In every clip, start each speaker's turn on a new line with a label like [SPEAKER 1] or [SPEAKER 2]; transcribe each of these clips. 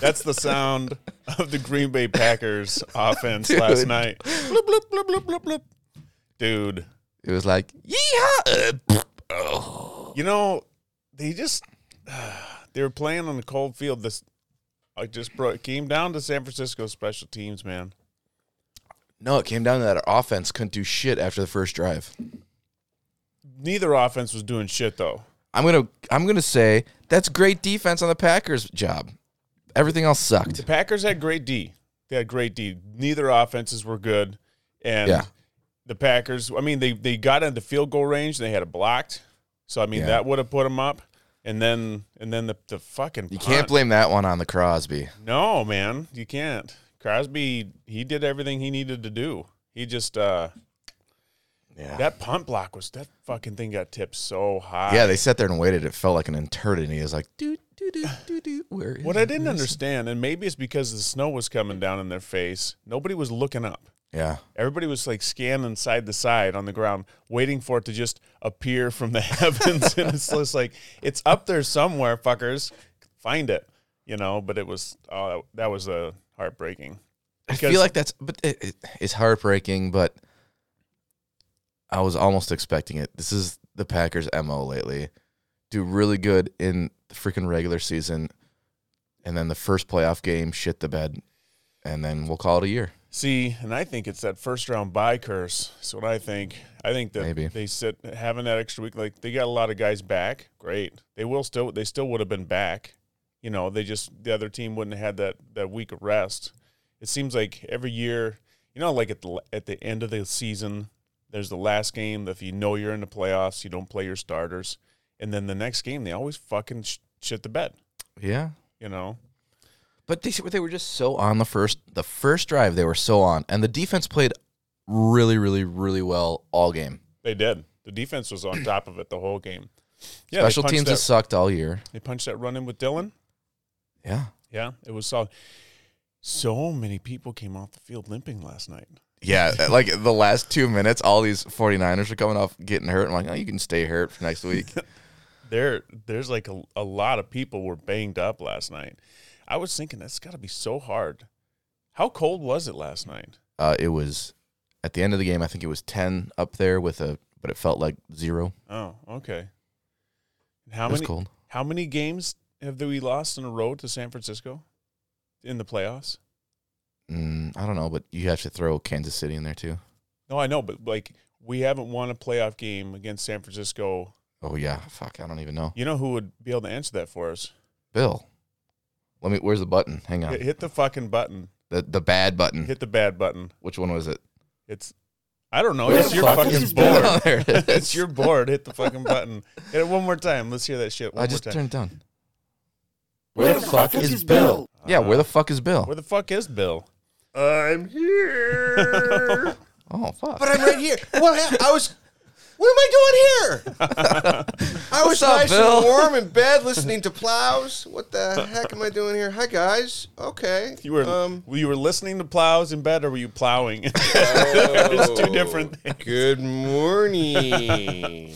[SPEAKER 1] That's the sound of the Green Bay Packers offense last
[SPEAKER 2] Dude.
[SPEAKER 1] night. Bloop, bloop, bloop, bloop, bloop, bloop. Dude,
[SPEAKER 2] It was like, yeehaw! uh, oh.
[SPEAKER 1] you know, they just they were playing on the cold field. This I just brought it came down to San Francisco special teams, man.
[SPEAKER 2] No, it came down to that our offense couldn't do shit after the first drive.
[SPEAKER 1] Neither offense was doing shit though.
[SPEAKER 2] I'm gonna I'm gonna say that's great defense on the Packers job. Everything else sucked.
[SPEAKER 1] The Packers had great D. They had great D. Neither offenses were good, and
[SPEAKER 2] Yeah.
[SPEAKER 1] the Packers. I mean, they they got into field goal range. and They had it blocked, so I mean
[SPEAKER 2] Yeah.
[SPEAKER 1] that would have put them up. And then and then the the fucking
[SPEAKER 2] You can't blame that one on the Crosby.
[SPEAKER 1] No, man, you can't. Crosby, he did everything he needed to do. He just uh
[SPEAKER 2] Yeah.
[SPEAKER 1] that punt block was that fucking thing got tipped so high.
[SPEAKER 2] Yeah, they sat there and waited. It felt like an eternity. It was like doo doo doo doo doo. Where is
[SPEAKER 1] What I didn't
[SPEAKER 2] this?
[SPEAKER 1] understand, and maybe it's because the snow was coming down in their face, nobody was looking up.
[SPEAKER 2] Yeah.
[SPEAKER 1] Everybody was like scanning side to side on the ground, waiting for it to just appear from the heavens. and it's just like, it's up there somewhere, fuckers. Find it, you know? But it was, oh, that was uh, heartbreaking.
[SPEAKER 2] I
[SPEAKER 1] Because-
[SPEAKER 2] feel like that's but it, it, it's heartbreaking, but I was almost expecting it. This is the Packers MO lately. Do really good in the freaking regular season and then the first playoff game shit the bed and then we'll call it a year.
[SPEAKER 1] See, and I think it's that first round buy curse. That's what I think. I think that
[SPEAKER 2] Maybe.
[SPEAKER 1] they sit having that extra week, like they got a lot of guys back. Great. They will still, they still would have been back. You know, they just, the other team wouldn't have had that, that week of rest. It seems like every year, you know, like at the, at the end of the season, there's the last game that if you know you're in the playoffs, you don't play your starters. And then the next game, they always fucking sh- shit the bed,
[SPEAKER 2] Yeah.
[SPEAKER 1] you know?
[SPEAKER 2] But they they were just so on the first the first drive they were so on and the defense played really really really well all game.
[SPEAKER 1] They did. The defense was on top of it the whole game. Yeah, they
[SPEAKER 2] Special
[SPEAKER 1] punched
[SPEAKER 2] teams
[SPEAKER 1] that-
[SPEAKER 2] has sucked all year.
[SPEAKER 1] They punched that run in with Dylan.
[SPEAKER 2] Yeah.
[SPEAKER 1] Yeah, it was solid. So many people came off the field limping last night.
[SPEAKER 2] Yeah, uh, like the last two minutes, all these 49ers are coming off getting hurt. I'm like, oh, you can stay hurt for next week.
[SPEAKER 1] There, there's like a, a lot of people were banged up last night. I was thinking that's got to be so hard. How cold was it last night?
[SPEAKER 2] Uh, it was at the end of the game, I think it was 10 up there with a, but it felt like zero.
[SPEAKER 1] Oh, okay. How
[SPEAKER 2] it was
[SPEAKER 1] many?
[SPEAKER 2] cold.
[SPEAKER 1] How many games have we lost in a row to San Francisco in the playoffs?
[SPEAKER 2] Mm, I don't know, but you have to throw Kansas City in there too.
[SPEAKER 1] No, I know, but like we haven't won a playoff game against San Francisco.
[SPEAKER 2] Oh, yeah. Fuck, I don't even know.
[SPEAKER 1] You know who would be able to answer that for us?
[SPEAKER 2] Bill, let me, where's the button? Hang
[SPEAKER 1] Hit-
[SPEAKER 2] on.
[SPEAKER 1] hit the fucking button.
[SPEAKER 2] The, the bad button.
[SPEAKER 1] Hit the bad button.
[SPEAKER 2] Which one was it?
[SPEAKER 1] It's I don't know.
[SPEAKER 2] Where
[SPEAKER 1] it's
[SPEAKER 2] the
[SPEAKER 1] Oh, your
[SPEAKER 2] fuck
[SPEAKER 1] fucking
[SPEAKER 2] is Bill?
[SPEAKER 1] board.
[SPEAKER 2] There it is.
[SPEAKER 1] it's your board. Hit the fucking button. Hit it one more time. Let's hear that shit one
[SPEAKER 2] I just
[SPEAKER 1] more time.
[SPEAKER 2] turned it down.
[SPEAKER 3] Where the fuck is Bill?
[SPEAKER 2] Yeah, where the fuck is Bill?
[SPEAKER 1] Where the fuck is Bill?
[SPEAKER 3] I'm here.
[SPEAKER 2] Oh, fuck.
[SPEAKER 3] but I'm right here. What hap- I was. What am I doing here? I was
[SPEAKER 2] What's up,
[SPEAKER 3] nice
[SPEAKER 2] Bill?
[SPEAKER 3] and warm in bed listening to plows. What the heck am I doing here? Hi guys. Okay.
[SPEAKER 1] You were
[SPEAKER 3] Um,
[SPEAKER 1] you were listening to plows in bed, or were you plowing?
[SPEAKER 3] it's
[SPEAKER 1] two different things.
[SPEAKER 3] Good morning.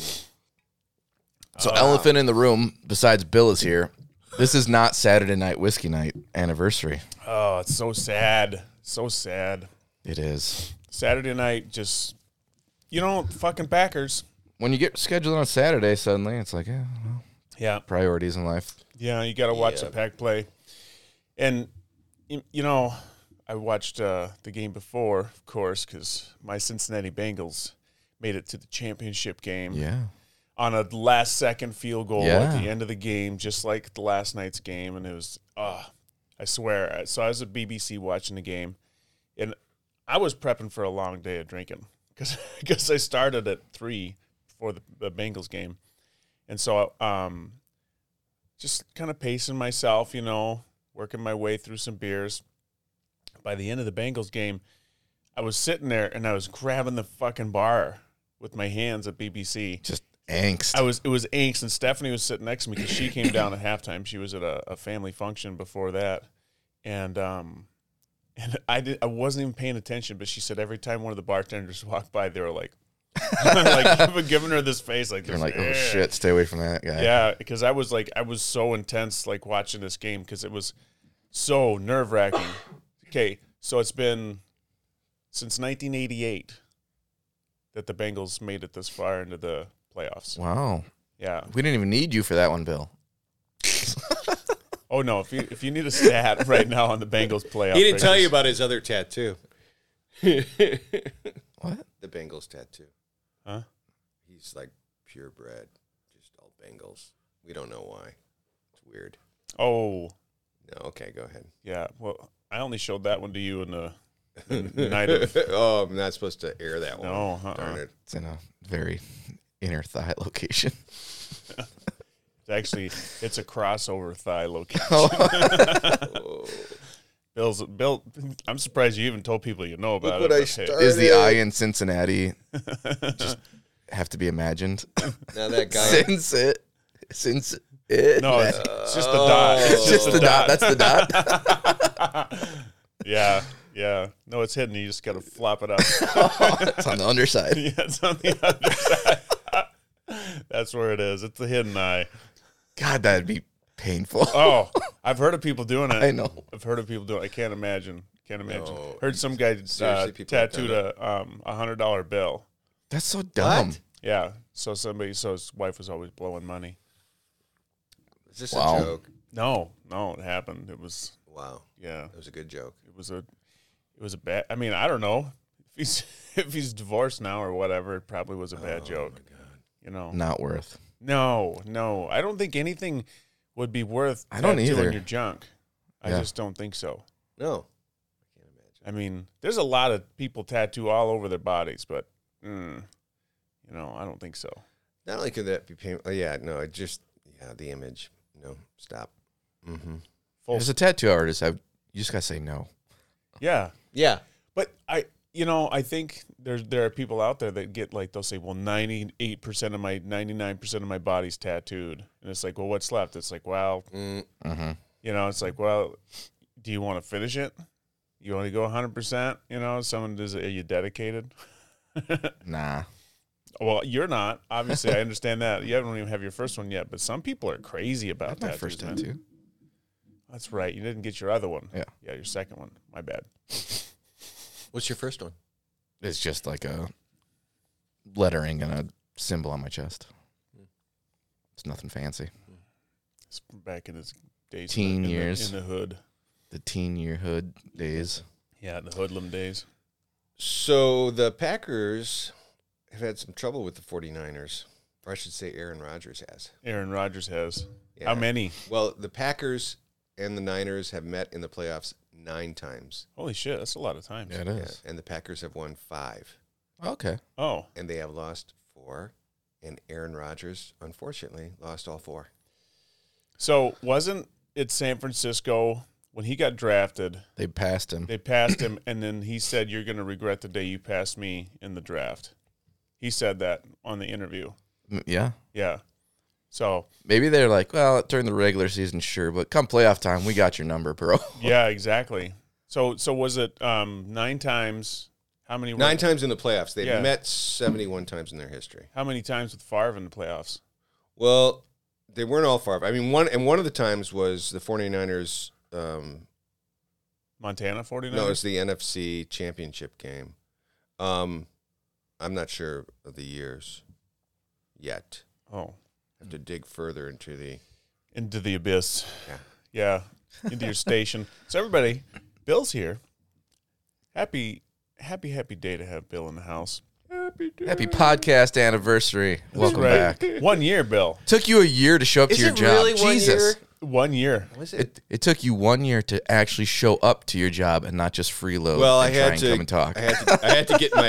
[SPEAKER 2] So elephant in the room, besides Bill is here. This is not Saturday night whiskey night anniversary.
[SPEAKER 1] oh, it's so sad. So sad.
[SPEAKER 2] It is.
[SPEAKER 1] Saturday night, just you know, fucking Packers.
[SPEAKER 2] When you get scheduled on a Saturday, suddenly it's like, yeah, well,
[SPEAKER 1] Yeah,
[SPEAKER 2] priorities in life.
[SPEAKER 1] Yeah, you got to watch the pack play. And, y- you know, I watched uh, the game before, of course, because my Cincinnati Bengals made it to the championship game
[SPEAKER 2] Yeah.
[SPEAKER 1] on a last second field goal at the
[SPEAKER 2] Yeah.
[SPEAKER 1] end of the game, just like the last night's game. And it was, ah, I swear. I- So I was at BBC watching the game, and I was prepping for a long day of drinking because I started at three before the, the Bengals game. And so, um, just kind of pacing myself, you know, working my way through some beers. By the end of the Bengals game, I was sitting there and I was grabbing the fucking bar with my hands at BBC.
[SPEAKER 2] Just angst.
[SPEAKER 1] I was it was angst, and Stephanie was sitting next to me because she came down at halftime. She was at a, a family function before that, and um, and I did I wasn't even paying attention, but she said every time one of the bartenders walked by, they were like, like giving her this face, like
[SPEAKER 2] You're
[SPEAKER 1] this,
[SPEAKER 2] like, oh
[SPEAKER 1] "Eh."
[SPEAKER 2] shit, stay away from that guy.
[SPEAKER 1] yeah, because I was like I was so intense, like watching this game because it was so nerve wracking. okay, so it's been since 1988 that the Bengals made it this far into the playoffs.
[SPEAKER 2] Wow.
[SPEAKER 1] Yeah.
[SPEAKER 2] We didn't even need you for that one, Bill.
[SPEAKER 1] Oh no, if you if you need a stat right now on the Bengals playoff,
[SPEAKER 4] He didn't tell
[SPEAKER 1] records-
[SPEAKER 4] you about his other tattoo. the
[SPEAKER 2] What?
[SPEAKER 3] The Bengals tattoo.
[SPEAKER 1] Huh?
[SPEAKER 3] He's like purebred, just all Bengals. We don't know why. It's weird.
[SPEAKER 1] Oh
[SPEAKER 3] No, okay, go ahead.
[SPEAKER 1] yeah. Well, I only showed that one to you uh, in the, the night of.
[SPEAKER 3] oh, I'm not supposed to air that one.
[SPEAKER 1] No,
[SPEAKER 3] Oh, Darn
[SPEAKER 1] uh-uh.
[SPEAKER 3] it.
[SPEAKER 2] It's in a very inner thigh location.
[SPEAKER 1] It's actually it's a crossover thigh location.
[SPEAKER 3] Oh,
[SPEAKER 1] Bill's Bill. I'm surprised you even told people you know about
[SPEAKER 3] Look what
[SPEAKER 1] it.
[SPEAKER 3] I
[SPEAKER 1] but hey.
[SPEAKER 3] started.
[SPEAKER 2] Is the eye in Cincinnati just have to be imagined?
[SPEAKER 3] Now that guy.
[SPEAKER 2] since it, since it,
[SPEAKER 1] No, it's, it's just the dot. It's
[SPEAKER 2] It's just the dot. That's the dot.
[SPEAKER 1] Yeah, yeah. No, it's hidden. You just gotta flop it up.
[SPEAKER 2] it's on the underside.
[SPEAKER 1] yeah, it's on the other side. That's where it is. It's the hidden eye.
[SPEAKER 2] God, that'd be painful.
[SPEAKER 1] Oh, I've heard of people doing it.
[SPEAKER 2] I know.
[SPEAKER 1] I've heard of people doing. it. I can't imagine. Can't imagine.
[SPEAKER 3] No.
[SPEAKER 1] heard some guy uh,
[SPEAKER 3] Seriously, people have
[SPEAKER 1] tattooed a um, a hundred dollar bill.
[SPEAKER 2] That's so dumb.
[SPEAKER 3] What?
[SPEAKER 1] Yeah. So somebody. So his wife was always blowing money.
[SPEAKER 3] Is this
[SPEAKER 2] Wow.
[SPEAKER 3] a joke?
[SPEAKER 1] No, no, it happened. It was.
[SPEAKER 3] Wow.
[SPEAKER 1] Yeah.
[SPEAKER 3] That was a good joke.
[SPEAKER 1] it was a it was a bad i mean i don't know if he's if he's divorced now or whatever it probably was a bad
[SPEAKER 3] Oh
[SPEAKER 1] joke you know
[SPEAKER 2] Not worth.
[SPEAKER 1] no no i don't think anything would be worth
[SPEAKER 2] I don't
[SPEAKER 1] tattooing
[SPEAKER 2] either.
[SPEAKER 1] your junk i
[SPEAKER 2] Yeah.
[SPEAKER 1] just don't think so
[SPEAKER 3] No.
[SPEAKER 1] i mean there's a lot of people tattoo all over their bodies but mm, you know i don't think so
[SPEAKER 3] Not only could that be painful. Yeah, no, it just, yeah, the image. No, stop. Mm-hmm.
[SPEAKER 1] Well-
[SPEAKER 2] As a tattoo artist, I you just gotta say no.
[SPEAKER 1] yeah
[SPEAKER 4] yeah.
[SPEAKER 1] But I, you know, I think there's there are people out there that get like they'll say, well, ninety eight percent of my ninety nine percent of my body's tattooed, and it's like, well, what's left? It's like, well,
[SPEAKER 4] Mm,
[SPEAKER 2] Mm-hmm.
[SPEAKER 1] you know, it's like, well, do you want to finish it? You want to go hundred percent? You know, someone does. Are you dedicated?
[SPEAKER 2] Nah.
[SPEAKER 1] Well, you're not. Obviously, I understand that. You haven't even have your first one yet, but some people are crazy about
[SPEAKER 2] That's my
[SPEAKER 1] tattoos,
[SPEAKER 2] first
[SPEAKER 1] man.
[SPEAKER 2] tattoo.
[SPEAKER 1] That's right. You didn't get your other one.
[SPEAKER 2] Yeah.
[SPEAKER 1] Yeah, your second one. My bad.
[SPEAKER 4] What's your first one?
[SPEAKER 2] It's just like a lettering and a symbol on my chest. It's nothing fancy.
[SPEAKER 1] It's back in his days. in
[SPEAKER 2] Teen
[SPEAKER 1] the, in the-
[SPEAKER 2] years.
[SPEAKER 1] in the hood.
[SPEAKER 2] The teen year hood days.
[SPEAKER 1] Yeah, the hoodlum days.
[SPEAKER 3] So the Packers have had some trouble with the 49ers. Or I should say Aaron Rodgers has.
[SPEAKER 1] Aaron Rodgers has.
[SPEAKER 3] Yeah.
[SPEAKER 1] How many?
[SPEAKER 3] Well, the Packers and the Niners have met in the playoffs nine times.
[SPEAKER 1] Holy shit, that's a lot of times.
[SPEAKER 2] it is.
[SPEAKER 3] And the Packers have won five.
[SPEAKER 2] Okay.
[SPEAKER 1] Oh,
[SPEAKER 3] And they have lost four. And Aaron Rodgers, unfortunately, lost all four.
[SPEAKER 1] so wasn't it San Francisco when he got drafted?
[SPEAKER 2] They passed him.
[SPEAKER 1] They passed him, and then he said, "You're going to regret the day you passed me in the draft." He said that on the interview.
[SPEAKER 2] M- yeah.
[SPEAKER 1] Yeah. So
[SPEAKER 2] Maybe they're like, well, during the regular season, sure, but come playoff time, we got your number, bro.
[SPEAKER 1] yeah, exactly. So so was it um, nine times? How many? were-
[SPEAKER 3] Nine times in the playoffs. They've
[SPEAKER 1] Yeah.
[SPEAKER 3] met 71 times in their history.
[SPEAKER 1] How many times with Favre in the playoffs?
[SPEAKER 3] Well, they weren't all far. I mean, one and one of the times was the 49ers. Um,
[SPEAKER 1] Montana 49ers?
[SPEAKER 3] no, it's the NFC Championship game. Um, I'm not sure of the years yet.
[SPEAKER 1] oh,
[SPEAKER 3] Have to dig further into the.
[SPEAKER 1] into the abyss.
[SPEAKER 3] Yeah.
[SPEAKER 1] Yeah, into your station. So everybody, Bill's here. Happy, happy, happy day to have Bill in the house.
[SPEAKER 2] Happy podcast anniversary. Welcome
[SPEAKER 1] Right.
[SPEAKER 2] back.
[SPEAKER 1] One year, Bill.
[SPEAKER 2] Took you a year to show up to your job. Jesus.
[SPEAKER 1] One year.
[SPEAKER 3] Was it?
[SPEAKER 2] It, it took you one year to actually show up to your job and not just freeload.
[SPEAKER 3] well, I
[SPEAKER 2] and try
[SPEAKER 3] had
[SPEAKER 2] and
[SPEAKER 3] to.
[SPEAKER 2] come and talk.
[SPEAKER 3] I had to. I had to get my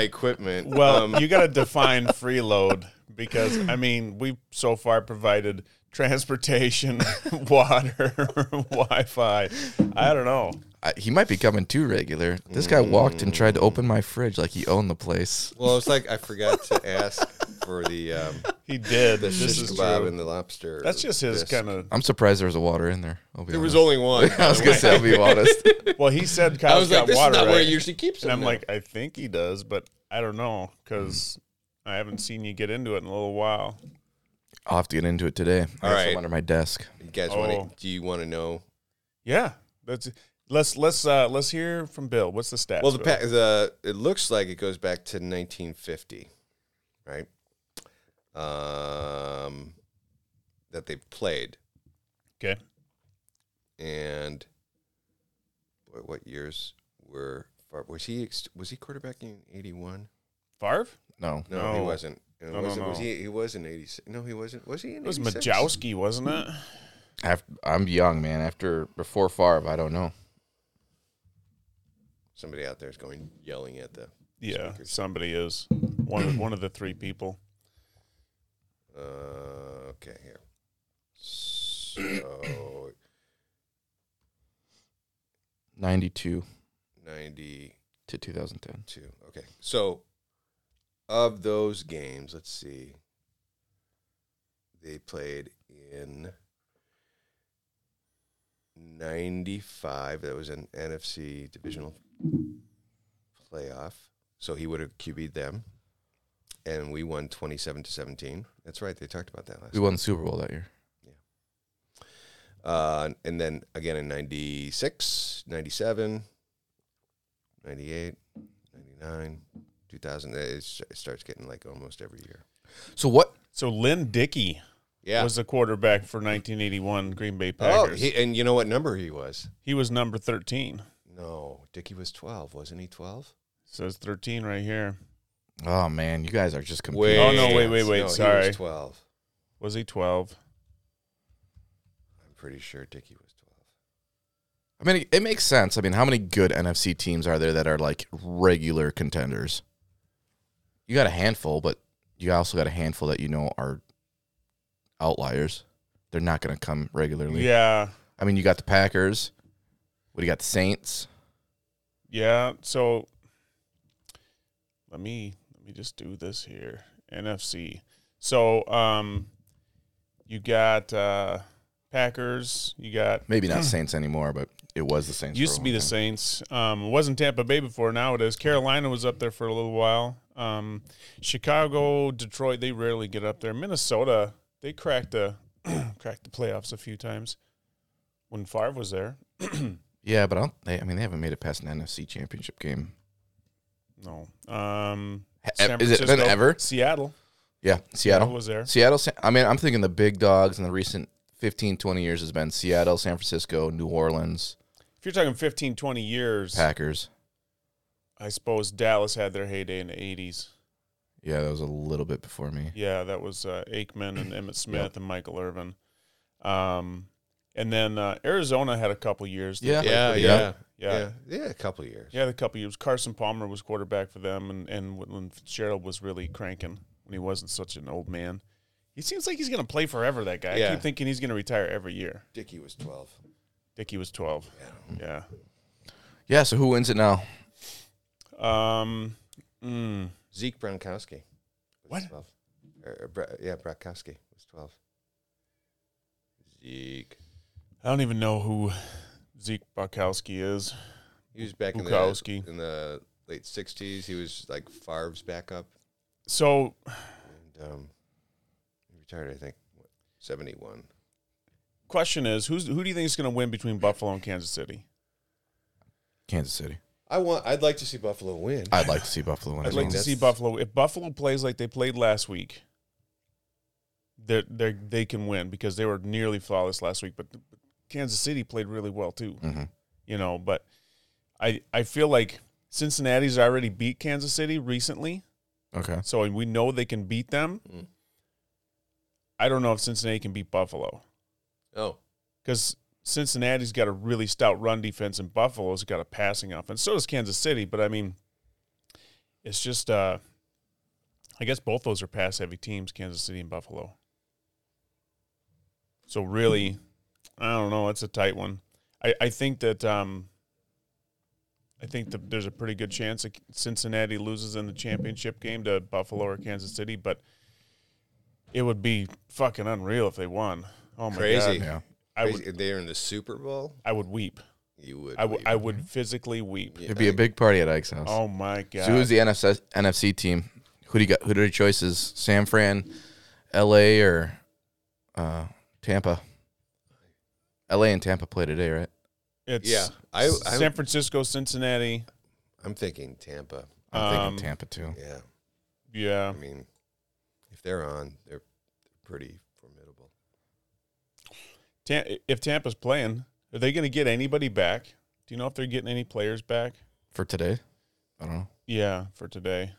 [SPEAKER 3] equipment.
[SPEAKER 1] Well,
[SPEAKER 3] Um,
[SPEAKER 1] you got to define freeload because I mean we've so far provided transportation, water, Wi-Fi. I don't know.
[SPEAKER 2] I- he might be coming too regular. This guy walked and
[SPEAKER 3] Mm.
[SPEAKER 2] tried to open my fridge like he owned the place.
[SPEAKER 3] well, it's like I forgot to ask for the um,
[SPEAKER 1] He did.
[SPEAKER 3] the
[SPEAKER 1] this
[SPEAKER 3] shish
[SPEAKER 1] is
[SPEAKER 3] kebab
[SPEAKER 1] true.
[SPEAKER 3] and the lobster.
[SPEAKER 1] That's just his
[SPEAKER 3] disc.
[SPEAKER 1] kind of.
[SPEAKER 2] I'm surprised there was a water in there. I'll be
[SPEAKER 3] There was
[SPEAKER 2] honest.
[SPEAKER 3] only one.
[SPEAKER 2] I was gonna say, I'll be honest.
[SPEAKER 1] Well, he said
[SPEAKER 4] I
[SPEAKER 1] Kyle's
[SPEAKER 4] was like,
[SPEAKER 1] got
[SPEAKER 4] this
[SPEAKER 1] water.
[SPEAKER 4] is not where
[SPEAKER 1] right?
[SPEAKER 4] he usually keeps them.
[SPEAKER 1] And I'm
[SPEAKER 4] now.
[SPEAKER 1] like, I think he does, but I don't
[SPEAKER 4] Mm.
[SPEAKER 1] know because I haven't seen you get into it in a little while.
[SPEAKER 2] I'll have to get into it today. I
[SPEAKER 3] All
[SPEAKER 2] have some
[SPEAKER 3] right.
[SPEAKER 2] under my desk.
[SPEAKER 3] You guys
[SPEAKER 1] Oh.
[SPEAKER 3] want to? Do you want to know
[SPEAKER 1] Yeah, That's let's let's uh let's hear from Bill. What's the stats?
[SPEAKER 3] Well, the
[SPEAKER 1] Bill?
[SPEAKER 3] pa- the it looks like it goes back to 1950, right? Um, that they've played
[SPEAKER 1] okay.
[SPEAKER 3] and boy, what years were Favre? Was he ex- was he quarterbacking in 81?
[SPEAKER 1] Favre?
[SPEAKER 2] No.
[SPEAKER 3] No, he
[SPEAKER 1] No.
[SPEAKER 3] wasn't. And
[SPEAKER 1] No, no,
[SPEAKER 3] wasn't- Was
[SPEAKER 1] no.
[SPEAKER 3] he? He was in 86. No, he wasn't. Was he in
[SPEAKER 1] It was
[SPEAKER 3] 86?
[SPEAKER 1] Majowski, wasn't it?
[SPEAKER 2] After, I'm young, man. After before Favre, I don't know.
[SPEAKER 3] Somebody out there is going yelling at the.
[SPEAKER 1] Yeah,
[SPEAKER 3] Speakers.
[SPEAKER 1] somebody is one of one of the three people.
[SPEAKER 3] Uh, okay, here. So
[SPEAKER 2] 92
[SPEAKER 3] 90.
[SPEAKER 2] to 2010.
[SPEAKER 3] Two. Okay. So, of those games, let's see. They played in 95. That was an NFC divisional playoff. So he would have QB'd them. And we won 27 to 17. That's right. They talked about that last
[SPEAKER 2] We won the Super Bowl that year.
[SPEAKER 3] uh, and then again in 96, 97, 98, 99, 2000. It, it's- it starts getting like almost every year.
[SPEAKER 2] So what?
[SPEAKER 1] So Lynn Dickey
[SPEAKER 3] Yeah.
[SPEAKER 1] was the quarterback for 1981 Green Bay
[SPEAKER 3] oh,
[SPEAKER 1] Packers.
[SPEAKER 3] he, and you know what number he was?
[SPEAKER 1] he was number 13.
[SPEAKER 3] No, Dickie was 12. Wasn't he 12?
[SPEAKER 1] Says 13 right here.
[SPEAKER 2] Oh man, you guys are just
[SPEAKER 1] Wait.
[SPEAKER 2] competing.
[SPEAKER 1] Oh, no, wait, wait, wait,
[SPEAKER 3] No, He
[SPEAKER 1] sorry.
[SPEAKER 3] was 12.
[SPEAKER 1] Was he 12?
[SPEAKER 3] I'm pretty sure Dickie was 12.
[SPEAKER 2] I mean, it, it makes sense. I mean, how many good NFC teams are there that are like regular contenders? You got a handful, but you also got a handful that you know are outliers. They're not going to come regularly.
[SPEAKER 1] Yeah.
[SPEAKER 2] I mean, you got the Packers. What do you got? The Saints.
[SPEAKER 1] Yeah. So let me let me just do this here. NFC. So um you got uh Packers, you got
[SPEAKER 2] Maybe not Saints anymore, but it was the Saints.
[SPEAKER 1] Hmm. used to be the
[SPEAKER 2] Saints.
[SPEAKER 1] Saints. Um, it wasn't Tampa Bay before. Now it is. Carolina was up there for a little while. Um, Chicago, Detroit, they rarely get up there. Minnesota, they cracked the cracked the playoffs a few times when Favre was there.
[SPEAKER 2] Yeah, but I, don't, they, I mean, they haven't made it past an NFC Championship game.
[SPEAKER 1] No. Um,
[SPEAKER 2] Ha-
[SPEAKER 1] San
[SPEAKER 2] E- is it been
[SPEAKER 1] Francisco,
[SPEAKER 2] ever?
[SPEAKER 1] Seattle.
[SPEAKER 2] Yeah, Seattle.
[SPEAKER 1] was there.
[SPEAKER 2] Seattle. Sa- I mean, I'm thinking the big dogs in the recent 15, 20 years has been Seattle, San Francisco, New Orleans,
[SPEAKER 1] If you're talking 15, 20 years,
[SPEAKER 2] Packers.
[SPEAKER 1] I suppose Dallas had their heyday in the 80s.
[SPEAKER 2] Yeah, that was a little bit before me.
[SPEAKER 1] Yeah, that was uh, Aikman and Emmett Smith
[SPEAKER 2] Yep.
[SPEAKER 1] and Michael Irvin. Um, and then uh, Arizona had a couple years. that
[SPEAKER 2] Yeah.
[SPEAKER 1] played
[SPEAKER 4] Yeah,
[SPEAKER 1] pretty
[SPEAKER 2] yeah.
[SPEAKER 1] good. yeah,
[SPEAKER 3] Yeah. Yeah, a couple of years.
[SPEAKER 1] Yeah, the couple years. Carson Palmer was quarterback for them, and and when- when Fitzgerald was really cranking when he wasn't such an old man. He seems like he's going to play forever. That guy. I
[SPEAKER 3] Yeah.
[SPEAKER 1] keep thinking he's going to retire every year.
[SPEAKER 3] Dickie was 12.
[SPEAKER 1] Dickie was twelve. Yeah.
[SPEAKER 2] Yeah, so who wins it now?
[SPEAKER 1] Um. mm,
[SPEAKER 3] Zeke Bronkowski. was
[SPEAKER 1] What?
[SPEAKER 3] 12. Or, or, Bra- yeah, Bronkowski was 12. Zeke.
[SPEAKER 1] I don't even know who Zeke Bukowski is.
[SPEAKER 3] He was back in the,
[SPEAKER 1] Bukowski.
[SPEAKER 3] in the late '60s. He was like Favre's backup,
[SPEAKER 1] So
[SPEAKER 3] and um, he retired, I think, what, '71.
[SPEAKER 1] question is, who's who do you think is going to win between Buffalo and Kansas City?
[SPEAKER 2] Kansas City.
[SPEAKER 3] I want. I'd like to see Buffalo win.
[SPEAKER 2] I'd like to see Buffalo win.
[SPEAKER 1] I'd
[SPEAKER 2] as
[SPEAKER 1] like
[SPEAKER 2] well.
[SPEAKER 1] to
[SPEAKER 3] that's-
[SPEAKER 1] see Buffalo. If Buffalo plays like they played last week, they they they can win because they were nearly flawless last week. But Kansas City played really well too,
[SPEAKER 2] Mhm.
[SPEAKER 1] you know. But I I feel like Cincinnati's already beat Kansas City recently,
[SPEAKER 2] Mm-hmm. Okay.
[SPEAKER 1] so we know they can beat them.
[SPEAKER 3] Mm.
[SPEAKER 1] I don't know if Cincinnati can beat Buffalo
[SPEAKER 3] oh,
[SPEAKER 1] because Cincinnati's got a really stout run defense and Buffalo's got a passing offense. So does Kansas City, but I mean, it's just uh, I guess both those are pass heavy teams, Kansas City and Buffalo. So really, I don't know. It's a tight one. I, I think that um, I think that there's a pretty good chance that Cincinnati loses in the championship game to Buffalo or Kansas City, but it would be fucking unreal if they won. Oh my
[SPEAKER 3] Crazy.
[SPEAKER 1] god!
[SPEAKER 2] Yeah.
[SPEAKER 1] I would
[SPEAKER 3] Crazy. they're in the Super Bowl.
[SPEAKER 1] I would weep.
[SPEAKER 3] You would.
[SPEAKER 1] I would
[SPEAKER 3] leave.
[SPEAKER 1] I would physically weep.
[SPEAKER 3] Yeah.
[SPEAKER 2] It'd be a big party at Ike's house.
[SPEAKER 1] Oh my
[SPEAKER 2] So
[SPEAKER 1] god.
[SPEAKER 2] who's the NFC, NFC team? Who do you got? Who are the choices? San Fran, L.A. or uh, Tampa? L.A. and Tampa play today, right?
[SPEAKER 1] It's
[SPEAKER 4] Yeah,
[SPEAKER 3] I, I
[SPEAKER 1] San Francisco, Cincinnati.
[SPEAKER 3] I'm thinking Tampa.
[SPEAKER 2] I'm thinking
[SPEAKER 1] Um,
[SPEAKER 2] Tampa too.
[SPEAKER 3] Yeah,
[SPEAKER 1] Yeah.
[SPEAKER 3] I mean, if they're on, they're pretty formidable.
[SPEAKER 1] Tam- if Tampa's playing, are they going to get anybody back? Do you know if they're getting any players back?
[SPEAKER 2] For today, I don't know.
[SPEAKER 1] Yeah, for today.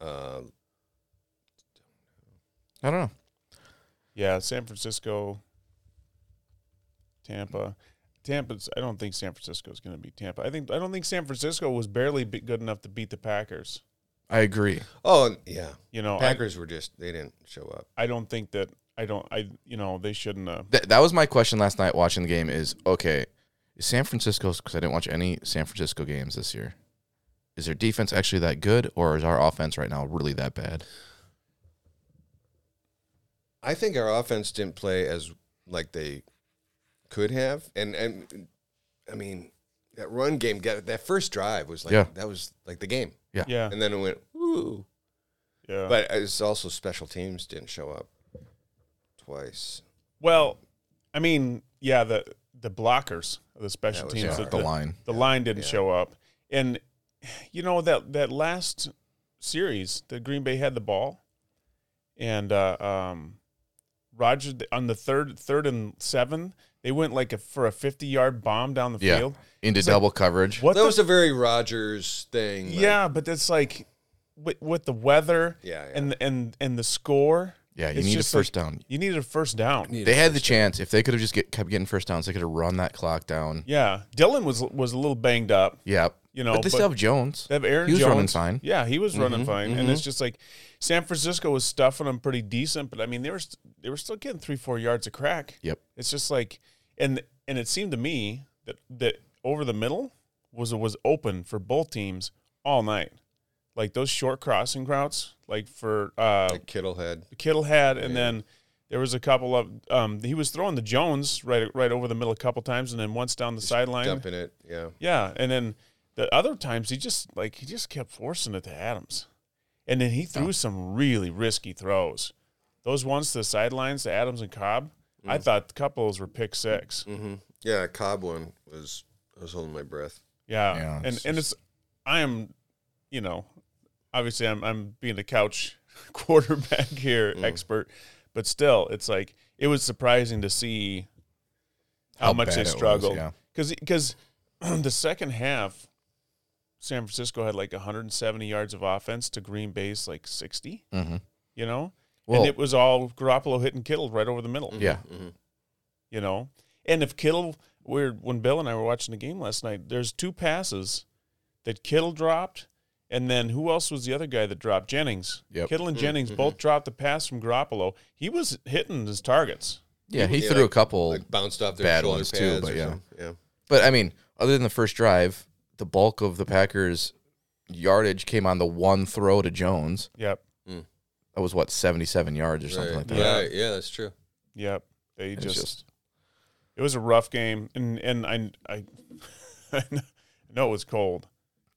[SPEAKER 3] Uh,
[SPEAKER 2] I don't know.
[SPEAKER 1] Yeah, San Francisco, Tampa. Tampa's. I don't think San Francisco's going to beat Tampa. I think. I don't think San Francisco was barely be- good enough to beat the Packers.
[SPEAKER 2] I agree.
[SPEAKER 3] oh and- yeah,
[SPEAKER 1] You know, I,
[SPEAKER 3] Packers were just they didn't show up.
[SPEAKER 1] I don't think that. I don't. I. You know, they shouldn't. Uh,
[SPEAKER 2] Th- that was my question last night watching the game. Is okay? Is San Francisco's because I didn't watch any San Francisco games this year. Is their defense actually that good, or is our offense right now really that bad?
[SPEAKER 3] I think our offense didn't play as like they could have, and and I mean that run game got that first drive was like
[SPEAKER 2] Yeah.
[SPEAKER 3] that was like the game,
[SPEAKER 1] yeah.
[SPEAKER 3] and then it went woo.
[SPEAKER 1] Yeah.
[SPEAKER 3] But it's also special teams didn't show up twice.
[SPEAKER 1] well, I mean, yeah. The the blockers, the special
[SPEAKER 3] was
[SPEAKER 1] teams,
[SPEAKER 3] Yeah,
[SPEAKER 2] Yeah,
[SPEAKER 1] the,
[SPEAKER 3] hard.
[SPEAKER 2] the line.
[SPEAKER 1] the line didn't
[SPEAKER 3] Yeah.
[SPEAKER 1] show up and you know that that last series that green bay had the ball and uh um roger on the third third and seven they went like a, for a 50 yard bomb down the
[SPEAKER 2] Yeah.
[SPEAKER 1] field
[SPEAKER 2] into
[SPEAKER 1] It's like,
[SPEAKER 2] double coverage.
[SPEAKER 1] what
[SPEAKER 3] that
[SPEAKER 1] the-
[SPEAKER 3] was a very Rogers thing. like-
[SPEAKER 1] yeah but that's like with, with the weather
[SPEAKER 3] yeah, yeah.
[SPEAKER 1] and and and the score
[SPEAKER 2] Yeah, you
[SPEAKER 1] It's
[SPEAKER 2] need a
[SPEAKER 1] just like-
[SPEAKER 2] first down.
[SPEAKER 1] you needed a first down
[SPEAKER 2] They had the chance. If they could have just get, kept getting first downs, they could have run that clock down.
[SPEAKER 1] yeah dylan was was a little banged up
[SPEAKER 2] Yeah,
[SPEAKER 1] you know
[SPEAKER 2] but they still have Jones.
[SPEAKER 1] They have Aaron
[SPEAKER 2] He was
[SPEAKER 1] Jones.
[SPEAKER 2] running fine.
[SPEAKER 1] Yeah, he was running
[SPEAKER 2] Mhm,
[SPEAKER 1] fine, and it's just like San Francisco was stuffing them pretty decent, but I mean they were st- they were still getting three four yards a crack.
[SPEAKER 2] Yep.
[SPEAKER 1] It's just like and and it seemed to me that that over the middle was was open for both teams all night, like those short crossing routes, like for uh,
[SPEAKER 3] like Kittle had.
[SPEAKER 1] Kittle had, and
[SPEAKER 3] Yeah.
[SPEAKER 1] then there was a couple of um, he was throwing the Jones right right over the middle a couple times, and then once down the sideline.
[SPEAKER 3] Dumping it, yeah.
[SPEAKER 1] Yeah, and then the other times he just like he just kept forcing it to Adams, and then he
[SPEAKER 2] Oh.
[SPEAKER 1] threw some really risky throws. Those ones to the sidelines to Adams and Cobb, I
[SPEAKER 2] Mm.
[SPEAKER 1] thought a couple of those were pick six.
[SPEAKER 3] Mm-hmm. Yeah, Cobb one was. I was holding my breath.
[SPEAKER 1] Yeah,
[SPEAKER 2] Yeah,
[SPEAKER 1] and
[SPEAKER 2] it's
[SPEAKER 1] and it's I am, you know, obviously I'm I'm being a couch quarterback here
[SPEAKER 2] Mm.
[SPEAKER 1] expert, but still it's like it was surprising to see how, much
[SPEAKER 2] bad
[SPEAKER 1] they
[SPEAKER 2] it was,
[SPEAKER 1] struggled.
[SPEAKER 2] yeah.
[SPEAKER 1] because because the second half, San Francisco had like 170 yards of offense to Green Bay's like 60.
[SPEAKER 2] Mhm.
[SPEAKER 1] You know,
[SPEAKER 2] Well,
[SPEAKER 1] and it was all Garoppolo hitting Kittle right over the middle.
[SPEAKER 2] yeah,
[SPEAKER 3] Mm-hmm.
[SPEAKER 1] You know, and if Kittle, we're, when Bill and I were watching the game last night, there's two passes that Kittle dropped, and then who else was the other guy that dropped? Jennings.
[SPEAKER 2] Yep.
[SPEAKER 1] Kittle and Jennings both dropped the pass from Garoppolo. He was hitting his targets.
[SPEAKER 2] yeah. He
[SPEAKER 3] Yeah,
[SPEAKER 2] threw
[SPEAKER 3] like-
[SPEAKER 2] a couple,
[SPEAKER 3] Like bounced off their
[SPEAKER 2] bad
[SPEAKER 3] shoulder
[SPEAKER 2] ones too,
[SPEAKER 3] pads
[SPEAKER 2] but
[SPEAKER 3] or
[SPEAKER 2] yeah.
[SPEAKER 3] something. yeah.
[SPEAKER 2] but I mean, other than the first drive, the bulk of the Packers' yardage came on the one throw to Jones.
[SPEAKER 1] Yep.
[SPEAKER 2] That was what seventy-seven yards or something
[SPEAKER 3] Right.
[SPEAKER 2] like that.
[SPEAKER 1] Yeah.
[SPEAKER 4] Right, yeah, that's true.
[SPEAKER 1] Yep. They
[SPEAKER 2] It's
[SPEAKER 1] just,
[SPEAKER 2] just-
[SPEAKER 1] it was a rough game and and I I I know it was cold.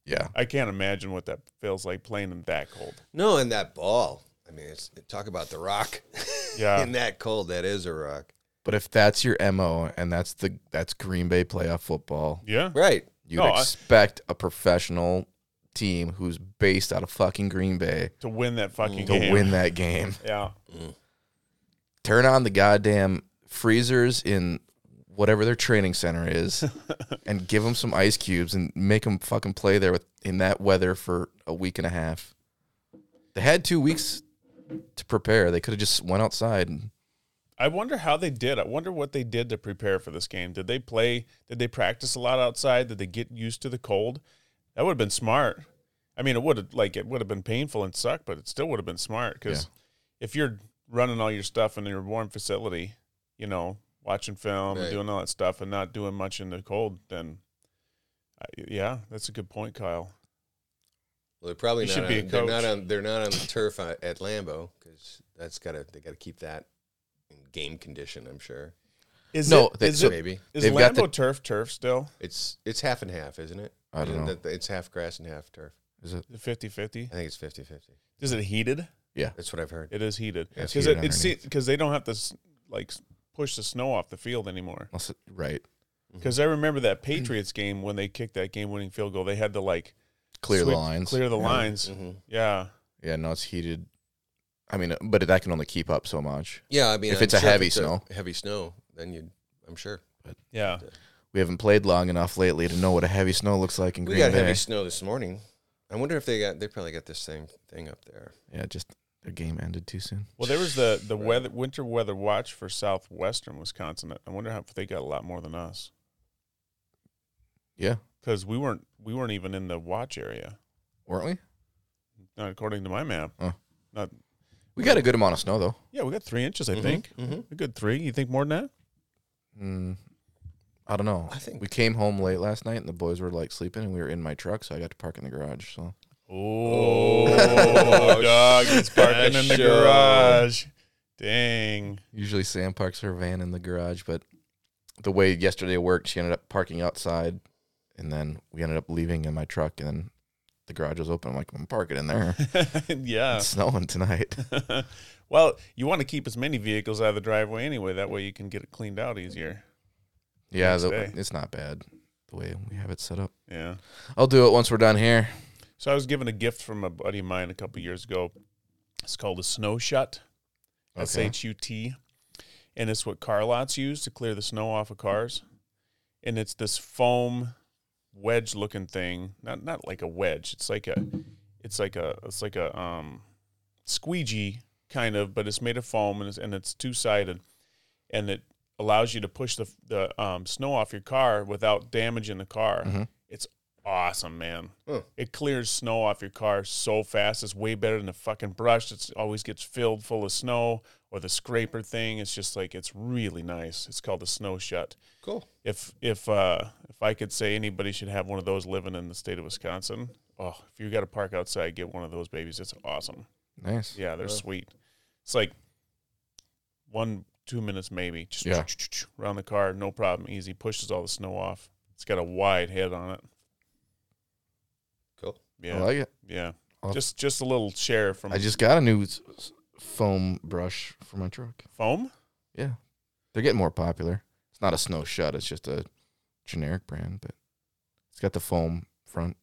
[SPEAKER 2] Yeah,
[SPEAKER 1] I can't imagine what that feels like playing in that cold.
[SPEAKER 3] No, and that ball. I mean, it's talk about the rock.
[SPEAKER 1] Yeah.
[SPEAKER 3] In that cold, that is a rock.
[SPEAKER 2] but if that's your mo and that's the that's Green Bay playoff football,
[SPEAKER 1] Yeah.
[SPEAKER 3] Right.
[SPEAKER 2] you'd
[SPEAKER 1] No, I-
[SPEAKER 2] expect a professional team who's based out of fucking Green Bay
[SPEAKER 1] To win that fucking
[SPEAKER 2] to
[SPEAKER 1] game.
[SPEAKER 2] win that game.
[SPEAKER 1] Yeah.
[SPEAKER 2] turn on the goddamn freezers in whatever their training center is and give them some ice cubes and make them fucking play there with, in that weather for a week and a half. They had two weeks to prepare. They could have just went outside. And,
[SPEAKER 1] I wonder how they did. I wonder what they did to prepare for this game. Did they play? Did they practice a lot outside? Did they get used to the cold? That would have been smart. I mean, it would have like it would have been painful and sucked, but it still would have been smart because if you're running all your stuff in your warm facility, you know, watching film and
[SPEAKER 3] Right.
[SPEAKER 1] doing all that stuff and not doing much in the cold, then I, yeah, that's a good point, Kyle.
[SPEAKER 3] Well, they're probably
[SPEAKER 1] You
[SPEAKER 3] not
[SPEAKER 1] should
[SPEAKER 3] on,
[SPEAKER 1] be a
[SPEAKER 3] They're not
[SPEAKER 1] coach.
[SPEAKER 3] on. They're not on the turf on, at Lambeau because that's gotta. They gotta keep that in game condition. I'm sure.
[SPEAKER 1] Is
[SPEAKER 2] No,
[SPEAKER 1] it,
[SPEAKER 2] they-
[SPEAKER 1] is
[SPEAKER 2] so-
[SPEAKER 1] it
[SPEAKER 3] Maybe
[SPEAKER 1] is
[SPEAKER 2] they've got
[SPEAKER 1] Lambeau
[SPEAKER 2] the-
[SPEAKER 1] turf turf still
[SPEAKER 3] it's it's half and half, isn't it?
[SPEAKER 2] I don't
[SPEAKER 3] Isn't
[SPEAKER 2] know.
[SPEAKER 3] that- It's half grass and half turf.
[SPEAKER 2] Is it?
[SPEAKER 1] 50-50?
[SPEAKER 3] I think it's 50-50.
[SPEAKER 1] Is it heated?
[SPEAKER 3] That's what I've heard.
[SPEAKER 1] It is heated
[SPEAKER 2] Yeah, it's
[SPEAKER 1] because
[SPEAKER 2] heated
[SPEAKER 1] it, it's
[SPEAKER 2] underneath.
[SPEAKER 1] because they don't have to s- like s- push the snow off the field anymore.
[SPEAKER 2] Unless it- right.
[SPEAKER 1] Because I remember that Patriots game when they kicked that game winning field goal, they had to like
[SPEAKER 2] Clear the
[SPEAKER 1] sweep-
[SPEAKER 2] lines.
[SPEAKER 1] Clear the lines.
[SPEAKER 3] Mm-hmm.
[SPEAKER 4] hmm
[SPEAKER 1] Yeah.
[SPEAKER 2] Yeah, no, it's heated. I mean, but that can only keep up so much.
[SPEAKER 4] Yeah, I mean,
[SPEAKER 2] If it's a heavy snow.
[SPEAKER 4] heavy snow, then you, I'm sure.
[SPEAKER 1] Yeah.
[SPEAKER 2] We haven't played long enough lately to know what a heavy snow looks like in
[SPEAKER 3] We
[SPEAKER 2] Green
[SPEAKER 3] got
[SPEAKER 2] Bay.
[SPEAKER 3] heavy snow this morning. I wonder if they got they probably got this same thing up there.
[SPEAKER 2] yeah, just the game ended too soon.
[SPEAKER 1] Well, there was the the weather winter weather watch for southwestern Wisconsin. I wonder how if they got a lot more than us
[SPEAKER 2] Yeah,
[SPEAKER 1] because we weren't we weren't even in the watch area,
[SPEAKER 2] weren't we?
[SPEAKER 1] not according to my map.
[SPEAKER 2] Huh.
[SPEAKER 1] Not
[SPEAKER 2] We got a good amount of snow though.
[SPEAKER 1] yeah, we got three inches. I think
[SPEAKER 3] Mm-hmm.
[SPEAKER 1] a good three. You think more than that?
[SPEAKER 2] Mm, I don't know.
[SPEAKER 3] I think-
[SPEAKER 2] we came home late last night, and the boys were like sleeping, and we were in my truck, so I got to park in the garage. So
[SPEAKER 1] Oh,
[SPEAKER 3] Oh,
[SPEAKER 1] dog! It's parking in the
[SPEAKER 3] special.
[SPEAKER 1] garage. Dang.
[SPEAKER 2] usually Sam parks her van in the garage, but the way yesterday worked, she ended up parking outside, and then we ended up leaving in my truck, and then the garage was open. I'm like, I'm parking in there.
[SPEAKER 1] yeah.
[SPEAKER 2] It's snowing tonight.
[SPEAKER 1] well, you want to keep as many vehicles out of the driveway anyway. That way you can get it cleaned out easier.
[SPEAKER 2] Yeah,
[SPEAKER 1] Nice
[SPEAKER 2] the,
[SPEAKER 1] day.
[SPEAKER 2] it's not bad the way we have it set up.
[SPEAKER 1] Yeah.
[SPEAKER 2] I'll do it once we're done here.
[SPEAKER 1] So I was given a gift from a buddy of mine a couple years ago. It's called a snow shut. S H U T. And it's what car lots use to clear the snow off of cars. And it's this foam wedge looking thing. Not not like a wedge. It's like a it's like a it's like a um squeegee kind of, but it's made of foam and it's and it's two sided and it allows you to push the the um, snow off your car without damaging the car.
[SPEAKER 2] Mhm.
[SPEAKER 1] It's awesome, man.
[SPEAKER 3] Huh.
[SPEAKER 1] It clears snow off your car so fast. It's way better than the fucking brush that always gets filled full of snow or the scraper thing. It's just like it's really nice. It's called the snow shut.
[SPEAKER 3] Cool.
[SPEAKER 1] If if uh, if I could say anybody should have one of those living in the state of Wisconsin, oh, if you got to park outside, get one of those babies. It's awesome.
[SPEAKER 2] Nice.
[SPEAKER 1] Yeah, they're
[SPEAKER 3] Wow.
[SPEAKER 1] sweet. It's like one, two minutes maybe. Just
[SPEAKER 2] Yeah.
[SPEAKER 1] around the car, no problem, easy. Pushes all the snow off. It's got a wide head on it.
[SPEAKER 3] Cool.
[SPEAKER 1] Yeah,
[SPEAKER 2] I like it.
[SPEAKER 1] yeah.
[SPEAKER 2] I'll-
[SPEAKER 1] Just just a little share from
[SPEAKER 2] I just got a new s- s- foam brush for my truck.
[SPEAKER 1] foam.
[SPEAKER 2] Yeah. They're getting more popular. It's not a snow shut, it's just a generic brand, but it's got the foam front.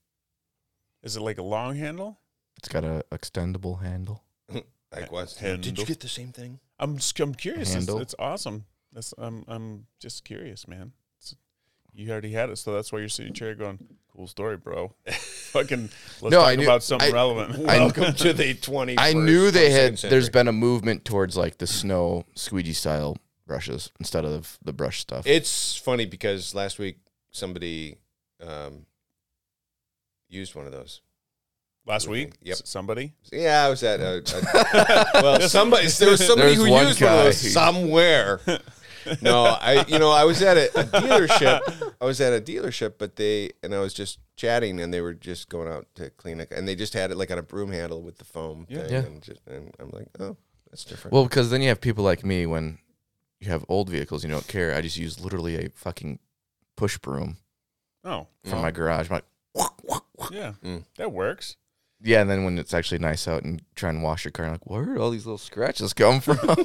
[SPEAKER 1] Is it like a long handle?
[SPEAKER 2] It's got a extendable handle. Uh,
[SPEAKER 3] Like what?
[SPEAKER 1] Handle.
[SPEAKER 3] Did you get the same thing?
[SPEAKER 1] I'm just I'm curious. It's,
[SPEAKER 2] Handle.
[SPEAKER 1] it's awesome. That's I'm I'm just curious, man. It's, you already had it, so that's why you're sitting in your chair going, "Cool story, bro." Fucking let's
[SPEAKER 2] No,
[SPEAKER 1] talk
[SPEAKER 2] I knew-
[SPEAKER 1] about something
[SPEAKER 2] I-
[SPEAKER 1] relevant.
[SPEAKER 2] I-
[SPEAKER 3] Welcome to the 20.
[SPEAKER 2] I knew they had there's been a movement towards like the snow squeegee style brushes instead of the brush stuff.
[SPEAKER 3] It's funny because last week somebody um, used one of those.
[SPEAKER 1] Last week,
[SPEAKER 3] Yep.
[SPEAKER 1] s- somebody.
[SPEAKER 3] Yeah, I was at a, a- well, somebody there was somebody
[SPEAKER 2] There's
[SPEAKER 3] who
[SPEAKER 2] one
[SPEAKER 3] used one of those
[SPEAKER 2] guy.
[SPEAKER 3] somewhere. No, I you know I was at a, a dealership. I was at a dealership, but they and I was just chatting, and they were just going out to clean it, and they just had it like on a broom handle with the foam
[SPEAKER 1] Yeah.
[SPEAKER 3] thing,
[SPEAKER 2] Yeah.
[SPEAKER 3] And, just, and I'm like, oh, that's different.
[SPEAKER 2] Well, because then you have people like me when you have old vehicles, you don't care. I just use literally a fucking push broom
[SPEAKER 1] Oh,
[SPEAKER 2] from my garage. I'm like, "Whack, whack, whack."
[SPEAKER 1] yeah,
[SPEAKER 3] Mm.
[SPEAKER 1] that works.
[SPEAKER 2] yeah, and then when it's actually nice out and try and wash your car, I'm like, where did all these little scratches come from?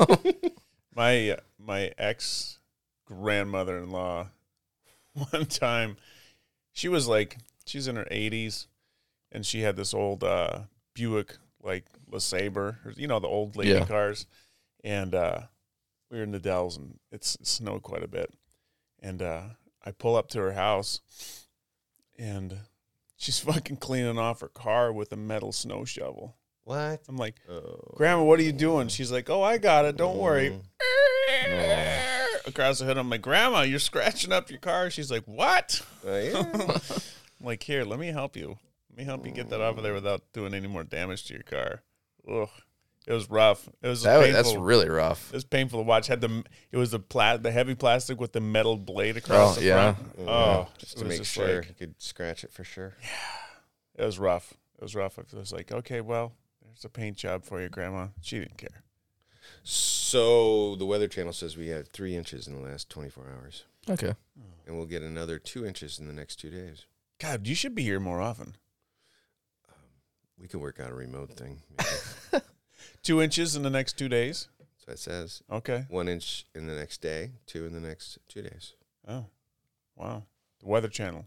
[SPEAKER 1] My uh, my ex grandmother in law, one time, she was like, she's in her eighties, and she had this old uh, Buick like LeSabre, or, you know, the old lady
[SPEAKER 2] Yeah.
[SPEAKER 1] cars, and uh, we were in the Dells, and it's it snowed quite a bit, and uh, I pull up to her house, and she's fucking cleaning off her car with a metal snow shovel.
[SPEAKER 3] what?
[SPEAKER 1] I'm like.
[SPEAKER 3] Oh.
[SPEAKER 1] Grandma, what are you doing? She's like, Oh, I got it. Don't worry.
[SPEAKER 3] Mm-hmm.
[SPEAKER 1] Across the hood, I'm like, Grandma, you're scratching up your car. She's like, What?
[SPEAKER 3] Uh, yeah.
[SPEAKER 1] I'm like, Here, let me help you. Let me help you get that off of there without doing any more damage to your car. Ugh. It was rough. It was
[SPEAKER 2] That was-
[SPEAKER 1] painful.
[SPEAKER 2] that's really rough.
[SPEAKER 1] it was painful to watch. Had the it was the pla- the heavy plastic with the metal blade across
[SPEAKER 2] Oh,
[SPEAKER 1] the
[SPEAKER 2] yeah.
[SPEAKER 1] front.
[SPEAKER 3] Yeah,
[SPEAKER 1] Oh,
[SPEAKER 3] just
[SPEAKER 1] it
[SPEAKER 3] to
[SPEAKER 1] was
[SPEAKER 3] make
[SPEAKER 1] just
[SPEAKER 3] sure
[SPEAKER 1] like-
[SPEAKER 3] you could scratch it for sure.
[SPEAKER 1] it was rough. It was rough. It was like, okay, well, there's a paint job for you, Grandma. She didn't care.
[SPEAKER 3] So the Weather Channel says we had three inches in the last 24 hours,
[SPEAKER 2] Okay.
[SPEAKER 3] and we'll get another two inches in the next two days.
[SPEAKER 1] God, you should be here more often.
[SPEAKER 3] We could work out a remote thing. maybe.
[SPEAKER 1] Two inches in the next two days.
[SPEAKER 3] so it says
[SPEAKER 1] Okay.
[SPEAKER 3] one inch in the next day, two in the next two days.
[SPEAKER 1] Oh. Wow. The Weather Channel.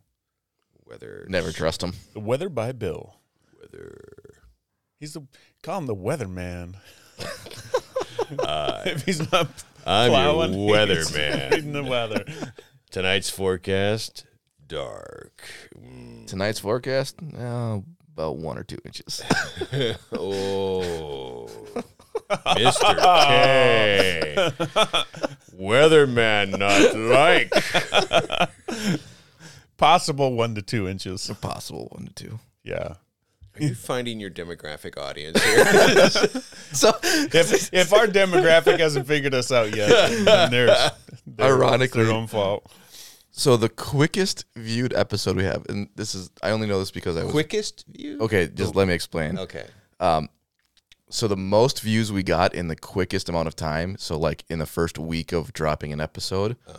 [SPEAKER 3] Weather.
[SPEAKER 2] Never trust him.
[SPEAKER 1] The Weather by Bill.
[SPEAKER 3] Weather.
[SPEAKER 1] He's the call him the weatherman. if he's not
[SPEAKER 4] I'm
[SPEAKER 1] plowing,
[SPEAKER 4] your
[SPEAKER 1] he's
[SPEAKER 4] weatherman.
[SPEAKER 1] in the weather.
[SPEAKER 4] Tonight's forecast dark.
[SPEAKER 1] Hmm.
[SPEAKER 4] Mm.
[SPEAKER 2] Tonight's forecast, uh, about one or two inches.
[SPEAKER 4] Oh, Mr. K. Weatherman not like.
[SPEAKER 1] Possible one to two inches.
[SPEAKER 2] Possible one to two.
[SPEAKER 1] Yeah.
[SPEAKER 3] Are you finding your demographic audience here?
[SPEAKER 2] So,
[SPEAKER 1] If if our demographic hasn't figured us out yet, then there's their-
[SPEAKER 2] Ironically.
[SPEAKER 1] their own fault.
[SPEAKER 2] so the quickest viewed episode we have, and this is I only know this because I was
[SPEAKER 3] Quickest view.
[SPEAKER 2] okay. Just let me explain.
[SPEAKER 3] Okay.
[SPEAKER 2] So the most views we got in the quickest amount of time, so like in the first week of dropping an episode,
[SPEAKER 1] Uh.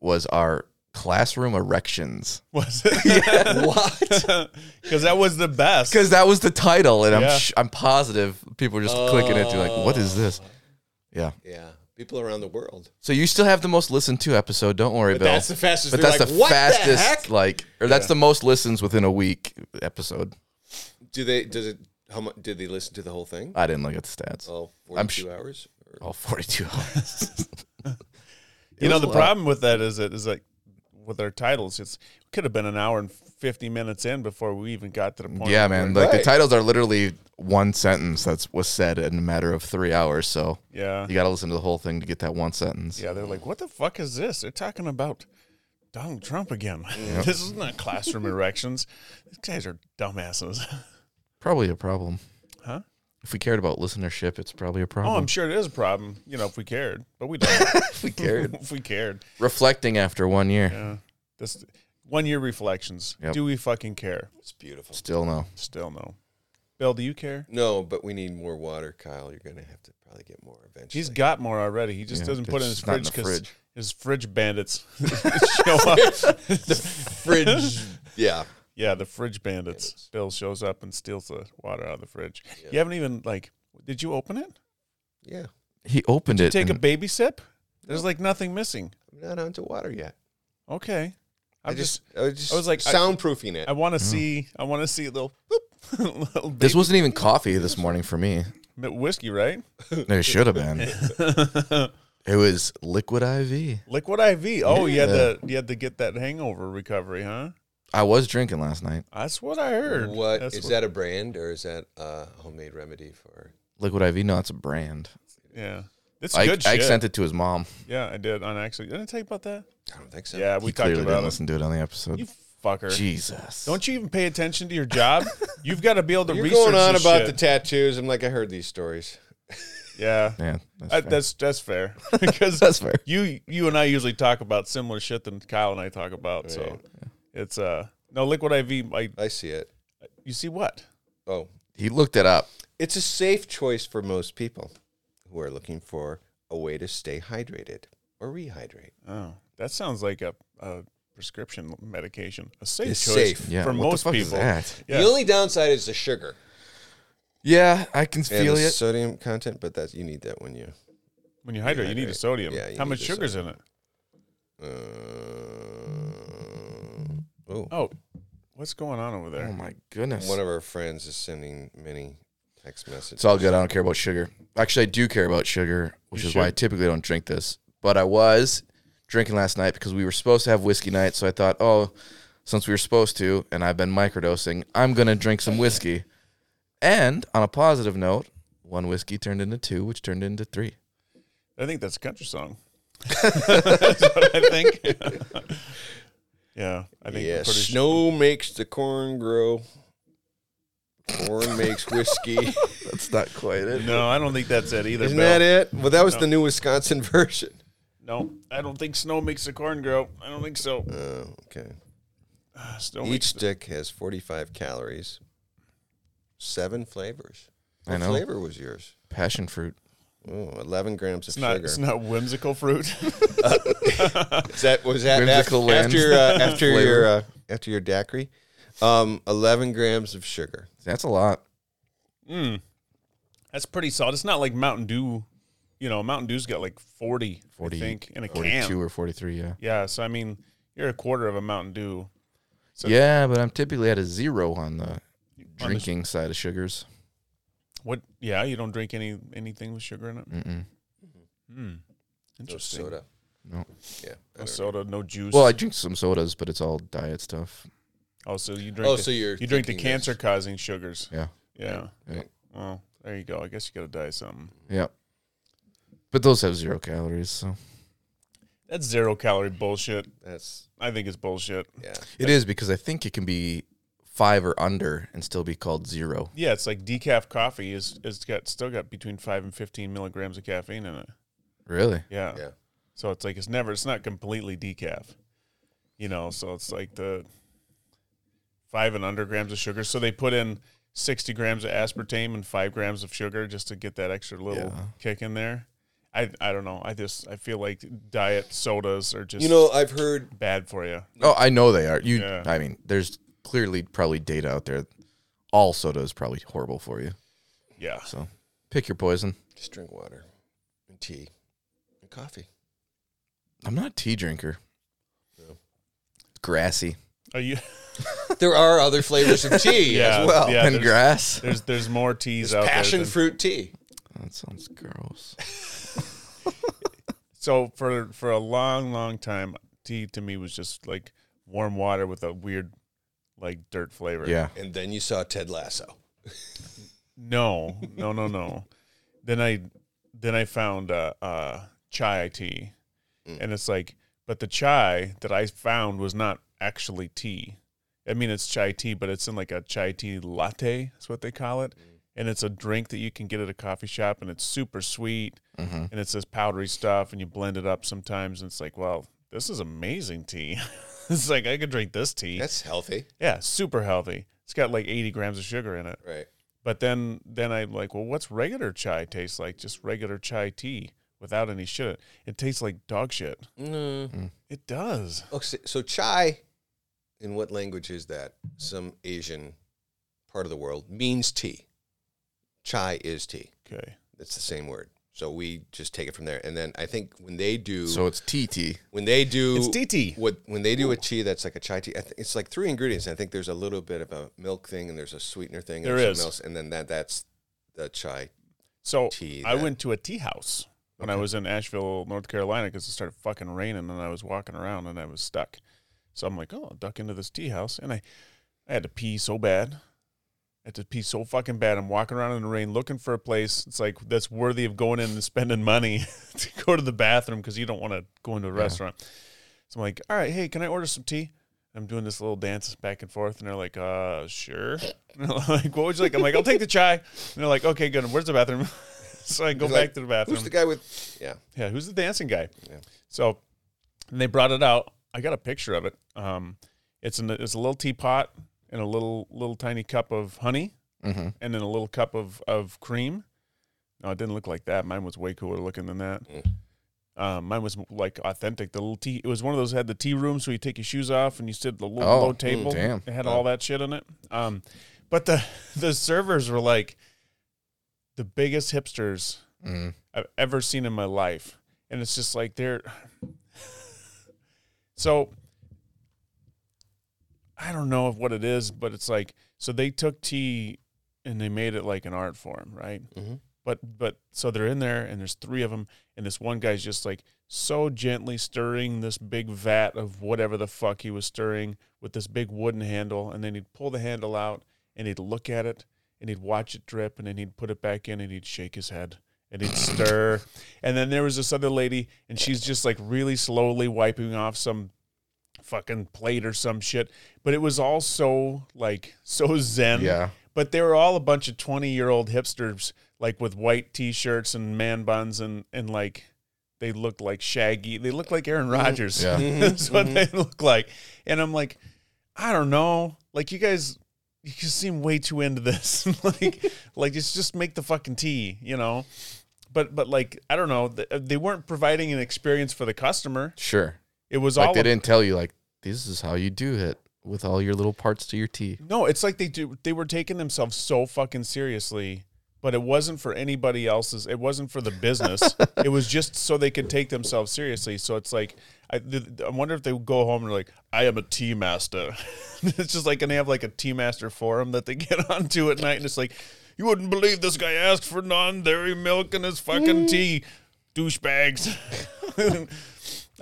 [SPEAKER 2] was our classroom erections
[SPEAKER 1] Was it?
[SPEAKER 3] what?
[SPEAKER 1] Because that was the best.
[SPEAKER 2] because that was the title, and
[SPEAKER 1] Yeah.
[SPEAKER 2] I'm sh- I'm positive people were just clicking it, they're like, what is
[SPEAKER 1] Uh.
[SPEAKER 2] this? Yeah.
[SPEAKER 3] Yeah. People around the world.
[SPEAKER 2] So you still have the most listened to episode. Don't worry, Bill.
[SPEAKER 4] That's the fastest.
[SPEAKER 2] but
[SPEAKER 4] they're
[SPEAKER 2] that's
[SPEAKER 4] like,
[SPEAKER 2] the
[SPEAKER 4] what
[SPEAKER 2] fastest,
[SPEAKER 4] heck?
[SPEAKER 2] like, or that's the most listens within a week episode.
[SPEAKER 3] Do they? Does it? How much? Did they listen to the whole thing?
[SPEAKER 2] I didn't look at the stats.
[SPEAKER 3] All
[SPEAKER 2] I'm
[SPEAKER 3] 42 hours. Or-
[SPEAKER 2] All 42 hours.
[SPEAKER 1] you know
[SPEAKER 2] was
[SPEAKER 1] the
[SPEAKER 2] a lot.
[SPEAKER 1] problem with that is it is like with our titles, it's it could have been an hour and fifty minutes in before we even got to the point.
[SPEAKER 2] yeah,
[SPEAKER 1] where-
[SPEAKER 2] man. Like the
[SPEAKER 3] Right.
[SPEAKER 2] titles are literally one sentence that's was said in a matter of three hours. So
[SPEAKER 1] Yeah.
[SPEAKER 2] you got to listen to the whole thing to get that one sentence.
[SPEAKER 1] Yeah, they're like, what the fuck is this? They're talking about Donald Trump again. this is not classroom erections. These guys are dumbasses.
[SPEAKER 2] Probably a problem.
[SPEAKER 1] Huh?
[SPEAKER 2] If we cared about listenership, it's probably a
[SPEAKER 1] Oh,
[SPEAKER 2] problem.
[SPEAKER 1] I'm sure it is a problem, you know, if we cared, but we don't.
[SPEAKER 2] if we cared.
[SPEAKER 1] if we cared.
[SPEAKER 2] Reflecting after one year,
[SPEAKER 1] Yeah. This one year reflections.
[SPEAKER 2] Yep.
[SPEAKER 1] Do we fucking care?
[SPEAKER 3] It's beautiful.
[SPEAKER 2] still no.
[SPEAKER 1] Still no. Bill, do you care?
[SPEAKER 3] No, but we need more water, Kyle. You're gonna have to probably get more eventually.
[SPEAKER 1] He's got more already. He just
[SPEAKER 2] Yeah,
[SPEAKER 1] doesn't put it in his
[SPEAKER 2] it's not in
[SPEAKER 1] fridge
[SPEAKER 2] the
[SPEAKER 1] because
[SPEAKER 2] fridge.
[SPEAKER 1] his fridge bandits show up.
[SPEAKER 3] fridge. yeah.
[SPEAKER 1] Yeah, the fridge bandits.
[SPEAKER 3] Bandits.
[SPEAKER 1] Bill shows up and steals the water out of the fridge. You haven't even like. Did you open it?
[SPEAKER 3] Yeah.
[SPEAKER 2] He opened it.
[SPEAKER 1] Take a
[SPEAKER 2] and-
[SPEAKER 1] baby sip. There's like nothing missing.
[SPEAKER 3] I'm not onto water yet.
[SPEAKER 1] Okay,
[SPEAKER 3] i
[SPEAKER 1] I'm just,
[SPEAKER 3] just, I was just.
[SPEAKER 1] I was like, I-
[SPEAKER 3] soundproofing it.
[SPEAKER 1] I want to see. I want to see a little. boop, little
[SPEAKER 2] this
[SPEAKER 1] baby
[SPEAKER 2] wasn't even coffee this morning for me.
[SPEAKER 1] mi- whiskey, right?
[SPEAKER 2] It should have been. it was liquid IV.
[SPEAKER 1] Liquid IV. Oh, you had to you had to get that hangover recovery, huh?
[SPEAKER 2] I was drinking last night.
[SPEAKER 1] That's what I heard.
[SPEAKER 3] What
[SPEAKER 1] That's
[SPEAKER 3] is that a brand or is that a homemade remedy for?
[SPEAKER 2] Liquid IV, no, it's a brand.
[SPEAKER 1] Yeah, it's
[SPEAKER 2] Ike,
[SPEAKER 1] good
[SPEAKER 2] Ike
[SPEAKER 1] shit.
[SPEAKER 2] sent it to his mom.
[SPEAKER 1] yeah, I did on accident. Didn't I tell you about that?
[SPEAKER 3] I don't think so.
[SPEAKER 1] Yeah,
[SPEAKER 2] He
[SPEAKER 1] we talked
[SPEAKER 2] clearly didn't
[SPEAKER 1] about it.
[SPEAKER 2] listen to it on the episode.
[SPEAKER 1] You fucker.
[SPEAKER 2] Jesus.
[SPEAKER 1] Don't you even pay attention to your job? You've got to be able to
[SPEAKER 3] You're
[SPEAKER 1] research
[SPEAKER 3] going on
[SPEAKER 1] this
[SPEAKER 3] about the
[SPEAKER 1] shit.
[SPEAKER 3] tattoos. I'm like, I heard these stories.
[SPEAKER 1] yeah.
[SPEAKER 2] Yeah, that's,
[SPEAKER 1] Uh,
[SPEAKER 2] fair.
[SPEAKER 1] that's that's fair because
[SPEAKER 2] That's fair.
[SPEAKER 1] You you and I usually talk about similar shit than Kyle and I talk about. So
[SPEAKER 3] Right.
[SPEAKER 1] it's uh no liquid IV. I,
[SPEAKER 3] I see it.
[SPEAKER 1] you see what?
[SPEAKER 3] Oh,
[SPEAKER 2] he looked it up.
[SPEAKER 3] it's a safe choice for most people who are looking for a way to stay hydrated or rehydrate.
[SPEAKER 1] Oh, that sounds like a, a prescription medication. A safe
[SPEAKER 3] It's
[SPEAKER 1] choice
[SPEAKER 3] safe.
[SPEAKER 2] Yeah,
[SPEAKER 1] for
[SPEAKER 2] what
[SPEAKER 1] most
[SPEAKER 2] the fuck
[SPEAKER 1] people.
[SPEAKER 2] Is that?
[SPEAKER 1] Yeah.
[SPEAKER 4] The only downside is the sugar.
[SPEAKER 2] Yeah, I can
[SPEAKER 3] And
[SPEAKER 2] feel
[SPEAKER 3] the
[SPEAKER 2] it.
[SPEAKER 3] sodium content, but that you need that when you.
[SPEAKER 1] When you hydrate, you need a
[SPEAKER 3] Hydrate.
[SPEAKER 1] sodium.
[SPEAKER 3] Yeah, you
[SPEAKER 1] How
[SPEAKER 3] need
[SPEAKER 1] much
[SPEAKER 3] the
[SPEAKER 1] sugar's in it?
[SPEAKER 3] Uh, oh,
[SPEAKER 1] Oh, what's going on over
[SPEAKER 2] Oh
[SPEAKER 3] Um,
[SPEAKER 1] there?
[SPEAKER 2] my goodness.
[SPEAKER 3] one of our friends is sending many text messages.
[SPEAKER 2] It's all good. I don't care about sugar. Actually, I do care about sugar, which
[SPEAKER 1] You
[SPEAKER 2] is why I
[SPEAKER 1] should.
[SPEAKER 2] typically don't drink this. But I was drinking last night because we were supposed to have whiskey night. So I thought, oh, since we were supposed to, and I've been microdosing, I'm going to drink some whiskey. And on a positive note, one whiskey turned into two, which turned into three.
[SPEAKER 1] I think that's a country song. that's what I think. yeah, I think
[SPEAKER 3] Yeah,
[SPEAKER 1] we're pretty sure.
[SPEAKER 3] snow makes the corn grow. Corn makes whiskey.
[SPEAKER 2] That's not quite it.
[SPEAKER 1] No, I don't think that's it either.
[SPEAKER 3] Isn't
[SPEAKER 1] Bill.
[SPEAKER 3] that it? Well, that was the new Wisconsin version.
[SPEAKER 1] No, I don't think snow makes the corn grow. I don't think so. Ah,
[SPEAKER 3] Oh, okay.
[SPEAKER 1] Snow
[SPEAKER 3] Each
[SPEAKER 1] makes the-
[SPEAKER 3] stick has 45 calories, seven flavors. What
[SPEAKER 2] I know.
[SPEAKER 3] flavor was yours?
[SPEAKER 2] Passion fruit.
[SPEAKER 3] Oh, 11 grams of
[SPEAKER 1] it's not,
[SPEAKER 3] sugar.
[SPEAKER 1] it's not whimsical fruit.
[SPEAKER 3] Is that was that after,
[SPEAKER 2] Whimsical land.
[SPEAKER 3] after, uh, after
[SPEAKER 2] Flavor.
[SPEAKER 3] your uh, after your daiquiri? Um, 11 grams of sugar.
[SPEAKER 2] That's a lot.
[SPEAKER 1] Hmm. That's pretty solid. It's not like Mountain Dew. You know, Mountain Dew's got like 40, 40 I
[SPEAKER 2] 40,
[SPEAKER 1] think, in a
[SPEAKER 2] 42
[SPEAKER 1] can.
[SPEAKER 2] or 43, yeah.
[SPEAKER 1] Yeah, so I mean, You're a quarter of a Mountain Dew. So-
[SPEAKER 2] yeah, but I'm typically at a zero on the
[SPEAKER 1] the-
[SPEAKER 2] drinking side of sugars.
[SPEAKER 1] What? Yeah, you don't drink any anything with sugar in it.
[SPEAKER 2] Mm-mm.
[SPEAKER 1] Hmm.
[SPEAKER 3] No
[SPEAKER 1] Interesting.
[SPEAKER 3] soda.
[SPEAKER 2] No.
[SPEAKER 3] Yeah. I
[SPEAKER 1] No Oh,
[SPEAKER 3] don't-
[SPEAKER 1] soda, no juice.
[SPEAKER 2] Well, I drink some sodas, but it's all diet stuff.
[SPEAKER 1] also you drink.
[SPEAKER 4] Oh,
[SPEAKER 1] the,
[SPEAKER 4] so you're
[SPEAKER 1] you drink the
[SPEAKER 4] thinking this-
[SPEAKER 1] cancer-causing sugars.
[SPEAKER 2] Yeah.
[SPEAKER 1] Yeah.
[SPEAKER 2] Yeah.
[SPEAKER 1] Well, there you go. I guess you got to die something.
[SPEAKER 2] Yeah. But those have zero calories, so
[SPEAKER 1] That's zero calorie bullshit.
[SPEAKER 3] That's
[SPEAKER 1] I think it's bullshit.
[SPEAKER 3] yeah.
[SPEAKER 2] it is because I think it can be five or under and still be called zero.
[SPEAKER 1] Yeah, it's like decaf coffee is is got still got between five and fifteen milligrams of caffeine in it.
[SPEAKER 2] Really?
[SPEAKER 1] Yeah.
[SPEAKER 3] Yeah.
[SPEAKER 1] So it's like it's never it's not completely decaf. You know, so it's like the five and under grams of sugar. So they put in sixty grams of aspartame and five grams of sugar just to get that extra little
[SPEAKER 2] Yeah.
[SPEAKER 1] kick in there. I I don't know. I just I feel like diet sodas are just
[SPEAKER 4] You know, I've heard
[SPEAKER 1] bad for you.
[SPEAKER 2] Oh, I know they are. You,
[SPEAKER 1] Yeah.
[SPEAKER 2] I mean, there's clearly probably data out there. All soda is probably horrible for you.
[SPEAKER 1] Yeah.
[SPEAKER 2] So pick your poison.
[SPEAKER 3] Just drink water and tea and coffee.
[SPEAKER 2] I'm not a tea drinker.
[SPEAKER 3] Yeah.
[SPEAKER 2] It's grassy
[SPEAKER 1] Are you
[SPEAKER 4] there are other flavors of tea
[SPEAKER 1] Yeah,
[SPEAKER 4] as well.
[SPEAKER 1] yeah.
[SPEAKER 2] and
[SPEAKER 1] there's-
[SPEAKER 2] grass.
[SPEAKER 1] there's there's more teas
[SPEAKER 4] There's
[SPEAKER 1] out
[SPEAKER 4] passion
[SPEAKER 1] there. than-
[SPEAKER 4] fruit tea.
[SPEAKER 2] That sounds gross.
[SPEAKER 1] So for for a long, long time, tea to me was just like warm water with a weird, like dirt flavor.
[SPEAKER 2] Yeah.
[SPEAKER 4] And then you saw Ted Lasso.
[SPEAKER 1] No, no, no, no. then I then I found uh, uh, chai tea, and it's like, but the chai that I found was not actually tea. I mean, it's chai tea, but it's in like a chai tea latte. That's what they call it. And it's a drink that you can get at a coffee shop, and it's super sweet, and it's this powdery stuff, and you blend it up sometimes, and it's like, well, this is amazing tea. it's like I could drink this tea.
[SPEAKER 4] That's healthy.
[SPEAKER 1] yeah, super healthy. It's got like 80 grams of sugar in it.
[SPEAKER 4] Right.
[SPEAKER 1] But then then I'm like, well, what's regular chai taste like? Just regular chai tea without any shit. It tastes like dog shit.
[SPEAKER 4] Mm.
[SPEAKER 1] It does.
[SPEAKER 4] Oh,
[SPEAKER 3] So, so chai, in what language is that? Some Asian part of the world means tea. Chai is tea.
[SPEAKER 1] Okay.
[SPEAKER 3] It's the same word. So we just take it from there. And then I think when they do
[SPEAKER 2] So it's tea tea.
[SPEAKER 3] when they do
[SPEAKER 1] It's DT.
[SPEAKER 3] what when they do a tea that's like a chai tea, I th- it's like three ingredients. I think there's a little bit of a milk thing, and there's a sweetener thing, and
[SPEAKER 1] There
[SPEAKER 3] there's something
[SPEAKER 1] is.
[SPEAKER 3] else, and then that that's the chai.
[SPEAKER 1] So
[SPEAKER 3] Tea
[SPEAKER 1] I
[SPEAKER 3] that-
[SPEAKER 1] went to a tea house when I was in Asheville, North Carolina, because it started fucking raining and I was walking around and I was stuck. So I'm like, oh, I'll duck into this tea house. And I, I had to pee so bad. I had to pee so fucking bad. I'm walking around in the rain looking for a place. It's like that's worthy of going in and spending money to go to the bathroom because you don't want to go into a restaurant. So I'm like, all right, hey, can I order some tea? I'm doing this little dance back and forth, and they're like, uh, sure. And I'm like, what would you like? I'm like, I'll take the chai. And they're like, okay, good. Where's the bathroom? so I go
[SPEAKER 3] They're
[SPEAKER 1] back
[SPEAKER 3] like,
[SPEAKER 1] to the bathroom.
[SPEAKER 3] Who's the guy with? Yeah,
[SPEAKER 1] Yeah, who's the dancing guy?
[SPEAKER 3] Yeah.
[SPEAKER 1] So, and they brought it out. I got a picture of it. Um, it's in a, it's a little teapot and a little little tiny cup of honey,
[SPEAKER 2] Mm-hmm.
[SPEAKER 1] and then a little cup of of cream. No, it didn't look like that. Mine was way cooler looking than that.
[SPEAKER 3] Mm.
[SPEAKER 1] Um, mine was like authentic. The little tea. It was one of those that had the tea room, so you take your shoes off and you sit at the little
[SPEAKER 2] Oh,
[SPEAKER 1] low table.
[SPEAKER 2] damn.
[SPEAKER 1] It had all that shit in it. Um, but the the servers were like the biggest hipsters
[SPEAKER 2] Mm.
[SPEAKER 1] I've ever seen in my life. And it's just like they're so I don't know if what it is, but it's like so they took tea and they made it like an art form, right?
[SPEAKER 3] Mhm.
[SPEAKER 1] But but so they're in there and there's three of them and this one guy's just like so gently stirring this big vat of whatever the fuck he was stirring with this big wooden handle and then he'd pull the handle out and he'd look at it and he'd watch it drip and then he'd put it back in and he'd shake his head and he'd stir and then there was this other lady and she's just like really slowly wiping off some fucking plate or some shit but it was all so like so zen
[SPEAKER 2] Yeah.
[SPEAKER 1] but they were all a bunch of 20 year old hipsters like with white t-shirts and man buns and and like they looked like shaggy they looked like aaron rodgers
[SPEAKER 2] Mm-hmm. Yeah.
[SPEAKER 1] that's what they look like and i'm like i don't know like you guys you just seem way too into this like like just just make the fucking tea you know but but like i don't know th- they weren't providing an experience for the customer
[SPEAKER 2] Sure.
[SPEAKER 1] it was
[SPEAKER 2] Like
[SPEAKER 1] all
[SPEAKER 2] they
[SPEAKER 1] a-
[SPEAKER 2] didn't tell you like this is how you do it with all your little parts to your tea.
[SPEAKER 1] No, it's like they do. They were taking themselves so fucking seriously but it wasn't for anybody else's. It wasn't for the business. it was just so they could take themselves seriously. So it's like I, th- I wonder if they would go home and they're like, I am a tea master. it's just like, and they have like a tea master forum that they get onto at night, and it's like, you wouldn't believe this guy asked for non-dairy milk in his fucking tea, douchebags.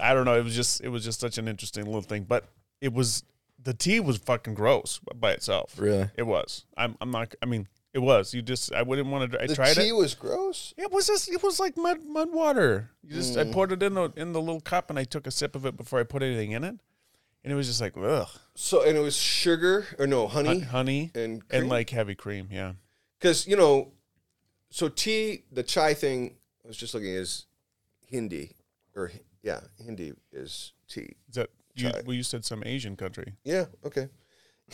[SPEAKER 1] I don't know. It was just it was just such an interesting little thing, but it was the tea was fucking gross by itself.
[SPEAKER 2] Really?
[SPEAKER 1] It was. I'm. I'm not. I mean, it was. You just. I wouldn't want to. I
[SPEAKER 4] The
[SPEAKER 1] tried
[SPEAKER 4] tea
[SPEAKER 1] it.
[SPEAKER 4] was gross.
[SPEAKER 1] It was just. It was like mud. Mud water. You just. I poured it in the in the little cup and I took a sip of it before I put anything in it, and it was just like ugh.
[SPEAKER 3] So and it was sugar or no
[SPEAKER 1] Hon-
[SPEAKER 3] honey
[SPEAKER 1] honey
[SPEAKER 3] and
[SPEAKER 1] and like heavy cream. Yeah.
[SPEAKER 3] because you know, so tea the chai thing I was just looking is Hindi or yeah Hindi is tea.
[SPEAKER 1] Is that you?
[SPEAKER 3] Chai.
[SPEAKER 1] Well, you said some Asian country.
[SPEAKER 3] Yeah okay,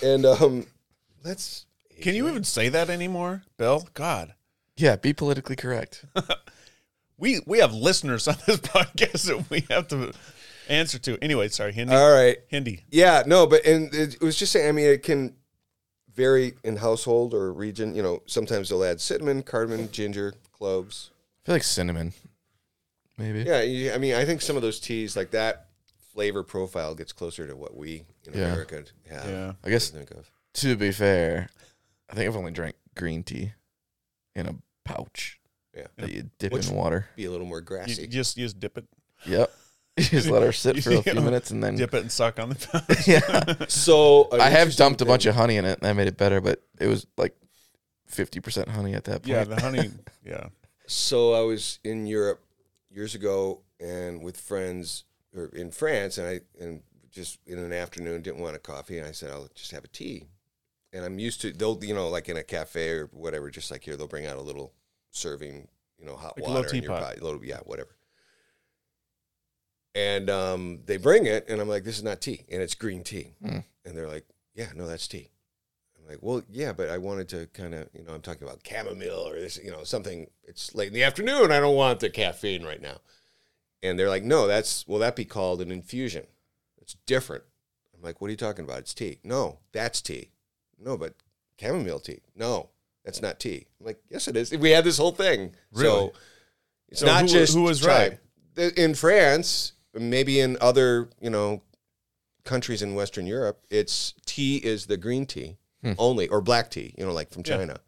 [SPEAKER 3] and um, that's
[SPEAKER 1] Can you even say that anymore, Bill? God.
[SPEAKER 2] Yeah, be politically correct.
[SPEAKER 1] We, we have listeners on this podcast that we have to answer to. Anyway, sorry, Hindi.
[SPEAKER 3] all right.
[SPEAKER 1] Hindi.
[SPEAKER 3] Yeah, no, but and it, it was just saying. I mean, it can vary in household or region. You know, sometimes they'll add cinnamon, cardamom, ginger, cloves.
[SPEAKER 2] I feel like cinnamon. Maybe.
[SPEAKER 3] Yeah, you, I mean, I think some of those teas like that flavor profile gets closer to what we in
[SPEAKER 2] Yeah.
[SPEAKER 3] America have.
[SPEAKER 1] Yeah.
[SPEAKER 2] I guess
[SPEAKER 3] Think of.
[SPEAKER 2] to be fair, I think I've only drank green tea in a pouch
[SPEAKER 3] Yeah.
[SPEAKER 2] that you dip
[SPEAKER 3] Which-
[SPEAKER 2] in water.
[SPEAKER 3] Be a little more
[SPEAKER 1] You,
[SPEAKER 3] grassy.
[SPEAKER 1] you just you just dip it,
[SPEAKER 2] Yep. You just let her sit for a few
[SPEAKER 1] Yeah.
[SPEAKER 2] minutes and
[SPEAKER 3] Mm.
[SPEAKER 2] then.
[SPEAKER 1] dip it, and suck on the.
[SPEAKER 2] Yeah.
[SPEAKER 3] so uh,
[SPEAKER 2] I have dumped a bunch of honey in it and I made it better, but it was like 50% honey at that point.
[SPEAKER 1] yeah, the honey. Yeah.
[SPEAKER 3] So I was in Europe years ago and with friends or in France and I and just in an afternoon didn't want a coffee and I said I'll just have a tea. And I'm used to they'll you know like in a cafe or whatever just like here they'll bring out a little serving, you know, hot
[SPEAKER 1] Like a little
[SPEAKER 3] water in your
[SPEAKER 1] teapot.
[SPEAKER 3] pot, little yeah, whatever. And um, they bring it and I'm like this is not tea and it's green tea.
[SPEAKER 2] Hmm.
[SPEAKER 3] And they're like, "Yeah, no, that's tea." I'm like, well, yeah, but I wanted to kind of, you know, I'm talking about chamomile or this, you know, something. It's late in the afternoon. I don't want the caffeine right now. And they're like, no, that's, will that be called an infusion? It's different. I'm like, what are you talking about? It's tea. No, that's tea. No, but chamomile tea. No, that's not tea. I'm like, yes, it is. We had this whole thing.
[SPEAKER 1] Really?
[SPEAKER 3] So it's
[SPEAKER 1] So
[SPEAKER 3] not
[SPEAKER 1] who-
[SPEAKER 3] just
[SPEAKER 1] who was
[SPEAKER 3] tribe.
[SPEAKER 1] right?
[SPEAKER 3] The- In France, maybe in other, you know, countries in Western Europe, it's tea is the green tea
[SPEAKER 2] Hmm.
[SPEAKER 3] only or black tea, you know, like from
[SPEAKER 1] Yeah.
[SPEAKER 3] China.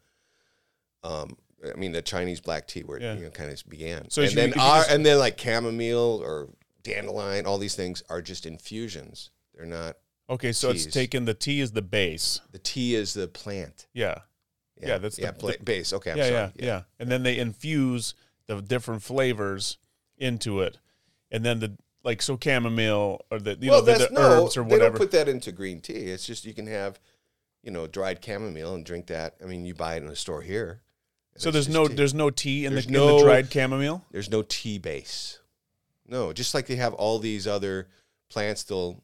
[SPEAKER 3] Um, I mean the Chinese black tea where
[SPEAKER 1] Yeah.
[SPEAKER 3] it you know, kind of began.
[SPEAKER 1] So
[SPEAKER 3] So and
[SPEAKER 1] if you-
[SPEAKER 3] then
[SPEAKER 1] if you
[SPEAKER 3] our,
[SPEAKER 1] just-
[SPEAKER 3] and then like chamomile or dandelion, all these things are just infusions. They're not.
[SPEAKER 1] Okay, so
[SPEAKER 3] Teas.
[SPEAKER 1] it's taken. The tea is the base.
[SPEAKER 3] The tea is the plant.
[SPEAKER 1] Yeah. Yeah, that's the-
[SPEAKER 3] yeah pla-
[SPEAKER 1] the-
[SPEAKER 3] base. Okay, I'm
[SPEAKER 1] yeah,
[SPEAKER 3] sorry.
[SPEAKER 1] yeah, yeah, And then they infuse the different flavors into it, and then the like so chamomile or the you
[SPEAKER 3] well,
[SPEAKER 1] know the,
[SPEAKER 3] that's
[SPEAKER 1] the
[SPEAKER 3] no.
[SPEAKER 1] herbs or
[SPEAKER 3] They
[SPEAKER 1] whatever.
[SPEAKER 3] don't put that into green tea. It's just you can have, you know, dried chamomile and drink that. I mean, you buy it in a store here.
[SPEAKER 1] so
[SPEAKER 3] It's
[SPEAKER 1] there's
[SPEAKER 3] just
[SPEAKER 1] no
[SPEAKER 3] tea.
[SPEAKER 1] there's no tea in
[SPEAKER 3] There's
[SPEAKER 1] the in
[SPEAKER 3] no-
[SPEAKER 1] the dried chamomile.
[SPEAKER 3] There's no tea base. No, just like they have all these other plants. They'll,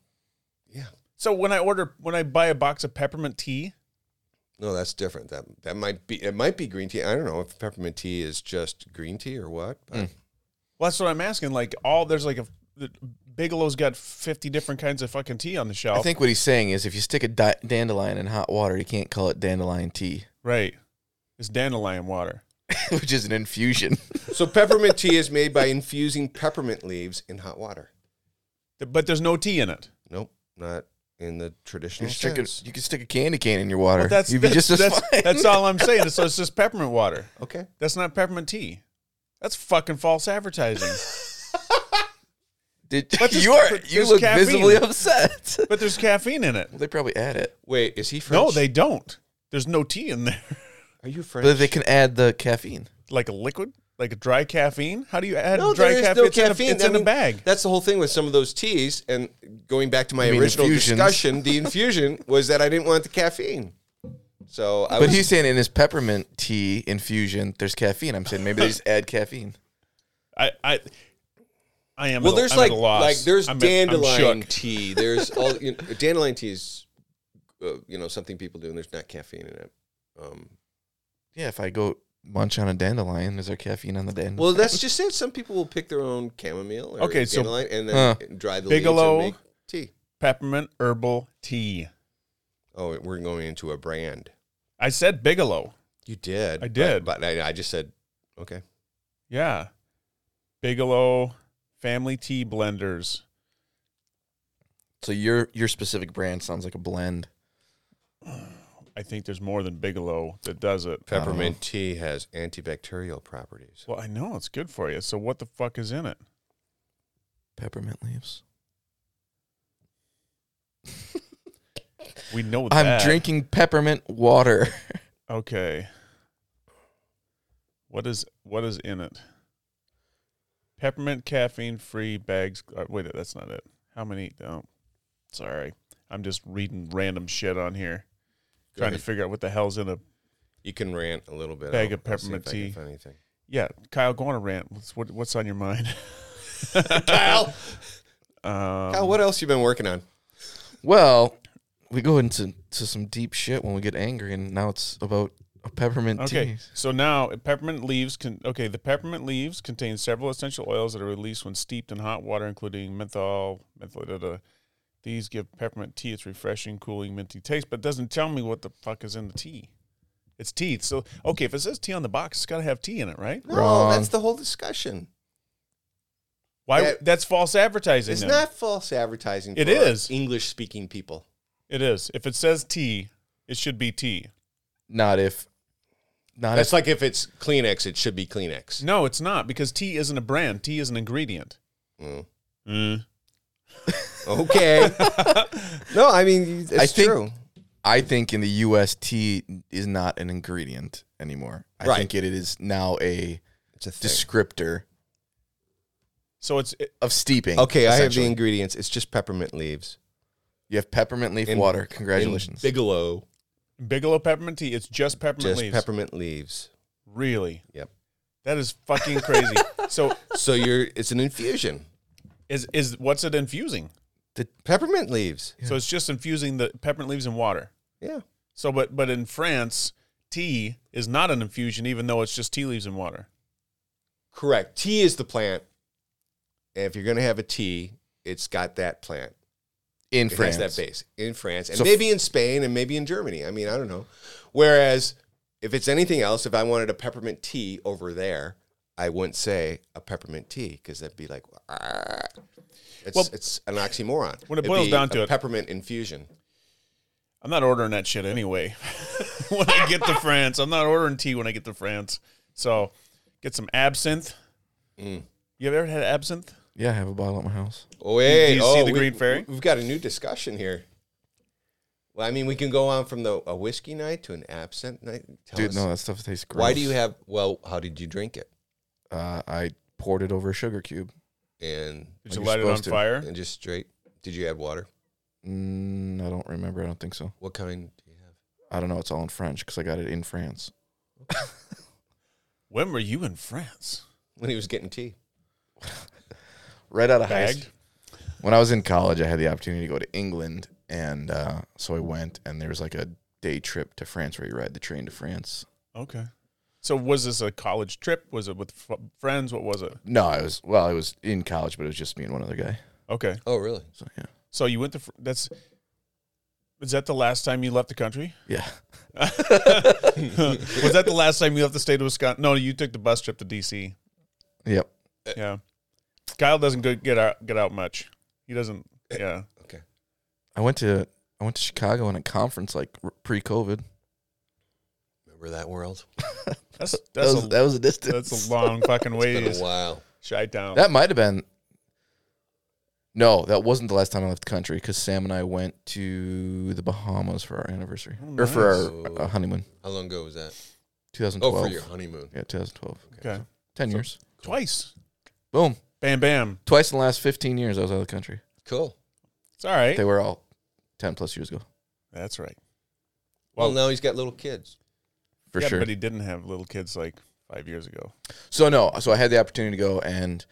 [SPEAKER 3] yeah.
[SPEAKER 1] So when I order when I buy a box of peppermint tea,
[SPEAKER 3] No, that's different. That that might be it. Might be green tea. I don't know if peppermint tea is just green tea or what. But
[SPEAKER 1] Hmm. well, that's what I'm asking. Like all there's like a the- Bigelow's got 50 different kinds of fucking tea on the shelf.
[SPEAKER 2] I think what he's saying is if you stick a di- dandelion in hot water, you can't call it dandelion tea,
[SPEAKER 1] right. It's dandelion water.
[SPEAKER 2] which is an infusion.
[SPEAKER 3] so peppermint tea is made by infusing peppermint leaves in hot water.
[SPEAKER 1] Th- But there's no tea in it.
[SPEAKER 3] Nope, not in the
[SPEAKER 2] You
[SPEAKER 3] traditional
[SPEAKER 2] can, stick
[SPEAKER 3] sense.
[SPEAKER 2] a, you can stick a candy cane in your water.
[SPEAKER 1] But that's
[SPEAKER 2] You'd be
[SPEAKER 1] that's,
[SPEAKER 2] just as
[SPEAKER 1] that's,
[SPEAKER 2] fine.
[SPEAKER 1] that's all I'm saying. So it's just peppermint water.
[SPEAKER 3] Okay,
[SPEAKER 1] That's not peppermint tea. That's fucking false advertising.
[SPEAKER 2] Did,
[SPEAKER 1] But this-
[SPEAKER 2] you are
[SPEAKER 1] but
[SPEAKER 2] you
[SPEAKER 1] this
[SPEAKER 2] look
[SPEAKER 1] caffeine-
[SPEAKER 2] visibly upset.
[SPEAKER 1] but there's caffeine in it.
[SPEAKER 2] Well, they probably add it,
[SPEAKER 3] wait, is he French?
[SPEAKER 1] No, they don't. There's no tea in there.
[SPEAKER 3] are you French?
[SPEAKER 2] but they can add the caffeine.
[SPEAKER 1] Like a liquid, like a dry caffeine. How do you add
[SPEAKER 3] no,
[SPEAKER 1] dry
[SPEAKER 3] there is
[SPEAKER 1] caffeine?
[SPEAKER 3] no
[SPEAKER 1] it's
[SPEAKER 3] caffeine.
[SPEAKER 1] In a, it's
[SPEAKER 3] I
[SPEAKER 1] in
[SPEAKER 3] mean,
[SPEAKER 1] a bag.
[SPEAKER 3] That's the whole thing with some of those teas. And going back to my
[SPEAKER 2] You mean
[SPEAKER 3] original
[SPEAKER 2] infusions.
[SPEAKER 3] discussion, the infusion was that I didn't want the caffeine. So I
[SPEAKER 2] But
[SPEAKER 3] was
[SPEAKER 2] he's saying in his peppermint tea infusion, there's caffeine. I'm saying maybe they just add caffeine.
[SPEAKER 1] I, I, I am.
[SPEAKER 4] Well,
[SPEAKER 1] at a-
[SPEAKER 4] there's
[SPEAKER 1] I'm
[SPEAKER 4] like
[SPEAKER 1] at a loss.
[SPEAKER 4] like there's
[SPEAKER 1] I'm at- I'm
[SPEAKER 4] dandelion
[SPEAKER 1] shook.
[SPEAKER 4] tea. There,
[SPEAKER 3] there's all you know, dandelion tea is, uh, you know, something people do, and there's not caffeine in it. Um,
[SPEAKER 2] Yeah, if I go munch on a dandelion, is there caffeine on the dandelion?
[SPEAKER 3] well, that's just it. Some people will pick their own chamomile or
[SPEAKER 1] Okay, so-
[SPEAKER 3] dandelion and then
[SPEAKER 2] Huh.
[SPEAKER 3] dry the
[SPEAKER 1] Bigelow.
[SPEAKER 3] leaves and make tea.
[SPEAKER 1] peppermint herbal tea.
[SPEAKER 3] Oh, we're going into a brand.
[SPEAKER 1] I said Bigelow.
[SPEAKER 3] You did.
[SPEAKER 1] I did.
[SPEAKER 3] But, but I, I just said, okay.
[SPEAKER 1] Yeah. Bigelow Family Tea Blenders.
[SPEAKER 2] So your your specific brand sounds like a blend.
[SPEAKER 1] I think there's more than Bigelow that does it. Um,
[SPEAKER 3] Peppermint tea has antibacterial properties.
[SPEAKER 1] Well, I know it's good for you. So what the fuck is in it?
[SPEAKER 2] Peppermint leaves.
[SPEAKER 1] We know that.
[SPEAKER 2] I'm drinking peppermint water.
[SPEAKER 1] Okay. What is what is in it? Peppermint caffeine free bags. Uh, wait, that's not it. How many? Oh, sorry. I'm just reading random shit on here,
[SPEAKER 3] Go
[SPEAKER 1] trying to
[SPEAKER 3] ahead.
[SPEAKER 1] figure out what the hell's in a.
[SPEAKER 3] You can rant a little bit.
[SPEAKER 1] Bag
[SPEAKER 3] I'll-
[SPEAKER 1] of
[SPEAKER 3] I'll see if
[SPEAKER 1] peppermint
[SPEAKER 3] I can
[SPEAKER 1] tea.
[SPEAKER 3] find anything.
[SPEAKER 1] Yeah, Kyle, go on a rant. What's what, what's on your mind?
[SPEAKER 3] Kyle,
[SPEAKER 1] Um,
[SPEAKER 3] Kyle, what else you been working on?
[SPEAKER 2] well, we go into to some deep shit when we get angry, and now it's about a peppermint
[SPEAKER 1] Okay,
[SPEAKER 2] tea.
[SPEAKER 1] so now peppermint leaves can okay. The peppermint leaves contain several essential oils that are released when steeped in hot water, including menthol, menthol. Da, da. These give peppermint tea its refreshing, cooling, minty taste, but it doesn't tell me what the fuck is in the tea. It's tea. So okay, if it says tea on the box, it's got to have tea in it, right?
[SPEAKER 3] No,
[SPEAKER 2] Wrong.
[SPEAKER 3] that's the whole discussion.
[SPEAKER 1] Why?
[SPEAKER 3] That-
[SPEAKER 1] that's false advertising.
[SPEAKER 3] It's
[SPEAKER 1] then.
[SPEAKER 3] not false advertising.
[SPEAKER 1] It
[SPEAKER 3] for our
[SPEAKER 1] is.
[SPEAKER 3] English-speaking people.
[SPEAKER 1] It is. If it says tea, it should be tea.
[SPEAKER 2] Not if, not
[SPEAKER 3] That's
[SPEAKER 2] if.
[SPEAKER 3] like if it's Kleenex, it should be Kleenex.
[SPEAKER 1] No, it's not because tea isn't a brand. Tea is an ingredient.
[SPEAKER 3] Mm.
[SPEAKER 1] Mm.
[SPEAKER 3] Okay. no, I mean it's
[SPEAKER 2] I think-
[SPEAKER 3] true.
[SPEAKER 2] I think in the U.S., tea is not an ingredient anymore. I
[SPEAKER 3] Right.
[SPEAKER 2] think it is now a
[SPEAKER 3] It's a thing.
[SPEAKER 2] descriptor
[SPEAKER 1] So it's it,
[SPEAKER 2] of steeping.
[SPEAKER 3] okay, I have the
[SPEAKER 2] essentially.
[SPEAKER 3] ingredients. It's just peppermint leaves.
[SPEAKER 2] You have peppermint leaf
[SPEAKER 3] In-
[SPEAKER 2] water.
[SPEAKER 3] In
[SPEAKER 2] Congratulations.
[SPEAKER 3] Bigelow,
[SPEAKER 1] Bigelow peppermint tea. It's just peppermint
[SPEAKER 3] just
[SPEAKER 1] leaves.
[SPEAKER 3] peppermint leaves.
[SPEAKER 1] Really?
[SPEAKER 3] Yep.
[SPEAKER 1] That is fucking crazy. so
[SPEAKER 3] So you're it's an infusion.
[SPEAKER 1] is is what's it infusing?
[SPEAKER 3] Peppermint leaves.
[SPEAKER 1] So it's just infusing the peppermint leaves in water.
[SPEAKER 3] Yeah.
[SPEAKER 1] So but but in France, tea is not an infusion even though it's just tea leaves in water.
[SPEAKER 3] Correct. Tea is the plant. And if you're going to have a tea, it's got that plant.
[SPEAKER 2] in
[SPEAKER 3] It
[SPEAKER 2] France.
[SPEAKER 3] has that base in France and
[SPEAKER 2] So-
[SPEAKER 3] maybe in Spain and maybe in Germany. I mean, I don't know. Whereas if it's anything else, if I wanted a peppermint tea over there, I wouldn't say a peppermint tea because that'd be like, "Ah." it's,
[SPEAKER 1] Well,
[SPEAKER 3] it's an oxymoron.
[SPEAKER 1] when it
[SPEAKER 3] It'd
[SPEAKER 1] boils
[SPEAKER 3] be
[SPEAKER 1] down
[SPEAKER 3] a
[SPEAKER 1] to it-
[SPEAKER 3] peppermint infusion.
[SPEAKER 1] I'm not ordering that shit anyway. when I get to France, I'm not ordering tea when I get to France. So get some absinthe.
[SPEAKER 3] Mm.
[SPEAKER 1] You ever had absinthe?
[SPEAKER 2] Yeah, I have a bottle at my house.
[SPEAKER 3] Oh, wait,
[SPEAKER 1] you see
[SPEAKER 3] oh,
[SPEAKER 1] the
[SPEAKER 3] we,
[SPEAKER 1] green fairy?
[SPEAKER 3] We've got a new discussion here. Well, I mean, we can go on from the a whiskey night to an absent night. Tell
[SPEAKER 2] Dude,
[SPEAKER 3] us.
[SPEAKER 2] no, that stuff tastes gross.
[SPEAKER 3] Why do you have? Well, how did you drink it?
[SPEAKER 2] Uh, I poured it over a sugar cube.
[SPEAKER 3] And
[SPEAKER 1] Did
[SPEAKER 2] Like
[SPEAKER 1] you
[SPEAKER 2] you're
[SPEAKER 1] light it on
[SPEAKER 2] supposed to.
[SPEAKER 1] fire?
[SPEAKER 3] and just straight. Did you add water?
[SPEAKER 2] Mm, I don't remember. I don't think so.
[SPEAKER 3] What kind do you have?
[SPEAKER 2] I don't know. It's all in French because I got it in France.
[SPEAKER 1] When were you in France?
[SPEAKER 3] When he was getting tea,
[SPEAKER 2] Right out of high
[SPEAKER 1] Bagged?
[SPEAKER 2] when I was in college, I had the opportunity to go to England, and uh, so I went, and there was like a day trip to France where you ride the train to France.
[SPEAKER 1] Okay. So was this a college trip? Was it with f- friends? What was it?
[SPEAKER 2] No, I was well, I was in college, but it was just me and one other guy.
[SPEAKER 1] Okay.
[SPEAKER 3] oh really?
[SPEAKER 2] So yeah,
[SPEAKER 1] So you went to fr- that's is that the last time you left the country?
[SPEAKER 2] yeah,
[SPEAKER 1] Was that the last time you left the state of Wisconsin? No, you took the bus trip to DC.
[SPEAKER 2] yep.
[SPEAKER 1] Yeah, Kyle doesn't go, get out get out much. He doesn't. Yeah,
[SPEAKER 3] Okay.
[SPEAKER 2] I went to I went to Chicago on a conference like r- pre-COVID.
[SPEAKER 3] Remember that world?
[SPEAKER 1] that's
[SPEAKER 2] That
[SPEAKER 1] that's
[SPEAKER 2] was
[SPEAKER 1] a,
[SPEAKER 2] that was a distance.
[SPEAKER 1] that's a long fucking
[SPEAKER 3] Been a
[SPEAKER 1] ways.
[SPEAKER 3] while.
[SPEAKER 1] Shy down.
[SPEAKER 2] That might have been. No, that wasn't the last time I left the country because Sam and I went to the Bahamas for our anniversary
[SPEAKER 1] Oh,
[SPEAKER 2] or for
[SPEAKER 3] nice.
[SPEAKER 2] our uh, honeymoon.
[SPEAKER 3] How long ago was that? Oh,
[SPEAKER 2] 2012.
[SPEAKER 3] for your honeymoon.
[SPEAKER 2] Yeah, 2012.
[SPEAKER 1] okay,
[SPEAKER 2] Ten years.
[SPEAKER 1] twice.
[SPEAKER 2] Boom.
[SPEAKER 1] Bam, bam.
[SPEAKER 2] Twice in the last 15 years, I was out of the country.
[SPEAKER 3] Cool.
[SPEAKER 1] It's all right.
[SPEAKER 2] They were all 10 plus years ago,
[SPEAKER 1] That's right.
[SPEAKER 3] Well,
[SPEAKER 1] Well-
[SPEAKER 3] now he's got little kids.
[SPEAKER 2] for
[SPEAKER 1] yeah,
[SPEAKER 2] sure.
[SPEAKER 1] but he didn't have little kids like five years ago.
[SPEAKER 2] so, no, so I had the opportunity to go, and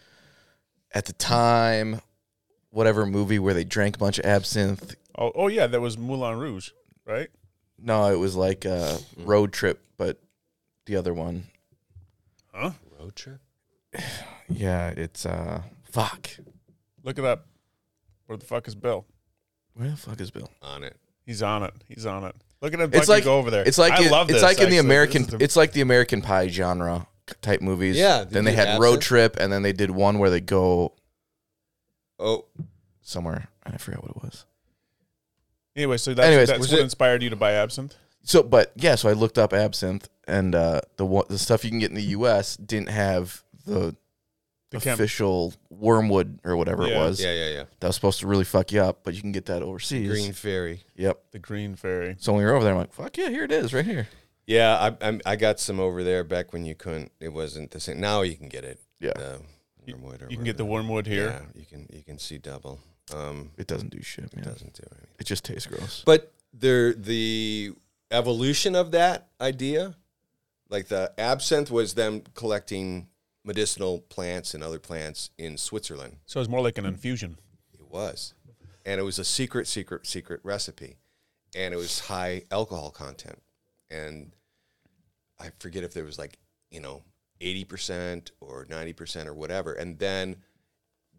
[SPEAKER 2] at the time, whatever movie where they drank a bunch of absinthe,
[SPEAKER 1] Oh, oh yeah, that was Moulin Rouge, right?
[SPEAKER 2] no, it was like a road trip, but the other one,
[SPEAKER 1] Huh?
[SPEAKER 3] Road trip.
[SPEAKER 2] yeah, it's, uh, fuck.
[SPEAKER 1] Look it up. Where the fuck is Bill?
[SPEAKER 2] Where the fuck is Bill?
[SPEAKER 3] On it.
[SPEAKER 1] He's on it. He's on it. Look at him
[SPEAKER 2] It's
[SPEAKER 1] Bucky
[SPEAKER 2] like-
[SPEAKER 1] go over there.
[SPEAKER 2] It's like
[SPEAKER 1] I
[SPEAKER 2] it-
[SPEAKER 1] love
[SPEAKER 2] it's
[SPEAKER 1] this,
[SPEAKER 2] like in
[SPEAKER 1] actually.
[SPEAKER 2] the
[SPEAKER 1] This
[SPEAKER 2] American
[SPEAKER 1] is the-
[SPEAKER 2] it's like the American Pie genre type movies.
[SPEAKER 4] Yeah,
[SPEAKER 2] Then
[SPEAKER 4] the
[SPEAKER 2] they had Road
[SPEAKER 4] absent.
[SPEAKER 2] Trip, and then they did one where they go
[SPEAKER 3] Oh,
[SPEAKER 2] somewhere. I forgot what it was.
[SPEAKER 1] anyway, so that's,
[SPEAKER 2] Anyways,
[SPEAKER 1] that's
[SPEAKER 2] was
[SPEAKER 1] what inspired you to buy absinthe.
[SPEAKER 2] So, but yeah, so I looked up absinthe, and uh, the one, the stuff you can get in the U.S. didn't have the,
[SPEAKER 1] The chem-
[SPEAKER 2] official wormwood or whatever it
[SPEAKER 1] Yeah.
[SPEAKER 2] was
[SPEAKER 3] yeah, yeah, yeah.
[SPEAKER 2] that was supposed to really fuck you up, but you can get that overseas.
[SPEAKER 3] Green Fairy.
[SPEAKER 2] Yep.
[SPEAKER 1] the green fairy.
[SPEAKER 2] So when you're over there, I'm like, fuck yeah, here it is, right here.
[SPEAKER 3] Yeah, I, I I got some over there back when you couldn't. It wasn't the same. Now you can get it.
[SPEAKER 2] Yeah.
[SPEAKER 3] The wormwood or
[SPEAKER 1] You can get the
[SPEAKER 3] whatever.
[SPEAKER 1] wormwood here.
[SPEAKER 3] Yeah, you can you can see double. Um,
[SPEAKER 2] It doesn't do shit, man.
[SPEAKER 3] doesn't do anything.
[SPEAKER 2] It just tastes gross.
[SPEAKER 4] But
[SPEAKER 3] there the evolution of that idea like the absinthe was them collecting medicinal plants and other plants in switzerland
[SPEAKER 1] So it's more like an infusion.
[SPEAKER 3] it was and it was a secret secret secret recipe and it was high alcohol content and i forget if there was like you know 80% or 90% or whatever and then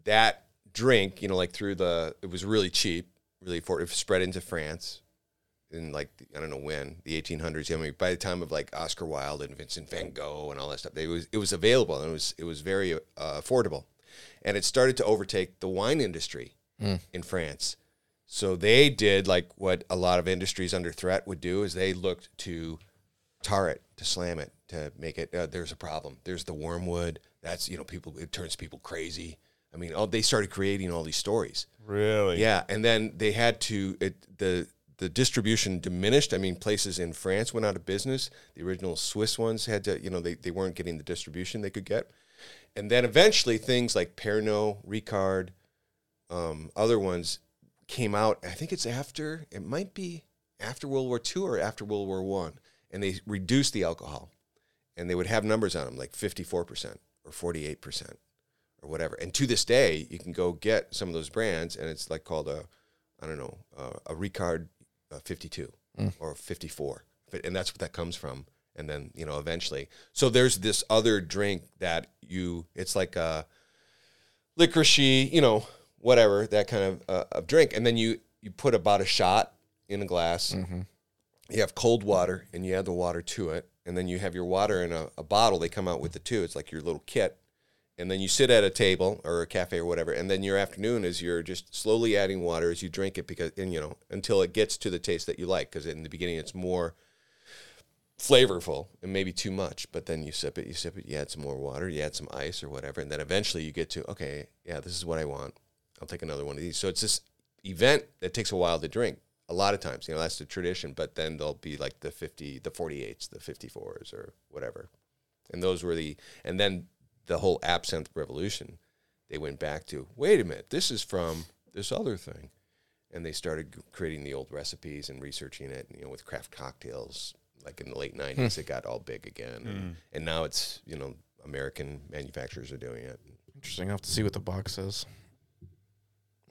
[SPEAKER 3] that drink you know like through the it was really cheap really affordable spread into france in like the, I don't know when the 1800s. I mean, by the time of like Oscar Wilde and Vincent Van Gogh and all that stuff, it was it was available and it was it was very uh, affordable, and it started to overtake the wine industry in France. So they did like what a lot of industries under threat would do is they looked to tar it, to slam it, to make it. Uh, there's a problem. There's the wormwood. That's you know people. It turns people crazy. I mean, all, they started creating all these stories.
[SPEAKER 1] Really?
[SPEAKER 3] Yeah, and then they had to it, the the distribution diminished. I mean, places in France went out of business. The original Swiss ones had to, you know, they, they weren't getting the distribution they could get. And then eventually things like Pernod, Ricard, um, other ones came out. I think it's after it might be after World War II or after World War One, and they reduced the alcohol, and they would have numbers on them like fifty four percent or forty eight percent or whatever. And to this day, you can go get some of those brands, and it's like called a, I don't know, uh, a Ricard uh, 52 or 54, But- and that's what that comes from. And then you know, eventually, so there's this other drink that you, it's like a licoricey, you know, whatever that kind of uh, of drink, and then you you put about a shot in a glass. You have cold water, and you add the water to it, and then you have your water in a, a bottle. They come out with the two. It's like your little kit, and then you sit at a table or a cafe or whatever, and then your afternoon is you're just slowly adding water as you drink it because and you know until it gets to the taste that you like because in the beginning it's more flavorful and maybe too much, but then you sip it, you sip it, you add some more water, you add some ice or whatever, and then eventually you get to okay, yeah, this is what I want. I'll take another one of these. So it's this event that takes a while to drink. A lot of times, you know, that's the tradition, but then there'll be like the 50, the 48s, the 54s or whatever and those were the and then the whole absinthe revolution they went back to wait a minute this is from this other thing and they started g- creating the old recipes and researching it you know with craft cocktails like in the late 90s it got all big again and, and now it's you know american manufacturers are doing it
[SPEAKER 2] Interesting. I'll have to see what the box says.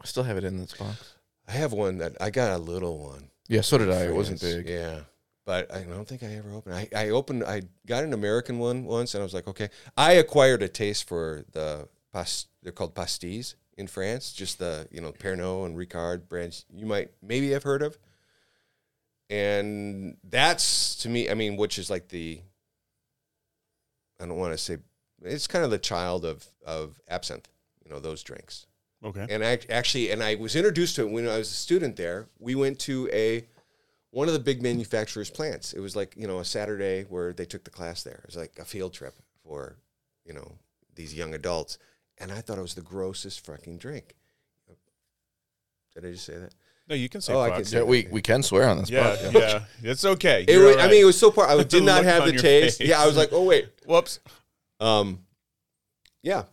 [SPEAKER 2] I still have it in this box.
[SPEAKER 3] i have one that i got a little one
[SPEAKER 2] Yeah, so did I. It wasn't
[SPEAKER 3] France,
[SPEAKER 2] big.
[SPEAKER 3] Yeah. But I don't think I ever opened. I, I opened. I got an American one once, and I was like, okay. I acquired a taste for the past. They're called pastilles in France. Just the you know Pernod and Ricard brands you might maybe have heard of. And that's to me. I mean, which is like the. I don't want to say it's kind of the child of of absinthe. You know those drinks.
[SPEAKER 1] Okay.
[SPEAKER 3] And I actually, and I was introduced to it when I was a student there. We went to a one of the big manufacturers' plants. It was like you know a Saturday where they took the class there. It was like a field trip for you know these young adults, and I thought it was the grossest fucking drink. Did I just say that?
[SPEAKER 1] No, you can say
[SPEAKER 3] Oh, I
[SPEAKER 1] fuck.
[SPEAKER 3] can say-
[SPEAKER 2] Yeah, we, we can swear on this
[SPEAKER 1] yeah,
[SPEAKER 2] podcast.
[SPEAKER 1] yeah, It's okay.
[SPEAKER 3] It
[SPEAKER 1] You're
[SPEAKER 3] was,
[SPEAKER 1] all
[SPEAKER 3] I mean, it
[SPEAKER 1] right.
[SPEAKER 3] was so poor. I did not
[SPEAKER 1] look
[SPEAKER 3] have
[SPEAKER 1] on
[SPEAKER 3] the
[SPEAKER 1] your
[SPEAKER 3] taste.
[SPEAKER 1] face.
[SPEAKER 3] Yeah, I was like, oh wait,
[SPEAKER 1] whoops.
[SPEAKER 3] Um, yeah,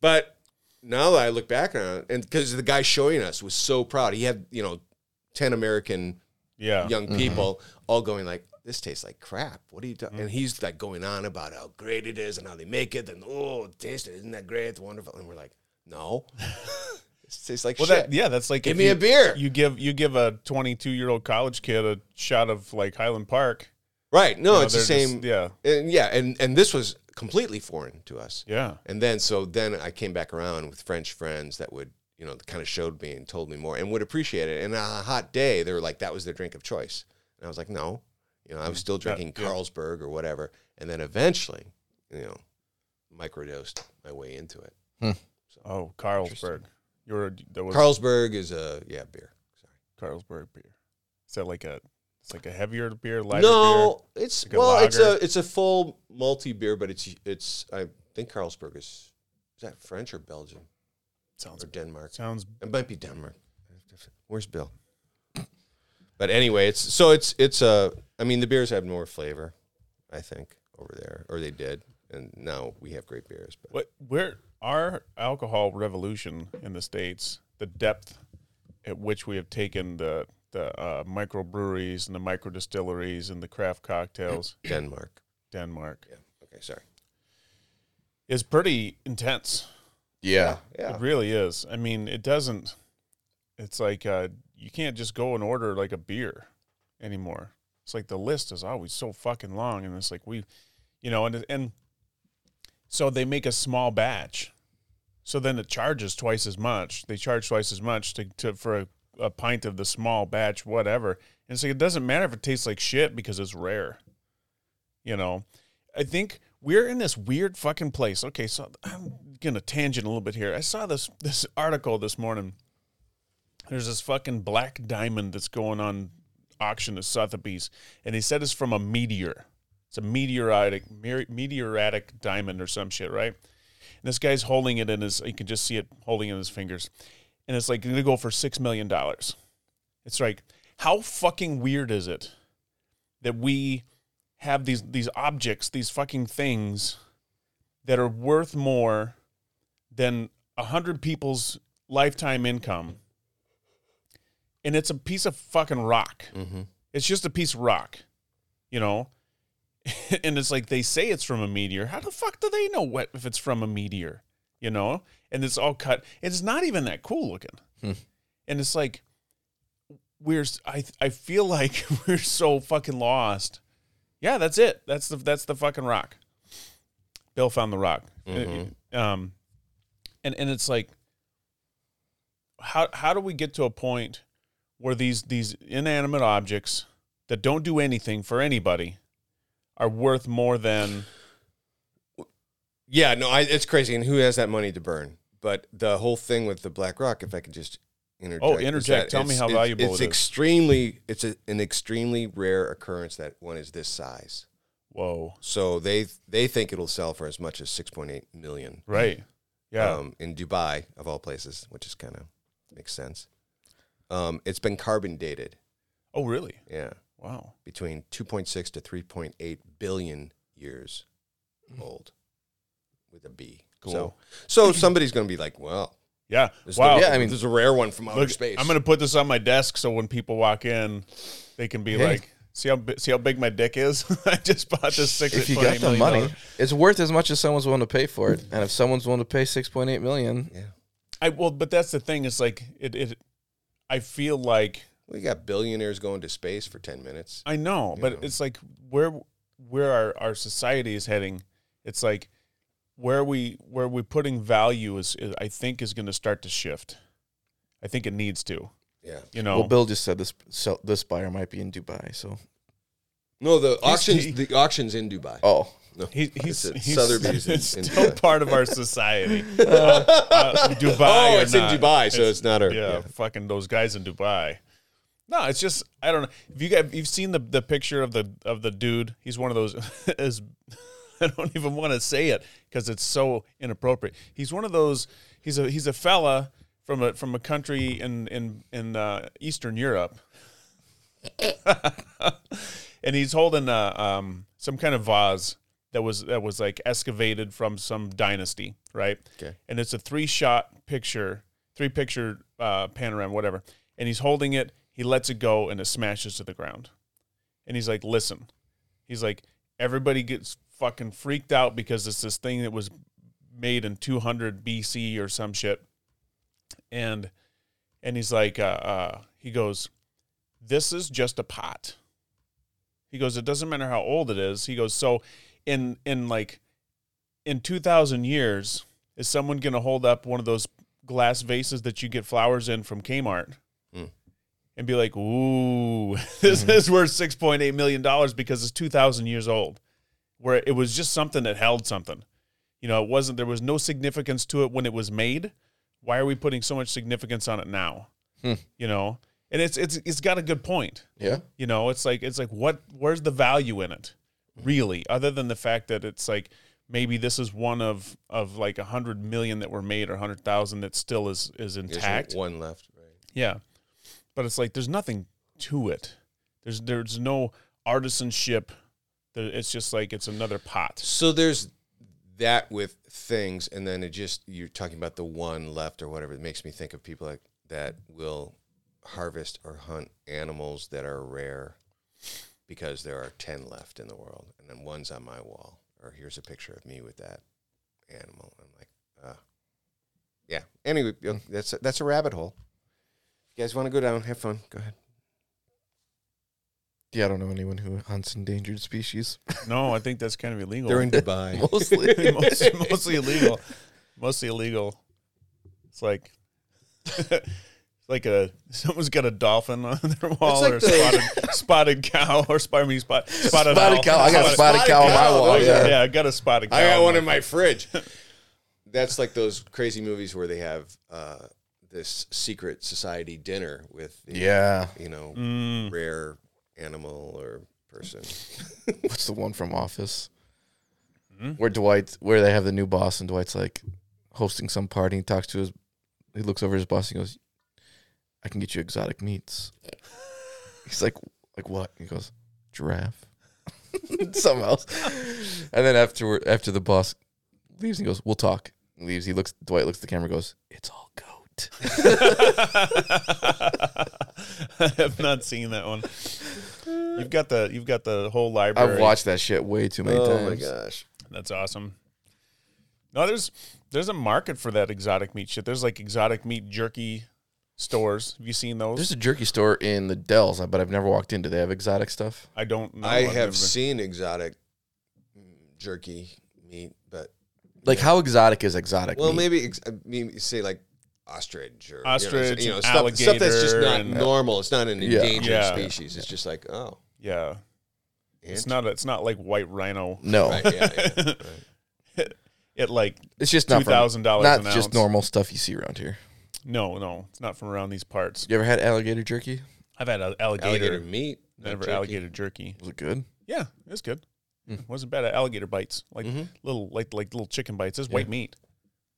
[SPEAKER 3] but now that I look back on it, and because the guy showing us was so proud, he had you know ten American
[SPEAKER 1] Yeah. Mm-hmm.
[SPEAKER 3] young people all going like, "This tastes like crap." What are you doing? And he's like going on about how great it is and how they make it, and oh, taste it, isn't that great? It's wonderful. And we're like, "No, this tastes like
[SPEAKER 1] Well,
[SPEAKER 3] shit."
[SPEAKER 1] that yeah, that's like
[SPEAKER 3] Give
[SPEAKER 1] if
[SPEAKER 3] me
[SPEAKER 1] you-
[SPEAKER 3] a beer.
[SPEAKER 1] You give you give a 22 year old college kid a shot of like Highland Park.
[SPEAKER 3] right? No,
[SPEAKER 1] you know,
[SPEAKER 3] it's the
[SPEAKER 1] they're just-
[SPEAKER 3] same.
[SPEAKER 1] yeah,
[SPEAKER 3] and yeah, and and this was completely foreign to us.
[SPEAKER 1] yeah.
[SPEAKER 3] And then so then I came back around with French friends that would, you know, kind of showed me and told me more and would appreciate it. And on a hot day, they were like, that was their drink of choice. And I was like, no, you know, I was still
[SPEAKER 1] Yeah,
[SPEAKER 3] drinking
[SPEAKER 1] yeah.
[SPEAKER 3] Carlsberg or whatever. And then eventually, you know, microdosed my way into it.
[SPEAKER 1] Oh, Carlsberg. You were that was
[SPEAKER 3] Carlsberg is a yeah beer.
[SPEAKER 1] Carlsberg beer. Is that like a it's like a heavier beer, lighter
[SPEAKER 3] no, it's
[SPEAKER 1] Like a
[SPEAKER 3] well, it's
[SPEAKER 1] lager?
[SPEAKER 3] a it's a full multi beer, but it's it's I think Carlsberg is is that French or Belgian
[SPEAKER 1] beer? Sounds
[SPEAKER 3] or Denmark?
[SPEAKER 1] sounds
[SPEAKER 3] It might be Denmark. Where's Bill? But anyway, it's so it's it's a. I mean, the beers have more flavor, I think, over there, or they did, and now we have great beers. But
[SPEAKER 1] what where our alcohol revolution in the states, the depth at which we have taken the the uh, microbreweries and the micro distilleries and the craft cocktails,
[SPEAKER 3] Mm. Denmark,
[SPEAKER 1] Denmark,
[SPEAKER 3] yeah. Okay, sorry.
[SPEAKER 1] is pretty intense.
[SPEAKER 2] Yeah.
[SPEAKER 3] yeah.
[SPEAKER 1] It really is. I mean, it doesn't. It's like uh, you can't just go and order like a beer anymore. It's like the list is always so fucking long, and it's like we, you know, and and so they make a small batch, so then it charges twice as much. They charge twice as much to, to for a, a pint of the small batch, whatever. And it's like it doesn't matter if it tastes like shit because it's rare, you know. I think we're in this weird fucking place. Okay, so I'm gonna tangent a little bit here. I saw this this article this morning. There's this fucking black diamond that's going on auction at Sotheby's, and he said it's from a meteor. It's a meteoritic mer- meteoritic diamond or some shit, right? And this guy's holding it in his. You can just see it holding it in his fingers, and it's like gonna go for six million dollars. It's like how fucking weird is it that we have these these objects, these fucking things that are worth more than a hundred people's lifetime income. And it's a piece of fucking rock.
[SPEAKER 3] Mm-hmm.
[SPEAKER 1] It's just a piece of rock, you know. and it's like they say it's from a meteor. How the fuck do they know what if it's from a meteor? You know. And it's all cut. It's not even that cool looking. And it's like we're. s- I I feel like we're so fucking lost. Yeah, that's it. That's the that's the fucking rock. Bill found the rock. Uh, Um, and and it's like, how how do we get to a point where these these inanimate objects that don't do anything for anybody are worth more than
[SPEAKER 3] Yeah, no, I, it's crazy. And who has that money to burn? But the whole thing with the Black Rock, if I could just interject. is
[SPEAKER 1] Oh, interject.
[SPEAKER 3] that
[SPEAKER 1] Tell me
[SPEAKER 3] it's-
[SPEAKER 1] how
[SPEAKER 3] it's-
[SPEAKER 1] valuable
[SPEAKER 3] it's
[SPEAKER 1] it is.
[SPEAKER 3] extremely. It's a, an extremely rare occurrence that one is this size.
[SPEAKER 1] whoa,
[SPEAKER 3] So they they think it'll sell for as much as six point eight million.
[SPEAKER 1] right? Yeah,
[SPEAKER 3] Um, in Dubai, of all places, which is kind of makes sense. Um, it's been carbon dated.
[SPEAKER 1] Oh, really?
[SPEAKER 3] Yeah,
[SPEAKER 1] Wow.
[SPEAKER 3] between two point six to three point eight billion years old, with a B. So,
[SPEAKER 1] Mm. Cool.
[SPEAKER 3] so somebody's going to be like, well.
[SPEAKER 1] Yeah.
[SPEAKER 3] This
[SPEAKER 1] Wow.
[SPEAKER 3] Is the,
[SPEAKER 2] Yeah, I mean-
[SPEAKER 3] this is a rare one from outer
[SPEAKER 1] Look,
[SPEAKER 3] space.
[SPEAKER 1] I'm gonna put this on my desk so when people walk in, they can be
[SPEAKER 2] Hey.
[SPEAKER 1] like, "See how bi- see how big my dick is? I just bought this six.
[SPEAKER 2] If you got the money, it's worth as much as someone's willing to pay for it. And if someone's willing to pay six point eight million,
[SPEAKER 3] yeah,
[SPEAKER 1] I well, but that's the thing. It's like it. it I feel like
[SPEAKER 3] we got billionaires going to space for ten minutes.
[SPEAKER 1] I know, but
[SPEAKER 3] know.
[SPEAKER 1] it's like where where our, our society is heading. It's like where we where we putting value is, is I think is going to start to shift. I think it needs to.
[SPEAKER 3] Yeah.
[SPEAKER 1] You know,
[SPEAKER 2] well, Bill just said this so this buyer might be in Dubai. So
[SPEAKER 3] No, the
[SPEAKER 1] he-
[SPEAKER 3] auctions. The auctions in Dubai.
[SPEAKER 2] oh,
[SPEAKER 3] No,
[SPEAKER 1] he,
[SPEAKER 3] it's
[SPEAKER 1] he's,
[SPEAKER 3] at
[SPEAKER 1] he's
[SPEAKER 3] Sotheby's in,
[SPEAKER 1] it's
[SPEAKER 3] in
[SPEAKER 1] still
[SPEAKER 3] Dubai.
[SPEAKER 1] part of our society. Uh, uh, Dubai.
[SPEAKER 3] Oh,
[SPEAKER 1] or
[SPEAKER 3] it's
[SPEAKER 1] not.
[SPEAKER 3] in Dubai, so it's, not a.
[SPEAKER 1] yeah,
[SPEAKER 3] Yeah.
[SPEAKER 1] fucking those guys in Dubai. No, it's just I don't know. If you guys you've seen the the picture of the of the dude, he's one of those is I don't even want to say it cuz it's so inappropriate. He's one of those he's a he's a fella from a from a country in in in uh, Eastern Europe. and he's holding uh, um some kind of vase that was that was like excavated from some dynasty, right?
[SPEAKER 3] Okay.
[SPEAKER 1] and it's a three shot picture, three picture uh, panorama, whatever. And he's holding it. He lets it go, and it smashes to the ground. And he's like, "Listen," he's like, "Everybody gets fucking freaked out because it's this thing that was made in 200 BC or some shit." And and he's like, uh, uh, he goes, "This is just a pot." He goes, "It doesn't matter how old it is." He goes, "So in in like in 2000 years." is someone going to hold up one of those glass vases that you get flowers in from Kmart?
[SPEAKER 3] Mm.
[SPEAKER 1] and be like, "Ooh, this is worth six point eight million dollars because it's two thousand years old." Where it was just something that held something. You know, it wasn't. There was no significance to it when it was made. Why are we putting so much significance on it now?
[SPEAKER 2] Hmm.
[SPEAKER 1] You know, and it's it's it's got a good point.
[SPEAKER 2] Yeah.
[SPEAKER 1] You know, it's like it's like what where's the value in it, really, other than the fact that it's like maybe this is one of of like a hundred million that were made or hundred thousand that still is is
[SPEAKER 3] There's
[SPEAKER 1] intact.
[SPEAKER 3] One left. Right.
[SPEAKER 1] Yeah. But it's like there's nothing to it. There's there's no artisanship. There- It's just like it's another pot.
[SPEAKER 3] So there's that with things, and then it just you're talking about the one left or whatever. It makes me think of people like that will harvest or hunt animals that are rare because there are ten left in the world, and then one's on my wall. Or here's a picture of me with that animal. I'm like, uh, yeah. Anyway, you know, that's a, that's a rabbit hole. You guys want to go down? Have fun. Go ahead.
[SPEAKER 2] Yeah, I don't know anyone who hunts endangered species.
[SPEAKER 1] No, I think that's kind of illegal.
[SPEAKER 4] They're in Dubai.
[SPEAKER 2] Mostly.
[SPEAKER 1] mostly, mostly illegal. Mostly illegal. It's like it's like a someone's got a dolphin on their wall
[SPEAKER 4] like
[SPEAKER 1] or
[SPEAKER 4] the-
[SPEAKER 1] spotted spotted cow or spot, I mean, spot, spotted,
[SPEAKER 2] Spotted
[SPEAKER 1] owl.
[SPEAKER 2] cow. I got a spotted cow on my wall.
[SPEAKER 3] those
[SPEAKER 2] Yeah.
[SPEAKER 1] yeah, I got a spotted cow.
[SPEAKER 3] I got one in my fridge. That's like those crazy movies where they have uh, this secret society dinner with the,
[SPEAKER 2] Yeah.
[SPEAKER 3] you know
[SPEAKER 1] Mm.
[SPEAKER 3] rare animal or person.
[SPEAKER 2] What's the one from Office? Where Dwight, where they have the new boss, and Dwight's like hosting some party. He talks to his, he looks over his boss and goes, "I can get you exotic meats." He's like, "Like what?" He goes, "Giraffe." Something else. And then after after the boss leaves, he goes, "We'll talk." Leaves. He looks. Dwight looks at the camera. Goes, "It's all goat."
[SPEAKER 1] I have not seen that one. You've got the you've got the whole library.
[SPEAKER 2] I've watched that shit way too many times.
[SPEAKER 3] Oh gosh!
[SPEAKER 1] That's awesome. No, there's there's a market for that exotic meat shit. There's like exotic meat jerky stores. Have you seen those?
[SPEAKER 2] There's a jerky store in the Dells, but I've never walked into. They have exotic stuff.
[SPEAKER 1] I don't know.
[SPEAKER 3] I
[SPEAKER 1] I've never-
[SPEAKER 3] have seen exotic mm, jerky meat, but
[SPEAKER 2] Like how exotic is exotic?
[SPEAKER 3] well,
[SPEAKER 2] meat?
[SPEAKER 3] maybe ex- I mean, say like ostrich or you know,
[SPEAKER 1] Ostrich and
[SPEAKER 3] stuff, stuff that's just
[SPEAKER 1] alligator
[SPEAKER 3] not
[SPEAKER 1] and-
[SPEAKER 3] normal. It's not an
[SPEAKER 2] Yeah.
[SPEAKER 3] endangered
[SPEAKER 1] Yeah.
[SPEAKER 3] species. It's just like oh,
[SPEAKER 1] Yeah, it's not it's not like white rhino.
[SPEAKER 2] no.
[SPEAKER 3] right, yeah, yeah, right.
[SPEAKER 1] It like
[SPEAKER 2] It's just not
[SPEAKER 1] two
[SPEAKER 2] from-
[SPEAKER 1] thousand dollars.
[SPEAKER 2] not
[SPEAKER 1] an
[SPEAKER 2] just
[SPEAKER 1] ounce.
[SPEAKER 2] normal stuff you see around here.
[SPEAKER 1] No, no, it's not from around these parts.
[SPEAKER 2] You ever had alligator jerky?
[SPEAKER 1] I've had a alligator,
[SPEAKER 3] alligator meat. not
[SPEAKER 1] never
[SPEAKER 3] jerky.
[SPEAKER 1] alligator jerky.
[SPEAKER 2] Was it good?
[SPEAKER 1] Yeah, it was good.
[SPEAKER 2] Mm.
[SPEAKER 1] It wasn't bad at alligator bites, like
[SPEAKER 3] Mhm.
[SPEAKER 1] little like like little chicken bites. It's white meat.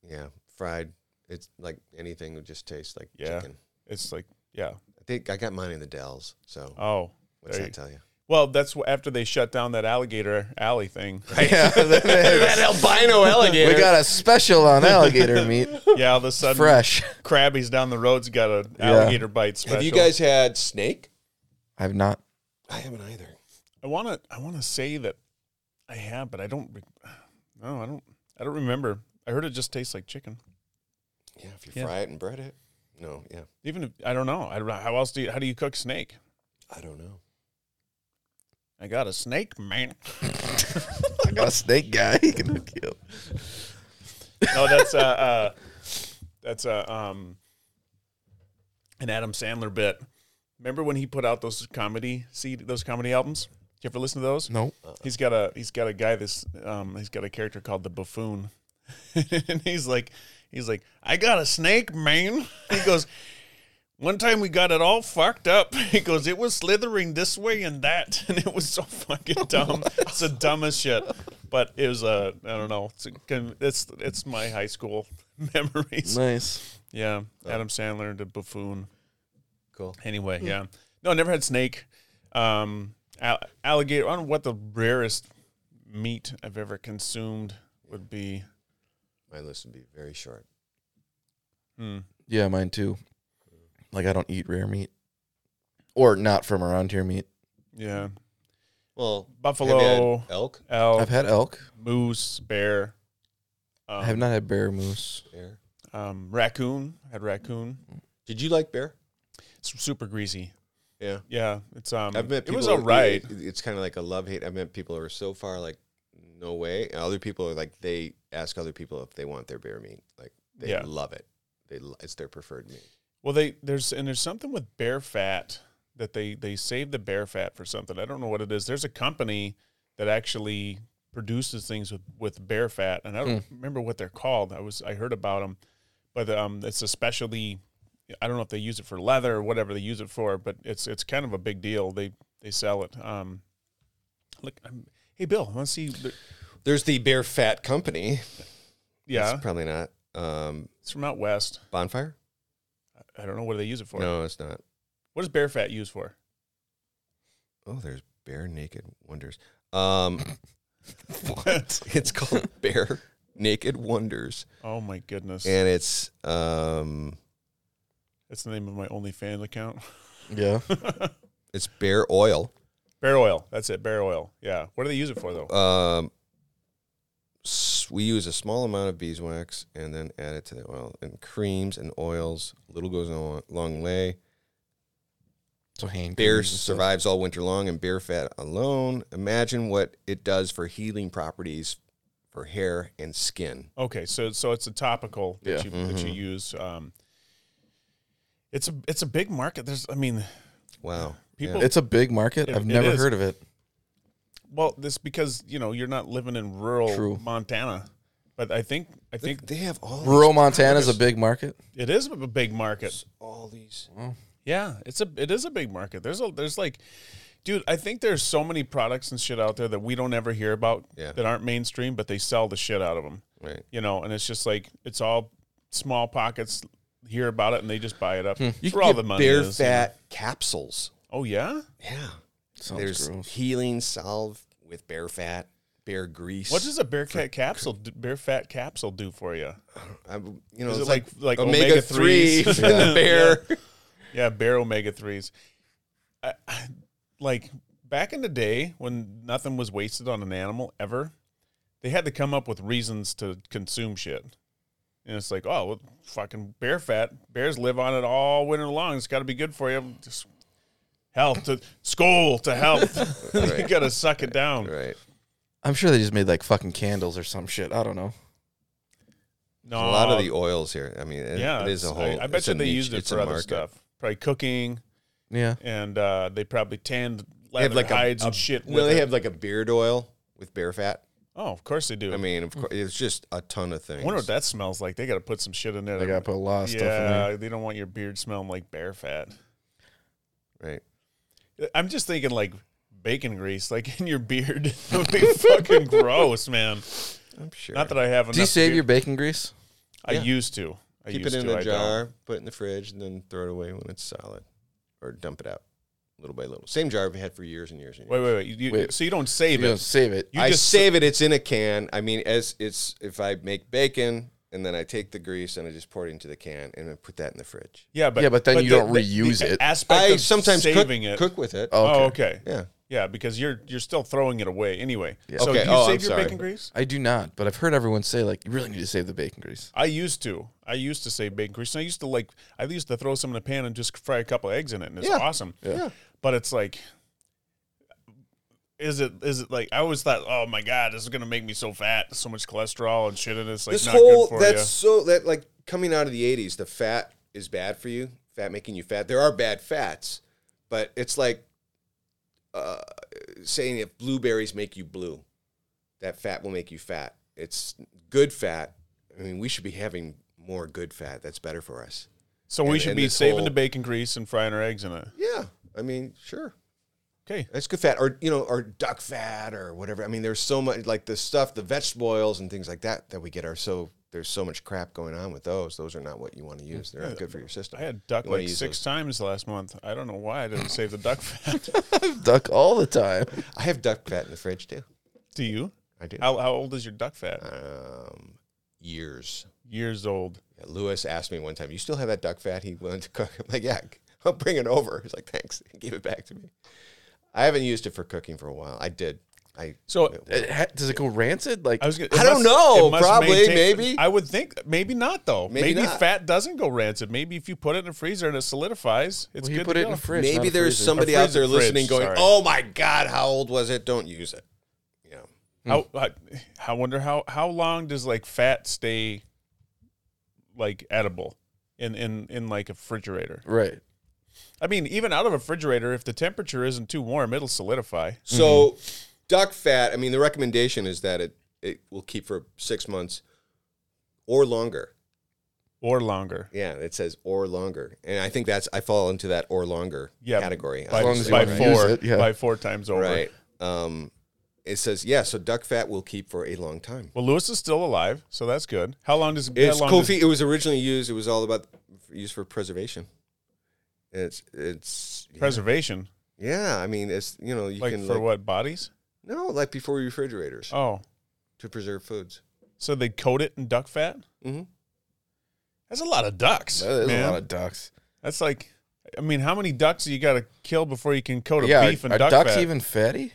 [SPEAKER 3] Yeah, fried. It's like anything would just taste like
[SPEAKER 1] Yeah.
[SPEAKER 3] chicken.
[SPEAKER 1] It's like yeah.
[SPEAKER 3] I think I got mine in the Dells. So
[SPEAKER 1] Oh,
[SPEAKER 3] what's
[SPEAKER 1] there
[SPEAKER 3] that
[SPEAKER 1] you-
[SPEAKER 3] tell you?
[SPEAKER 1] well, that's wh- after they shut down that alligator alley thing.
[SPEAKER 2] Yeah.
[SPEAKER 3] that albino alligator.
[SPEAKER 2] we got a special on alligator meat,
[SPEAKER 1] yeah, all of a sudden,
[SPEAKER 2] fresh.
[SPEAKER 1] Krabby's down the road's got a
[SPEAKER 2] Yeah.
[SPEAKER 1] alligator bite special.
[SPEAKER 3] Have you guys had snake?
[SPEAKER 2] I've not.
[SPEAKER 3] I haven't either.
[SPEAKER 1] I want to. I want to say that I have, but I don't. re- No, I don't. I don't remember. I heard it just tastes like chicken.
[SPEAKER 3] Yeah, if you
[SPEAKER 1] Yeah.
[SPEAKER 3] fry it and bread it. No, yeah,
[SPEAKER 1] Even if I don't know. I don't know. How else do you? How do you cook snake?
[SPEAKER 3] I don't know.
[SPEAKER 1] I got a snake, man.
[SPEAKER 2] I got a snake guy. He can hook you up.
[SPEAKER 1] No, that's uh, uh that's uh, um an Adam Sandler bit. Remember when he put out those comedy seed those comedy albums? Did you ever listen to those?
[SPEAKER 2] No.
[SPEAKER 1] He's got a he's got a guy this um he's got a character called the buffoon. and he's like he's like, I got a snake, man. He goes One time we got it all fucked up. He goes, it was slithering this way and that, and it was so fucking dumb. it's the dumbest shit. But it was uh, I don't know. It's it's it's my high school memories.
[SPEAKER 2] Nice.
[SPEAKER 1] Yeah, Adam Sandler, the buffoon.
[SPEAKER 3] Cool.
[SPEAKER 1] Anyway, yeah. No, I never had snake, um, al- alligator. I don't know what the rarest meat I've ever consumed would be.
[SPEAKER 3] My list would be very short.
[SPEAKER 1] Hmm.
[SPEAKER 2] Yeah, mine too. Like I don't eat rare meat, or not from around here meat.
[SPEAKER 1] Yeah,
[SPEAKER 3] Well, have you had
[SPEAKER 1] buffalo,
[SPEAKER 3] elk,
[SPEAKER 1] elk,
[SPEAKER 2] I've had elk.
[SPEAKER 1] moose, bear. Um,
[SPEAKER 2] I have not had bear moose.
[SPEAKER 3] bear.
[SPEAKER 1] um, raccoon. Had raccoon.
[SPEAKER 3] Did you like bear?
[SPEAKER 1] It's super greasy.
[SPEAKER 3] Yeah,
[SPEAKER 1] Yeah, it's um.
[SPEAKER 3] I've met.
[SPEAKER 1] it
[SPEAKER 3] People
[SPEAKER 1] was all right.
[SPEAKER 3] it- it's kind of like a love hate. I've met people who are so far like, no way. And other people are like they ask other people if they want their bear meat. Like they
[SPEAKER 1] Yeah.
[SPEAKER 3] love it. They lo- it's their preferred meat.
[SPEAKER 1] Well, they there's and there's something with bear fat that they they save the bear fat for something. I don't know what it is. There's a company that actually produces things with with bear fat, and I don't
[SPEAKER 3] Hmm.
[SPEAKER 1] remember what they're called. I was I heard about them, but um, it's a specialty. I don't know if they use it for leather or whatever they use it for, but it's it's kind of a big deal. They they sell it. Um, look, I'm, hey Bill, want to see? The,
[SPEAKER 4] There's the Bear Fat Company.
[SPEAKER 1] yeah,
[SPEAKER 3] It's probably not. Um,
[SPEAKER 1] it's from out west.
[SPEAKER 3] bonfire?
[SPEAKER 1] I don't know what do they use it for.
[SPEAKER 3] No, it's not.
[SPEAKER 1] What is bear fat used for?
[SPEAKER 3] Oh, there's bare naked wonders. Um,
[SPEAKER 1] What?
[SPEAKER 3] it's called bare naked wonders,
[SPEAKER 1] oh my goodness!
[SPEAKER 3] and it's um,
[SPEAKER 1] That's the name of my OnlyFans account.
[SPEAKER 2] Yeah.
[SPEAKER 3] it's bare oil.
[SPEAKER 1] Bear oil. That's it. Bear oil. Yeah. What do they use it for though?
[SPEAKER 3] Um, s- we use a small amount of beeswax and then add it to the oil and creams and oils. Little goes a long way.
[SPEAKER 2] So hand
[SPEAKER 3] Bear
[SPEAKER 2] creams and stuff.
[SPEAKER 3] survives all winter long and bear fat alone. Imagine what it does for healing properties for hair and skin.
[SPEAKER 1] Okay. So so it's a topical that
[SPEAKER 2] Yeah. Mm-hmm.
[SPEAKER 1] you that you use. Um, it's a it's a big market. There's I mean
[SPEAKER 3] Wow.
[SPEAKER 1] people.
[SPEAKER 2] It's a big market.
[SPEAKER 1] It-
[SPEAKER 2] I've
[SPEAKER 1] it
[SPEAKER 2] never
[SPEAKER 1] is.
[SPEAKER 2] heard of it.
[SPEAKER 1] well, this because you know you're not living in rural
[SPEAKER 2] True.
[SPEAKER 1] Montana, but I think I think
[SPEAKER 3] They have all
[SPEAKER 2] Rural Montana's a big market.
[SPEAKER 1] it is a big market.
[SPEAKER 3] all these.
[SPEAKER 1] Mm. Yeah, it's a it is a big market. There's a there's like, dude, I think there's so many products and shit out there that we don't ever hear about
[SPEAKER 3] Yeah.
[SPEAKER 1] that aren't mainstream, but they sell the shit out of them.
[SPEAKER 3] Right.
[SPEAKER 1] you know, and it's just like it's all small pockets hear about it and they just buy it up
[SPEAKER 3] You
[SPEAKER 1] for
[SPEAKER 3] can
[SPEAKER 1] all
[SPEAKER 3] get
[SPEAKER 1] the money.
[SPEAKER 3] Bear
[SPEAKER 1] is.
[SPEAKER 3] fat capsules.
[SPEAKER 1] Oh yeah,
[SPEAKER 3] Yeah.
[SPEAKER 2] Sounds
[SPEAKER 3] There's
[SPEAKER 2] gross.
[SPEAKER 3] healing salve with bear fat, bear grease.
[SPEAKER 1] what does a bear cat capsule, d- bear fat capsule do for you?
[SPEAKER 3] I, you know,
[SPEAKER 1] Is
[SPEAKER 3] it's
[SPEAKER 1] it
[SPEAKER 3] like
[SPEAKER 1] like like omega
[SPEAKER 3] omega three
[SPEAKER 1] threes?
[SPEAKER 3] for the bear.
[SPEAKER 1] yeah, bear omega threes. I, I, like back in the day when nothing was wasted on an animal ever, they had to come up with reasons to consume shit. And it's like, oh, well, fucking bear fat. Bears live on it all winter long. It's got to be good for you. Just health to school to health. you
[SPEAKER 3] Right.
[SPEAKER 1] got to suck it down.
[SPEAKER 3] Right.
[SPEAKER 2] I'm sure they just made like fucking candles or some shit. I don't know.
[SPEAKER 1] No,
[SPEAKER 3] a lot of the oils here. I mean, it,
[SPEAKER 1] yeah,
[SPEAKER 3] it is a
[SPEAKER 1] it's-
[SPEAKER 3] whole.
[SPEAKER 1] I, I bet
[SPEAKER 3] it's a
[SPEAKER 1] you they
[SPEAKER 3] niche,
[SPEAKER 1] used it
[SPEAKER 3] it's
[SPEAKER 1] for
[SPEAKER 3] a
[SPEAKER 1] other
[SPEAKER 3] market.
[SPEAKER 1] stuff, probably cooking,
[SPEAKER 2] Yeah.
[SPEAKER 1] and uh, they probably tanned
[SPEAKER 3] They
[SPEAKER 1] leather
[SPEAKER 3] have like a-
[SPEAKER 1] hides
[SPEAKER 3] a,
[SPEAKER 1] and shit.
[SPEAKER 3] No,
[SPEAKER 1] with
[SPEAKER 3] they
[SPEAKER 1] it.
[SPEAKER 3] have like a beard oil with bear fat.
[SPEAKER 1] Oh, of course they do.
[SPEAKER 3] I mean, of course, it's just a ton of things.
[SPEAKER 1] I wonder what that smells like. They got to put some shit in there.
[SPEAKER 2] They
[SPEAKER 1] that-
[SPEAKER 2] gotta put a lot of stuff in
[SPEAKER 1] yeah,
[SPEAKER 2] there.
[SPEAKER 1] they don't want your beard smelling like bear fat.
[SPEAKER 3] right.
[SPEAKER 1] I'm just thinking like bacon grease, like in your beard. it would be fucking gross, man.
[SPEAKER 3] I'm sure.
[SPEAKER 1] Not that I have enough.
[SPEAKER 2] Do you save
[SPEAKER 1] beard-
[SPEAKER 2] your bacon grease?
[SPEAKER 1] I
[SPEAKER 3] Yeah.
[SPEAKER 1] used to. I
[SPEAKER 3] Keep it
[SPEAKER 1] used
[SPEAKER 3] in
[SPEAKER 1] to. I
[SPEAKER 3] a
[SPEAKER 1] don't.
[SPEAKER 3] jar, put it in the fridge, and then throw it away when it's solid, or dump it out little by little. Same jar I've had for years and years and years.
[SPEAKER 1] Wait, wait, wait. You, you-
[SPEAKER 2] Wait.
[SPEAKER 1] So you don't save
[SPEAKER 2] You don't
[SPEAKER 1] it.
[SPEAKER 2] save it.
[SPEAKER 1] You
[SPEAKER 3] I
[SPEAKER 1] just
[SPEAKER 3] save it. It's in a can. I mean, as it's if I make bacon and then I take the grease and I just pour it into the can and then put that in the fridge.
[SPEAKER 1] Yeah, but
[SPEAKER 2] Yeah, but then you don't
[SPEAKER 1] the-
[SPEAKER 2] reuse
[SPEAKER 1] the
[SPEAKER 2] it.
[SPEAKER 1] Aspect
[SPEAKER 3] I
[SPEAKER 1] of
[SPEAKER 3] sometimes cook,
[SPEAKER 1] saving it.
[SPEAKER 3] cook with it.
[SPEAKER 1] Oh,
[SPEAKER 2] okay.
[SPEAKER 1] okay.
[SPEAKER 3] Yeah.
[SPEAKER 1] Yeah, because you're you're still throwing it away anyway. So
[SPEAKER 3] Okay.
[SPEAKER 1] do you
[SPEAKER 3] Oh,
[SPEAKER 1] save
[SPEAKER 3] I'm
[SPEAKER 1] your
[SPEAKER 3] sorry.
[SPEAKER 1] bacon grease?
[SPEAKER 2] I do not, but I've heard everyone say like you really need to save the bacon grease.
[SPEAKER 1] I used to. I used to save bacon grease. And I used to like. I used to throw some in a pan and just fry a couple eggs in it, and it's
[SPEAKER 3] Yeah.
[SPEAKER 1] awesome.
[SPEAKER 3] Yeah.
[SPEAKER 1] But it's like, is it is it like I always thought? Oh my god, this is gonna make me so fat, so much cholesterol and shit, and it's like
[SPEAKER 3] this
[SPEAKER 1] not
[SPEAKER 3] whole
[SPEAKER 1] good for
[SPEAKER 3] that's
[SPEAKER 1] you.
[SPEAKER 3] so that like coming out of the 80s the fat is bad for you fat making you fat there are bad fats but it's like uh, saying if blueberries make you blue that fat will make you fat it's good fat i mean we should be having more good fat that's better for us
[SPEAKER 1] So we
[SPEAKER 3] and-
[SPEAKER 1] should
[SPEAKER 3] and
[SPEAKER 1] be
[SPEAKER 3] this
[SPEAKER 1] saving
[SPEAKER 3] whole-
[SPEAKER 1] the bacon grease and frying our eggs in it.
[SPEAKER 3] yeah i mean sure
[SPEAKER 1] Okay.
[SPEAKER 3] that's good fat or you know or duck fat or whatever i mean there's so much like the stuff the vegetable oils and things like that that we get are so there's so much crap going on with those those are not what you want to use they're not good for your system
[SPEAKER 1] I had duck
[SPEAKER 3] You wanna
[SPEAKER 1] like
[SPEAKER 3] use
[SPEAKER 1] six times last month. I don't know why I didn't save the duck fat.
[SPEAKER 2] Duck all the time.
[SPEAKER 3] I have duck fat in the fridge too.
[SPEAKER 1] Do you?
[SPEAKER 3] I do.
[SPEAKER 1] How, how old is your duck fat?
[SPEAKER 3] Um, years.
[SPEAKER 1] Years old.
[SPEAKER 3] Yeah, Lewis asked me one time, "You still have that duck fat?" He wanted to cook. I'm like, "Yeah, I'll bring it over." He's like, "Thanks." He gave it back to me. I haven't used it for cooking for a while. I did. I
[SPEAKER 1] So
[SPEAKER 2] It ha- does it go rancid? Like
[SPEAKER 1] I was. Gonna,
[SPEAKER 3] I
[SPEAKER 1] it
[SPEAKER 3] don't know,
[SPEAKER 1] it must
[SPEAKER 3] probably, maybe.
[SPEAKER 1] I would think maybe not though. Maybe,
[SPEAKER 3] Maybe not.
[SPEAKER 1] fat doesn't go rancid. Maybe if you put it in the freezer and it solidifies, it's
[SPEAKER 2] well, you
[SPEAKER 1] good
[SPEAKER 2] put
[SPEAKER 1] to
[SPEAKER 2] it
[SPEAKER 1] go.
[SPEAKER 2] in a fridge. not
[SPEAKER 3] maybe
[SPEAKER 2] a
[SPEAKER 3] there's
[SPEAKER 2] freezer.
[SPEAKER 3] somebody
[SPEAKER 1] A
[SPEAKER 3] out there
[SPEAKER 1] freezer fridge,
[SPEAKER 3] listening going,
[SPEAKER 1] sorry.
[SPEAKER 3] "Oh my god, how old was it? Don't use it." You know,
[SPEAKER 1] How, I, I wonder how how long does like fat stay like edible? in in in like a refrigerator.
[SPEAKER 2] Right.
[SPEAKER 1] I mean, even out of a refrigerator, if the temperature isn't too warm, it'll solidify.
[SPEAKER 3] So duck fat, I mean, the recommendation is that it, it will keep for six months or longer.
[SPEAKER 1] or longer.
[SPEAKER 3] Yeah, it says or longer. And I think that's, I fall into that or longer
[SPEAKER 1] Yeah,
[SPEAKER 3] category.
[SPEAKER 1] By,
[SPEAKER 2] long as you
[SPEAKER 1] by
[SPEAKER 2] don't
[SPEAKER 1] four,
[SPEAKER 2] use it, yeah.
[SPEAKER 1] by four times over.
[SPEAKER 3] right. Um, it says, yeah, so duck fat will keep for a long time.
[SPEAKER 1] Well, Lewis is still alive, so that's good. How long does
[SPEAKER 3] It's
[SPEAKER 1] how long
[SPEAKER 3] Kofi. it was originally used. It was all about used for preservation. It's it's
[SPEAKER 1] does preservation?
[SPEAKER 3] yeah. I mean, it's you know you
[SPEAKER 1] like
[SPEAKER 3] can
[SPEAKER 1] for
[SPEAKER 3] like,
[SPEAKER 1] what bodies?
[SPEAKER 3] no like before refrigerators
[SPEAKER 1] Oh,
[SPEAKER 3] to preserve foods.
[SPEAKER 1] so they coat it in duck fat.
[SPEAKER 3] Mhm.
[SPEAKER 1] That's a lot of ducks.
[SPEAKER 2] That is
[SPEAKER 1] man.
[SPEAKER 2] Uh, a lot of ducks.
[SPEAKER 1] That's like, I mean, how many ducks you got to kill before you can coat a
[SPEAKER 2] yeah.
[SPEAKER 1] beef
[SPEAKER 2] are,
[SPEAKER 1] and
[SPEAKER 2] are
[SPEAKER 1] duck
[SPEAKER 2] ducks
[SPEAKER 1] fat?
[SPEAKER 2] even fatty?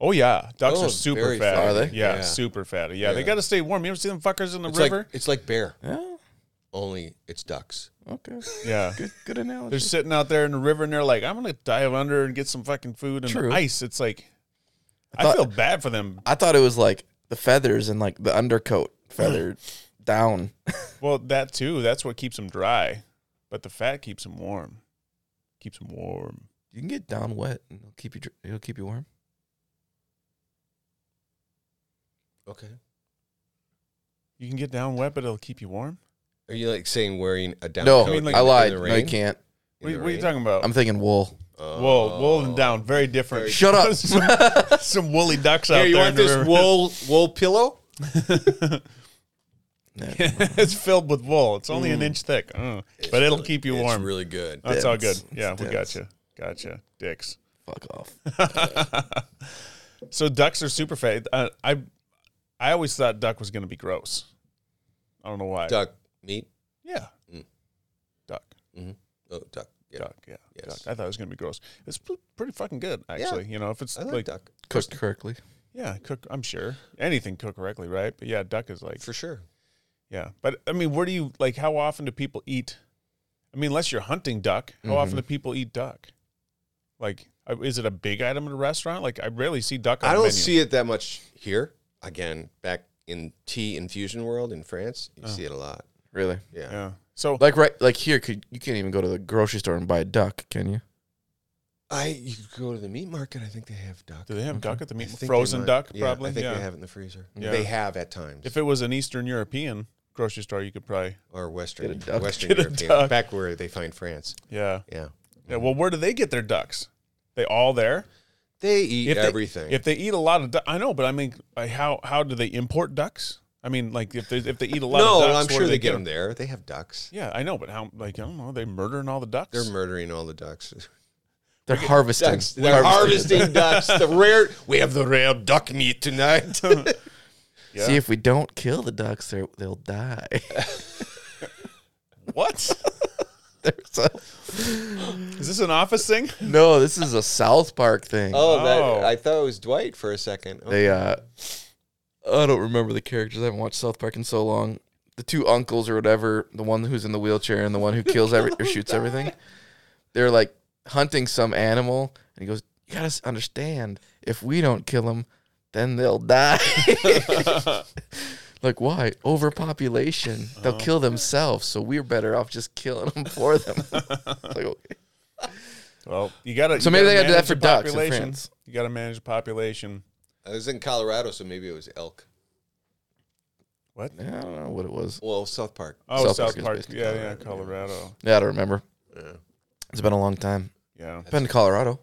[SPEAKER 1] oh yeah, ducks
[SPEAKER 4] Oh,
[SPEAKER 1] are super
[SPEAKER 4] very
[SPEAKER 1] fat.
[SPEAKER 2] fatty. Are they?
[SPEAKER 1] Yeah,
[SPEAKER 4] Yeah.
[SPEAKER 1] super fatty. Yeah, they
[SPEAKER 3] Yeah.
[SPEAKER 1] got to stay warm. You ever see them fuckers in the
[SPEAKER 4] It's
[SPEAKER 1] river?
[SPEAKER 4] like it's like bear.
[SPEAKER 2] Yeah.
[SPEAKER 3] Only it's ducks.
[SPEAKER 2] Okay.
[SPEAKER 1] yeah.
[SPEAKER 2] Good. Good analogy.
[SPEAKER 1] They're sitting out there in the river and they're like, I'm gonna dive under and get some fucking food and
[SPEAKER 2] True.
[SPEAKER 1] ice. It's like I,
[SPEAKER 2] I thought-
[SPEAKER 1] feel bad for them.
[SPEAKER 2] I thought it was like the feathers and like the undercoat feathered down.
[SPEAKER 1] Well, that too. That's what keeps them dry, but the fat keeps them warm. Keeps them warm.
[SPEAKER 2] You can get down wet and it'll keep you. dr- It'll keep you warm.
[SPEAKER 3] Okay.
[SPEAKER 1] You can get down wet, but it'll keep you warm.
[SPEAKER 3] Are you like saying wearing a down?
[SPEAKER 2] no,
[SPEAKER 3] coat
[SPEAKER 1] I mean, like-
[SPEAKER 2] I
[SPEAKER 3] in the
[SPEAKER 2] lied. No, you
[SPEAKER 3] rain?
[SPEAKER 2] can't.
[SPEAKER 1] What,
[SPEAKER 3] In the
[SPEAKER 1] what are you
[SPEAKER 3] rain?
[SPEAKER 1] talking about?
[SPEAKER 2] I'm thinking wool.
[SPEAKER 1] Whoa,
[SPEAKER 3] Oh.
[SPEAKER 1] wool and down, very different.
[SPEAKER 2] Shut up.
[SPEAKER 1] some, some woolly ducks out
[SPEAKER 3] Here, you
[SPEAKER 1] there.
[SPEAKER 3] want
[SPEAKER 1] in the
[SPEAKER 3] this
[SPEAKER 1] river.
[SPEAKER 3] wool wool pillow?
[SPEAKER 2] Yeah.
[SPEAKER 1] it's filled with wool. It's only an inch thick, Uh, but it'll keep you warm.
[SPEAKER 3] It's Mm. really good.
[SPEAKER 1] That's all good.
[SPEAKER 2] dense.
[SPEAKER 1] Yeah,
[SPEAKER 2] It's
[SPEAKER 1] we
[SPEAKER 2] dense.
[SPEAKER 1] gotcha, gotcha. Dicks.
[SPEAKER 2] Fuck off.
[SPEAKER 1] So ducks are super fat. Uh, I I always thought duck was going to be gross. I don't know why.
[SPEAKER 3] Duck meat.
[SPEAKER 1] Yeah.
[SPEAKER 3] Mm.
[SPEAKER 1] Duck.
[SPEAKER 3] Oh, duck. Yeah.
[SPEAKER 1] Duck. Yeah.
[SPEAKER 3] Yes.
[SPEAKER 1] Duck. I thought it was going to be gross. It's pr- pretty fucking good, actually. You know, if it's
[SPEAKER 3] I
[SPEAKER 1] like,
[SPEAKER 3] like, duck
[SPEAKER 2] Cooked correctly.
[SPEAKER 1] yeah, cook. I'm sure anything cooked correctly, right? But yeah, duck is like
[SPEAKER 3] for sure.
[SPEAKER 1] yeah. But I mean, where do you like? How often do people eat? I mean, unless you're hunting duck,
[SPEAKER 3] Mm-hmm.
[SPEAKER 1] how often do people eat duck? Like, uh, is it a big item at a restaurant? Like, I rarely see duck. On
[SPEAKER 3] I
[SPEAKER 1] the
[SPEAKER 3] don't
[SPEAKER 1] menu.
[SPEAKER 3] see it that much here. Again, back in tea infusion world in France,
[SPEAKER 1] Oh.
[SPEAKER 3] you see it a lot.
[SPEAKER 2] Really.
[SPEAKER 3] Yeah.
[SPEAKER 1] Yeah. So
[SPEAKER 2] Like right. Like here, could you can't even go to the grocery store and buy a duck, can you?
[SPEAKER 3] I you could go to the meat market. I think they have duck.
[SPEAKER 1] do they have duck at the
[SPEAKER 3] I
[SPEAKER 1] meat?
[SPEAKER 3] think they
[SPEAKER 1] Frozen
[SPEAKER 3] might.
[SPEAKER 1] duck,
[SPEAKER 3] Yeah,
[SPEAKER 1] probably.
[SPEAKER 3] I think
[SPEAKER 1] yeah.
[SPEAKER 3] they have it in the freezer.
[SPEAKER 1] Yeah.
[SPEAKER 3] They have at times.
[SPEAKER 1] If it was an Eastern European grocery store, you could probably
[SPEAKER 3] or
[SPEAKER 2] Get
[SPEAKER 3] Western,
[SPEAKER 2] a duck.
[SPEAKER 3] Western
[SPEAKER 1] Get a
[SPEAKER 3] European,
[SPEAKER 1] duck.
[SPEAKER 3] back where they find France.
[SPEAKER 1] yeah.
[SPEAKER 3] Yeah,
[SPEAKER 1] Yeah. Well, where do they get their ducks? They all there.
[SPEAKER 3] they eat
[SPEAKER 1] If they-
[SPEAKER 3] everything.
[SPEAKER 1] If they eat a lot of, duck, I know, but I mean, like, how how do they import ducks? I mean, like if they if they eat a lot
[SPEAKER 3] no,
[SPEAKER 1] of ducks,
[SPEAKER 3] I'm
[SPEAKER 1] where do
[SPEAKER 3] sure they, get them
[SPEAKER 1] them?
[SPEAKER 3] there. They have ducks.
[SPEAKER 1] Yeah, I know, but how? Like I don't know, they murdering all the ducks.
[SPEAKER 3] They're murdering all the ducks.
[SPEAKER 2] They're harvesting.
[SPEAKER 3] Ducks. They're harvesting, ducks. The rare. We have the rare duck meat tonight.
[SPEAKER 1] Yeah.
[SPEAKER 2] See, if we don't kill the ducks, they're- they'll die.
[SPEAKER 1] what?
[SPEAKER 2] They're so-
[SPEAKER 1] Is this an office thing?
[SPEAKER 2] no, this is a South Park thing.
[SPEAKER 3] oh,
[SPEAKER 1] Oh.
[SPEAKER 3] that, I thought it was Dwight for a second. Oh,
[SPEAKER 2] They, uh, I don't remember the characters. I haven't watched South Park in so long. The two uncles or whatever, the one who's in the wheelchair and the one who kills every or shoots everything, they're like hunting some animal, and he goes, "You gotta s- understand, if we don't kill them, then they'll die." like why? Overpopulation. They'll kill themselves, so we're better off just killing them for them. It's like, okay.
[SPEAKER 1] Well, you gotta.
[SPEAKER 2] So
[SPEAKER 1] you
[SPEAKER 2] maybe they gotta do
[SPEAKER 1] manage
[SPEAKER 2] that for
[SPEAKER 1] the
[SPEAKER 2] ducks in
[SPEAKER 1] population.
[SPEAKER 2] France.
[SPEAKER 1] You gotta manage the population.
[SPEAKER 3] I was in Colorado, so maybe it was elk.
[SPEAKER 1] What?
[SPEAKER 2] I don't know what it was.
[SPEAKER 3] Well, South Park.
[SPEAKER 1] Oh,
[SPEAKER 2] South Park
[SPEAKER 1] South
[SPEAKER 2] is
[SPEAKER 1] Park.
[SPEAKER 2] based in
[SPEAKER 1] Yeah, yeah, Colorado.
[SPEAKER 2] Yeah, I don't remember. It's been a long time.
[SPEAKER 1] Yeah.
[SPEAKER 2] I've been to Colorado.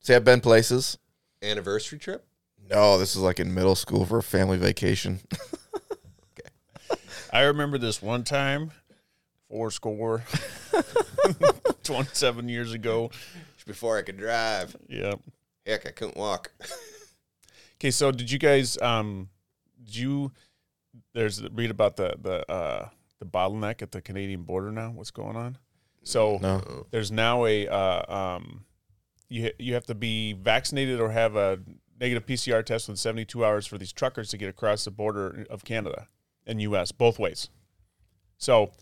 [SPEAKER 2] See, I've been places.
[SPEAKER 3] Anniversary trip.
[SPEAKER 2] No, this is like in middle school for a family vacation.
[SPEAKER 1] I remember this one time, four score, 27 years ago.
[SPEAKER 3] Before I could drive,
[SPEAKER 1] Yeah.
[SPEAKER 3] heck, I couldn't walk.
[SPEAKER 1] Okay, so did you guys, um, did you, there's read about the, the, uh, the bottleneck at the Canadian border now? What's going on? So
[SPEAKER 2] No.
[SPEAKER 1] there's now a, uh, um, you, you have to be vaccinated or have a negative PCR test within 72 hours for these truckers to get across the border of Canada and US, both ways. So,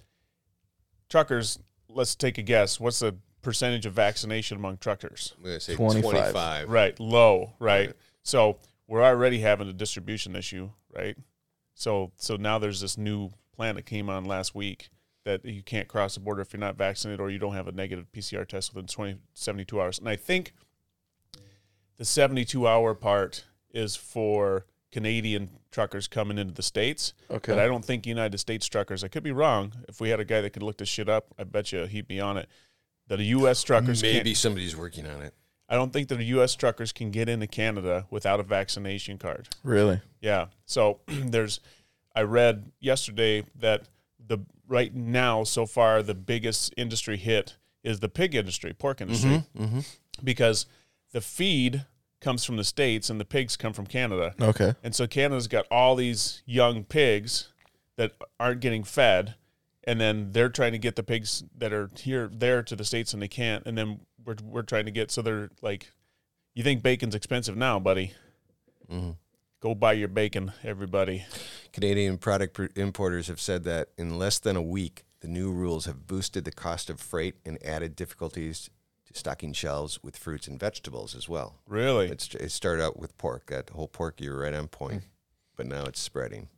[SPEAKER 1] truckers, let's take a guess. What's the percentage of vaccination among truckers?
[SPEAKER 3] I'm gonna say
[SPEAKER 2] 25.
[SPEAKER 3] 25.
[SPEAKER 1] Right, low, right? So, we're already having a distribution issue, right? So, so now there's this new plan that came on last week that you can't cross the border if you're not vaccinated or you don't have a negative PCR test within 20, 72 hours. And I think the 72 hour part is for Canadian truckers coming into the States.
[SPEAKER 2] Okay.
[SPEAKER 1] But I don't think United States truckers, I could be wrong. If we had a guy that could look this shit up, I bet you he'd be on it. That The U.S. truckers can't-
[SPEAKER 4] Maybe somebody's working on it.
[SPEAKER 1] I don't think that the U.S. truckers can get into Canada without a vaccination card.
[SPEAKER 2] Really?
[SPEAKER 1] Yeah. So there's, I read yesterday that the right now so far the biggest industry hit is the pig industry, pork industry, because the feed comes from the states and the pigs come from Canada,
[SPEAKER 2] Okay.
[SPEAKER 1] and so Canada's got all these young pigs that aren't getting fed, and then they're trying to get the pigs that are here there to the states and they can't, and then we're we're trying to get so they're like, you think bacon's expensive now, buddy?
[SPEAKER 2] Mm-hmm.
[SPEAKER 1] Go buy your bacon, everybody.
[SPEAKER 3] Canadian product pr- importers have said that in less than a week, the new rules have boosted the cost of freight and added difficulties to stocking shelves with fruits and vegetables as well.
[SPEAKER 1] Really?
[SPEAKER 3] It's, it started out with pork. That whole pork, you were right on
[SPEAKER 1] Mm.
[SPEAKER 3] point, but now it's spreading.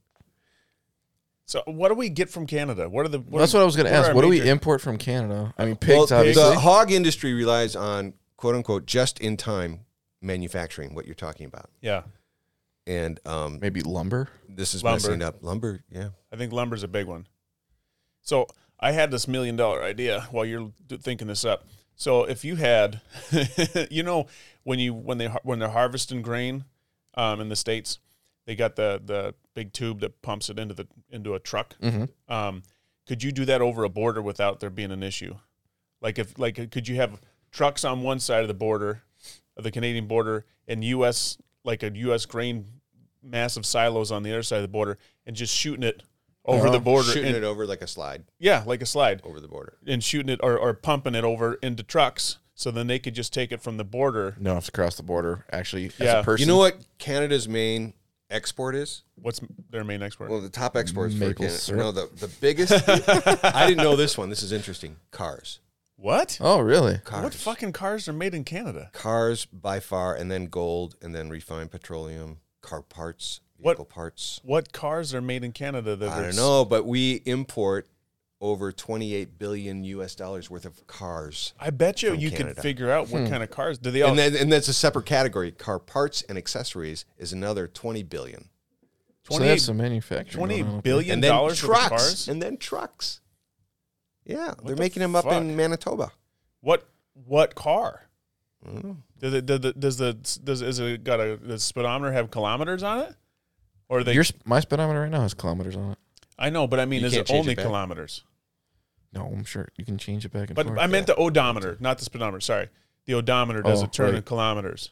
[SPEAKER 1] So, what do we get from Canada? What are the? What
[SPEAKER 2] That's
[SPEAKER 1] are-
[SPEAKER 2] what I was going to
[SPEAKER 1] are
[SPEAKER 2] ask.
[SPEAKER 1] our
[SPEAKER 2] What do we
[SPEAKER 1] major-
[SPEAKER 2] import from Canada? I mean,
[SPEAKER 3] Well,
[SPEAKER 2] pigs, obviously.
[SPEAKER 3] the hog industry relies on quote unquote just in time manufacturing, what you're talking about.
[SPEAKER 1] yeah,
[SPEAKER 3] And um,
[SPEAKER 2] Maybe lumber.
[SPEAKER 3] this is
[SPEAKER 1] Lumber.
[SPEAKER 3] messing up lumber. Yeah.
[SPEAKER 1] I think lumber's a big one. So, I had this million dollar idea while you're d- thinking this up. So, if you had, you know, when you when they har- when they're harvesting grain, um, in the states, they got the the big tube that pumps it into the into a truck.
[SPEAKER 3] Mm-hmm.
[SPEAKER 1] Um, could you do that over a border without there being an issue? Like if like could you have trucks on one side of the border, of the Canadian border, and U.S. like a U.S. grain massive silos on the other side of the border, and just shooting it over the border,
[SPEAKER 3] Uh-huh. Shooting
[SPEAKER 1] and-
[SPEAKER 3] it over like a slide
[SPEAKER 1] yeah, like a slide,
[SPEAKER 3] over the border.
[SPEAKER 1] and shooting it or, or pumping it over into trucks, so then they could just take it from the border.
[SPEAKER 2] No, have to cross the border. Actually, as
[SPEAKER 1] Yeah.
[SPEAKER 2] a person,
[SPEAKER 3] You know what Canada's main export is?
[SPEAKER 1] What's their main export?
[SPEAKER 3] Well, the top exports for
[SPEAKER 2] Maple
[SPEAKER 3] Canada.
[SPEAKER 2] syrup.
[SPEAKER 3] No, the, the biggest. I didn't know this one. This is interesting. Cars.
[SPEAKER 1] what?
[SPEAKER 2] Oh, really?
[SPEAKER 3] Cars.
[SPEAKER 1] What fucking cars are made in Canada?
[SPEAKER 3] Cars by far, and then gold, and then refined petroleum, car parts,
[SPEAKER 1] What-
[SPEAKER 3] vehicle parts.
[SPEAKER 1] What cars are made in Canada? That
[SPEAKER 3] I
[SPEAKER 1] are
[SPEAKER 3] don't
[SPEAKER 1] s-
[SPEAKER 3] know, but we import over 28 billion US dollars worth of cars.
[SPEAKER 1] I bet you
[SPEAKER 3] from
[SPEAKER 1] you could
[SPEAKER 3] Canada. Hmm.
[SPEAKER 1] figure out what kind of cars do they all?
[SPEAKER 3] And then, and that's a separate category. Car parts and accessories is another 20 billion.
[SPEAKER 2] So they have
[SPEAKER 1] 28
[SPEAKER 2] some manufacturing.
[SPEAKER 1] Twenty
[SPEAKER 2] going on up
[SPEAKER 1] billion
[SPEAKER 3] And then
[SPEAKER 1] dollars worth of
[SPEAKER 3] trucks.
[SPEAKER 1] cars.
[SPEAKER 3] And then trucks. Yeah, they're
[SPEAKER 1] the
[SPEAKER 3] making them up
[SPEAKER 1] fuck?
[SPEAKER 3] in Manitoba.
[SPEAKER 1] What what car?
[SPEAKER 3] I don't know.
[SPEAKER 1] Does it, does the does the does is it got a does speedometer have kilometers on it? Or are
[SPEAKER 2] there.
[SPEAKER 1] they?
[SPEAKER 2] Your sp- my speedometer right now has kilometers on it.
[SPEAKER 1] I know, but I mean,
[SPEAKER 3] You
[SPEAKER 1] is
[SPEAKER 3] can't
[SPEAKER 1] it
[SPEAKER 3] change
[SPEAKER 1] only
[SPEAKER 3] it back.
[SPEAKER 1] kilometers?
[SPEAKER 2] No, I'm sure you can change it back and
[SPEAKER 1] But
[SPEAKER 2] forth.
[SPEAKER 1] I meant the odometer, not the speedometer. Sorry, the odometer doesn't
[SPEAKER 2] Oh,
[SPEAKER 1] turn in
[SPEAKER 2] right.
[SPEAKER 1] kilometers.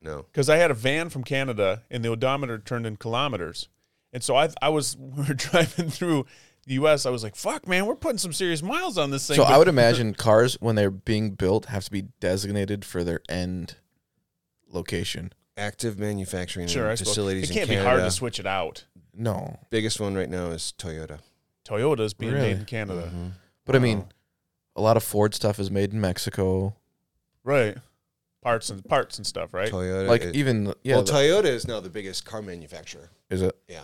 [SPEAKER 3] No.
[SPEAKER 1] because I had a van from Canada and the odometer turned in kilometers. And so I, I was, we were driving through the U.S. I was like, fuck, man, we're putting some serious miles on this thing.
[SPEAKER 2] so
[SPEAKER 1] But
[SPEAKER 2] I would imagine cars when they're being built have to be designated for their end location.
[SPEAKER 3] Active manufacturing
[SPEAKER 1] sure, I suppose.
[SPEAKER 3] facilities
[SPEAKER 1] It can't be
[SPEAKER 3] in Canada.
[SPEAKER 1] hard to switch it out.
[SPEAKER 2] No,
[SPEAKER 3] Biggest one right now is Toyota.
[SPEAKER 1] Toyota's being
[SPEAKER 2] Really? Mm-hmm.
[SPEAKER 1] made in Canada.
[SPEAKER 2] but I
[SPEAKER 3] Uh-huh.
[SPEAKER 2] mean, a lot of Ford stuff is made in Mexico.
[SPEAKER 1] Right. Parts and parts and stuff, right?
[SPEAKER 3] Toyota.
[SPEAKER 2] Like
[SPEAKER 3] is-
[SPEAKER 2] even yeah,
[SPEAKER 3] well,
[SPEAKER 2] the-
[SPEAKER 3] Toyota is now the biggest car manufacturer.
[SPEAKER 2] is it
[SPEAKER 3] Yeah.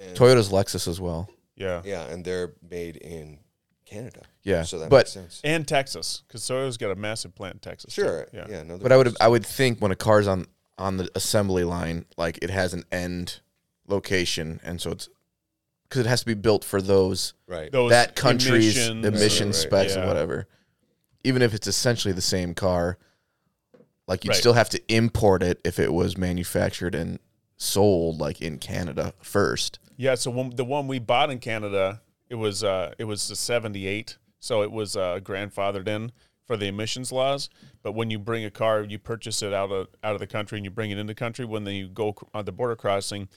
[SPEAKER 3] And-
[SPEAKER 2] Toyota's Lexus as well?
[SPEAKER 1] yeah.
[SPEAKER 3] Yeah, and they're made in Canada.
[SPEAKER 2] Yeah,
[SPEAKER 3] So that
[SPEAKER 2] but
[SPEAKER 3] makes sense.
[SPEAKER 1] And Texas, because Toyota's got a massive plant in Texas. too.
[SPEAKER 3] Sure.
[SPEAKER 1] Yeah.
[SPEAKER 3] Yeah. no,
[SPEAKER 2] But I would I would think when a car's on on the assembly line, like it has an end location, and so it's because it has to be built for those
[SPEAKER 3] right.
[SPEAKER 1] Those
[SPEAKER 2] that country's
[SPEAKER 1] emissions-
[SPEAKER 2] emission
[SPEAKER 3] Right, right,
[SPEAKER 2] specs
[SPEAKER 1] yeah.
[SPEAKER 2] and whatever. Even if it's essentially the same car, like you'd
[SPEAKER 1] Right.
[SPEAKER 2] still have to import it if it was manufactured and sold like in Canada first.
[SPEAKER 1] Yeah, so when, the one we bought in Canada, it was uh, it was the '78, so it was uh, grandfathered in for the emissions laws. But when you bring a car, you purchase it out of out of the country and you bring it into country. When then you go c- on the border crossing,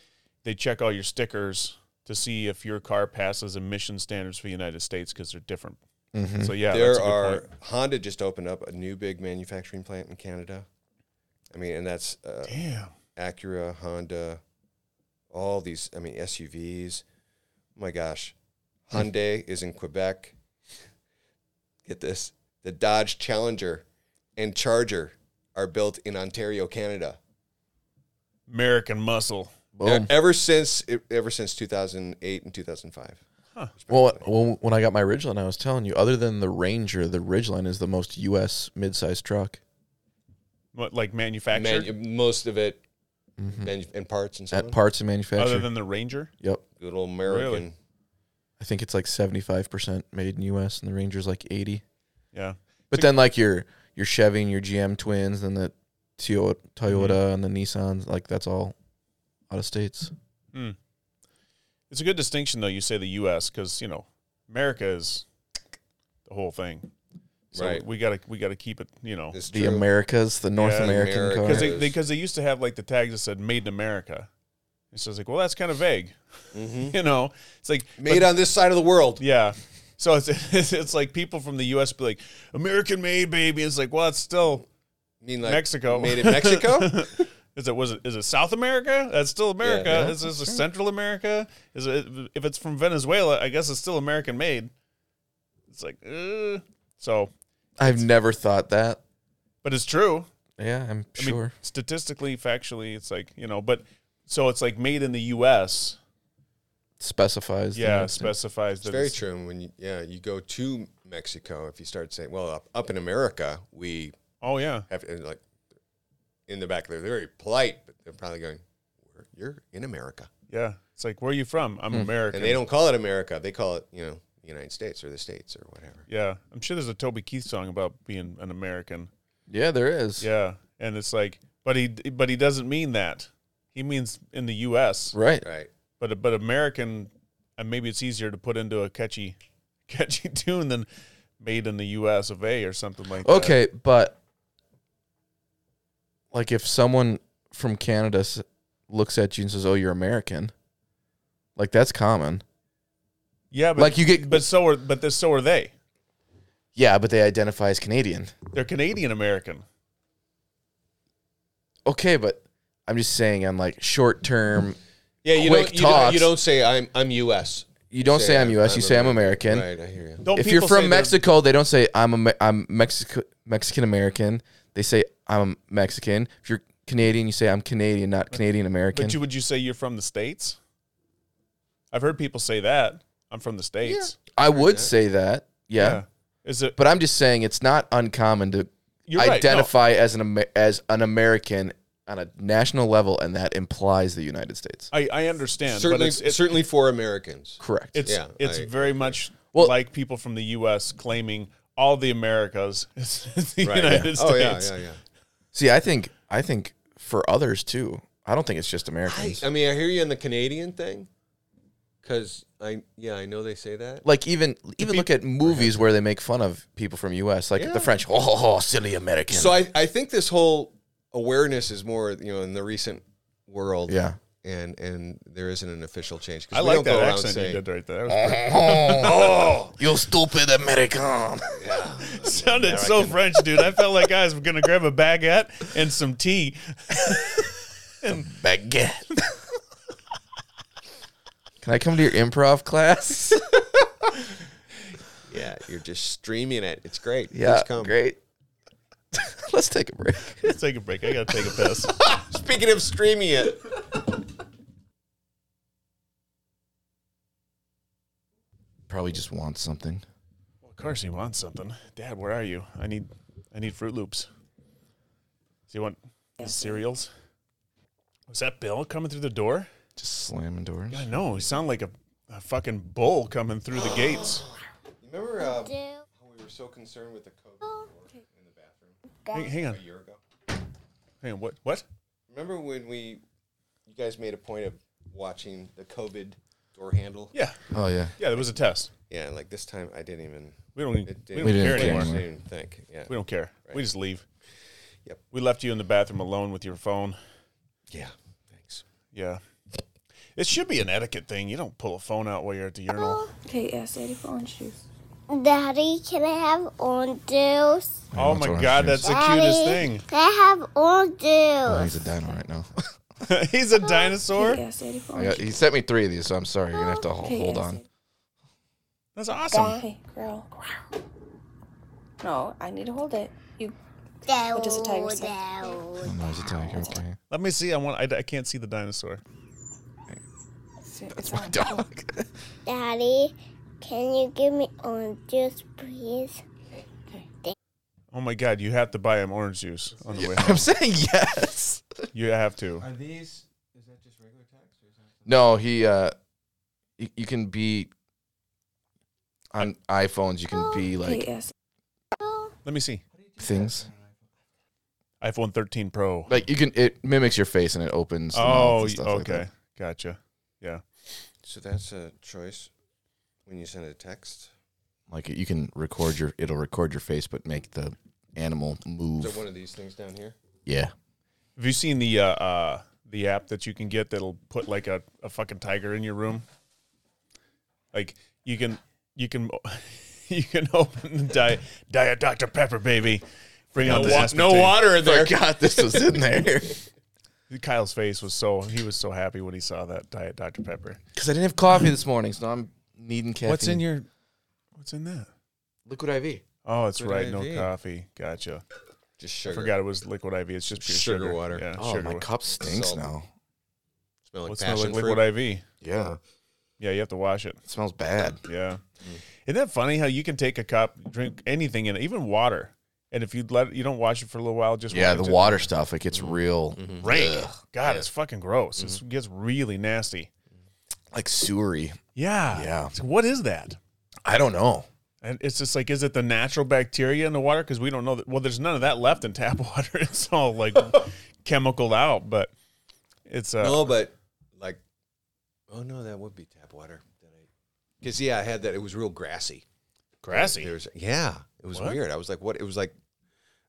[SPEAKER 1] they check all your stickers to see if your car passes emission standards for the United States because they're different. So yeah, that's
[SPEAKER 3] Mm-hmm. there
[SPEAKER 1] a good
[SPEAKER 3] are
[SPEAKER 1] point.
[SPEAKER 3] Honda just opened up a new big manufacturing plant in Canada. I mean, and that's uh,
[SPEAKER 1] damn.
[SPEAKER 3] Acura, Honda, all these. I mean, SUVs. My gosh, Hyundai is in Quebec. Get this: the Dodge Challenger and Charger are built in Ontario, Canada.
[SPEAKER 1] American muscle.
[SPEAKER 3] E-
[SPEAKER 2] Boom.
[SPEAKER 3] Ever since ever since 2008 and 2005.
[SPEAKER 2] Well, well, when I got my Ridgeline, I was telling you, other than the Ranger, the Ridgeline is the most U.S. midsize truck.
[SPEAKER 1] What like manufactured?
[SPEAKER 4] Manu- most of it and, and parts and so
[SPEAKER 2] Hmm. At
[SPEAKER 4] on.
[SPEAKER 2] parts and manufacture.
[SPEAKER 1] other Mm-hmm. than the Ranger,
[SPEAKER 2] yep.
[SPEAKER 4] Good old American.
[SPEAKER 1] Really?
[SPEAKER 2] I think it's like 75% made in U.S. and the Ranger's like 80.
[SPEAKER 1] yeah.
[SPEAKER 2] But then like your your Chevy and your GM Twins and the Toyota, Toyota
[SPEAKER 1] Mm-hmm.
[SPEAKER 2] and the Nissans, like that's all out of states.
[SPEAKER 1] It's a good distinction though. You say the U.S. because you know America is the whole thing. So
[SPEAKER 4] Right.
[SPEAKER 1] We gotta we gotta keep it. You know,
[SPEAKER 4] It's
[SPEAKER 2] The
[SPEAKER 4] true.
[SPEAKER 2] Americas, the North
[SPEAKER 1] Yeah,
[SPEAKER 2] American
[SPEAKER 4] America.
[SPEAKER 2] car.
[SPEAKER 1] because they
[SPEAKER 4] Yes.
[SPEAKER 1] because they, used to have like the tags that said "Made in America." It's just like, well, that's kind of vague.
[SPEAKER 3] Mm-hmm.
[SPEAKER 1] you know, it's like but-
[SPEAKER 4] Made on this side of the world.
[SPEAKER 1] Yeah. So it's, it's it's like people from the U.S. be like American made baby. It's like well, it's still
[SPEAKER 4] I mean, like
[SPEAKER 1] Mexico.
[SPEAKER 4] Made in Mexico.
[SPEAKER 1] is it was it is it South America? That's still America.
[SPEAKER 4] Yeah,
[SPEAKER 1] is this Central America? Is it if it's from Venezuela? I guess it's still American made. It's like uh, so,
[SPEAKER 2] I've never thought that.
[SPEAKER 1] but it's true.
[SPEAKER 2] Yeah, I'm
[SPEAKER 1] I
[SPEAKER 2] sure.
[SPEAKER 1] mean, statistically, factually, it's like you know, but so it's like made in the U.S.
[SPEAKER 2] Specifies. the
[SPEAKER 1] Yeah,
[SPEAKER 2] United States.
[SPEAKER 1] specifies
[SPEAKER 3] It's
[SPEAKER 1] that
[SPEAKER 3] very
[SPEAKER 1] it's-
[SPEAKER 3] true. And when you, yeah, you go to Mexico, if you start saying, well, up, up in America, we
[SPEAKER 1] Oh yeah,
[SPEAKER 3] have and like in the back there, they're very polite, but they're probably going, "Where- you're in America.
[SPEAKER 1] yeah. It's like where are you from? I'm American.
[SPEAKER 3] And they don't call it America. They call it, you know, the United States or the States or whatever.
[SPEAKER 1] yeah, I'm sure there's a Toby Keith song about being an American.
[SPEAKER 2] Yeah, there is.
[SPEAKER 1] Yeah, and it's like, but he but he doesn't mean that. He means in the U.S.
[SPEAKER 2] Right.
[SPEAKER 3] Right.
[SPEAKER 1] But but American, and maybe it's easier to put into a catchy catchy tune than made in the U.S. of A. or something like that.
[SPEAKER 2] Okay, but like if someone from Canada s- looks at you and says, "Oh, you're American," like that's common.
[SPEAKER 1] Yeah, but
[SPEAKER 2] like you get,
[SPEAKER 1] but so are but this so are they.
[SPEAKER 2] yeah, but they identify as Canadian.
[SPEAKER 1] They're Canadian American.
[SPEAKER 2] Okay, but I'm just saying, on like short term,
[SPEAKER 4] Yeah, you
[SPEAKER 2] Quick
[SPEAKER 4] don't, you, don't,
[SPEAKER 2] talks.
[SPEAKER 4] you don't say I'm I'm U.S.
[SPEAKER 2] you don't say, I'm U.S., you say I'm American.
[SPEAKER 3] Right, I hear you.
[SPEAKER 1] Don't
[SPEAKER 2] If you're
[SPEAKER 1] people say
[SPEAKER 2] from
[SPEAKER 1] they're-
[SPEAKER 2] Mexico, they don't say I'm a Me- I'm Mexico Mexican American. They say I'm Mexican. If you're Canadian, you say I'm Canadian, not Canadian American.
[SPEAKER 1] But you, would you say you're from the states? I've heard people say that I'm from the states.
[SPEAKER 2] I would say that, yeah.
[SPEAKER 1] Is it?
[SPEAKER 2] But I'm just saying it's not uncommon to
[SPEAKER 1] You're right, no.
[SPEAKER 2] identify as an Amer- as an American on a national level, and that implies the United States.
[SPEAKER 1] I, I understand. but
[SPEAKER 4] Certainly,
[SPEAKER 1] it's, it's,
[SPEAKER 4] certainly for Americans.
[SPEAKER 2] Correct.
[SPEAKER 1] It's
[SPEAKER 3] Yeah,
[SPEAKER 1] it's
[SPEAKER 3] I-
[SPEAKER 1] very much
[SPEAKER 2] Well-
[SPEAKER 1] like people from the U.S. claiming all the Americas is the United
[SPEAKER 3] Oh, yeah,
[SPEAKER 1] States.
[SPEAKER 3] yeah, yeah.
[SPEAKER 2] See, I think I think for others too. I don't think it's just
[SPEAKER 3] I, uh,
[SPEAKER 2] Americans.
[SPEAKER 3] I mean, I hear you on the Canadian thing, because I yeah, I know they say that.
[SPEAKER 2] like even even look at movies where they make fun of people from U.S. Like the French, oh, oh, oh, silly American.
[SPEAKER 3] So I I think this whole awareness is more you know in the recent world.
[SPEAKER 2] yeah,
[SPEAKER 3] And and there isn't an official change. 'cause
[SPEAKER 1] I
[SPEAKER 3] we
[SPEAKER 1] like
[SPEAKER 3] don't go
[SPEAKER 1] that
[SPEAKER 3] around
[SPEAKER 1] accent
[SPEAKER 3] saying-
[SPEAKER 1] you did right there. That was pretty-
[SPEAKER 2] Oh, you stupid American.
[SPEAKER 1] sounded so French, dude. I felt like I was gonna grab a baguette and some tea.
[SPEAKER 2] Baguette. Can I come to your improv class?
[SPEAKER 3] Yeah, you're just streaming it. It's great.
[SPEAKER 2] yeah,
[SPEAKER 3] Please come.
[SPEAKER 2] great. Let's take a break.
[SPEAKER 1] Let's take a break. I gotta take a piss.
[SPEAKER 3] Speaking of streaming it,
[SPEAKER 2] Probably just wants something.
[SPEAKER 1] of course, he wants something. Dad, where are you? I need I need Fruit Loops. Do you want cereals? Was that Bill coming through the door?
[SPEAKER 2] Just slamming doors.
[SPEAKER 1] I know. He sounded like a, a fucking bull coming through the gates.
[SPEAKER 3] remember uh,
[SPEAKER 5] do
[SPEAKER 3] how we were so concerned with the COVID in the bathroom
[SPEAKER 1] Hang, hang on.
[SPEAKER 3] a year ago?
[SPEAKER 1] Hang on. What? What?
[SPEAKER 3] Remember when we you guys made a point of watching the COVID door handle?
[SPEAKER 1] Yeah.
[SPEAKER 2] Oh yeah.
[SPEAKER 1] Yeah, there was a test.
[SPEAKER 3] Yeah, like this time I didn't even
[SPEAKER 1] We don't, we
[SPEAKER 3] it
[SPEAKER 1] don't
[SPEAKER 3] didn't,
[SPEAKER 2] We
[SPEAKER 1] care
[SPEAKER 2] didn't
[SPEAKER 1] anymore.
[SPEAKER 2] care.
[SPEAKER 3] I didn't even think. Yeah.
[SPEAKER 1] We don't care. We just leave.
[SPEAKER 3] Yep.
[SPEAKER 1] We left you in the bathroom alone with your phone.
[SPEAKER 3] Yeah. Thanks.
[SPEAKER 1] Yeah. It should be an etiquette thing. You don't pull a phone out while you're at the urinal.
[SPEAKER 6] Okay, yeah, Sadie, for orange juice.
[SPEAKER 5] Daddy, can I have orange juice?
[SPEAKER 1] Oh
[SPEAKER 2] that's
[SPEAKER 1] my
[SPEAKER 2] what
[SPEAKER 1] god,
[SPEAKER 2] I'm
[SPEAKER 1] that's the
[SPEAKER 5] Daddy,
[SPEAKER 1] cutest thing.
[SPEAKER 5] Can I have orange
[SPEAKER 2] Oh,
[SPEAKER 5] juice?
[SPEAKER 2] he's a dino right now.
[SPEAKER 1] He's a dinosaur.
[SPEAKER 6] Okay, yeah, Sadie, for
[SPEAKER 2] I
[SPEAKER 6] orange
[SPEAKER 2] got, he sent me three of these, so I'm sorry. You're gonna have to ho-
[SPEAKER 6] Okay,
[SPEAKER 2] hold
[SPEAKER 6] yeah,
[SPEAKER 2] on.
[SPEAKER 6] Sadie.
[SPEAKER 1] That's awesome.
[SPEAKER 6] Hey, girl. No, I need to hold it. You.
[SPEAKER 5] What
[SPEAKER 6] does a tiger say?
[SPEAKER 2] Oh, no, he's a tiger. Okay.
[SPEAKER 1] Let me see. I want. I, I can't see the dinosaur.
[SPEAKER 6] It's, it's my
[SPEAKER 2] Dog.
[SPEAKER 5] Daddy, can you give me orange juice, please?
[SPEAKER 1] Oh my God, you have to buy him orange juice on the way
[SPEAKER 2] I'm
[SPEAKER 1] home.
[SPEAKER 2] saying yes.
[SPEAKER 1] You have to.
[SPEAKER 7] Are these? Is that just regular text? Or is that
[SPEAKER 2] No, he. uh You, you can be on iPhones. You can be like
[SPEAKER 6] yes.
[SPEAKER 1] Let me see.
[SPEAKER 2] things.
[SPEAKER 1] iPhone 13 Pro.
[SPEAKER 2] Like you can. It mimics your face and it opens. the mouth
[SPEAKER 1] Oh,
[SPEAKER 2] and
[SPEAKER 1] y-
[SPEAKER 2] stuff like
[SPEAKER 1] okay.
[SPEAKER 2] that.
[SPEAKER 1] gotcha. Yeah.
[SPEAKER 3] So that's a choice when you send a text.
[SPEAKER 2] Like you can record your. It'll record your face, but make the animal move.
[SPEAKER 3] Is that one of these things down here?
[SPEAKER 2] yeah.
[SPEAKER 1] Have you seen the uh, uh the app that you can get that'll put like a, a fucking tiger in your room? Like you can you can you can open the diet diet Dr Pepper baby. Bring out
[SPEAKER 2] No
[SPEAKER 1] the
[SPEAKER 2] wa-
[SPEAKER 1] aspartame.
[SPEAKER 2] no water
[SPEAKER 1] in
[SPEAKER 2] God, this was in there.
[SPEAKER 1] Kyle's face was so he was so happy when he saw that diet Dr Pepper.
[SPEAKER 2] Because I didn't have coffee this morning, so I'm needing caffeine.
[SPEAKER 1] What's in your What's in that?
[SPEAKER 2] liquid IV?
[SPEAKER 1] Oh, it's
[SPEAKER 3] Liquid
[SPEAKER 1] right.
[SPEAKER 3] IV.
[SPEAKER 1] No coffee. Gotcha.
[SPEAKER 3] Just sugar.
[SPEAKER 1] I forgot it was liquid IV. It's just pure
[SPEAKER 3] Sugar
[SPEAKER 1] sugar,
[SPEAKER 3] water.
[SPEAKER 1] Yeah,
[SPEAKER 2] Oh,
[SPEAKER 1] sugar
[SPEAKER 2] my
[SPEAKER 1] water.
[SPEAKER 2] cup stinks
[SPEAKER 3] Salt.
[SPEAKER 2] now.
[SPEAKER 3] Smell like
[SPEAKER 1] What's not
[SPEAKER 3] passion
[SPEAKER 1] like
[SPEAKER 3] fruit.
[SPEAKER 1] liquid IV?
[SPEAKER 2] Yeah,
[SPEAKER 1] Yeah, you have to wash it.
[SPEAKER 2] it smells bad.
[SPEAKER 1] Yeah.
[SPEAKER 2] Mm.
[SPEAKER 1] Isn't that funny how you can take a cup, drink anything in it, even water, and if you let you don't wash it for a little while, just
[SPEAKER 2] Yeah,
[SPEAKER 1] wet
[SPEAKER 2] the
[SPEAKER 1] it- Mm-hmm.
[SPEAKER 2] water stuff it gets real
[SPEAKER 1] rank. God, it's fucking gross. It's
[SPEAKER 2] Mm.
[SPEAKER 1] It gets really nasty.
[SPEAKER 2] like sewery.
[SPEAKER 1] Yeah.
[SPEAKER 2] Yeah.
[SPEAKER 1] So what is that?
[SPEAKER 2] I don't know.
[SPEAKER 1] And it's just like, is it the natural bacteria in the water? Because we don't know that. Well, there's none of that left in tap water. It's all like chemicaled out, but it's uh,
[SPEAKER 3] No, but like, oh no, that would be tap water. Because yeah, I had that. It was real grassy.
[SPEAKER 1] grassy.
[SPEAKER 3] There was- yeah, it was
[SPEAKER 1] What?
[SPEAKER 3] weird. I was like, what? It was like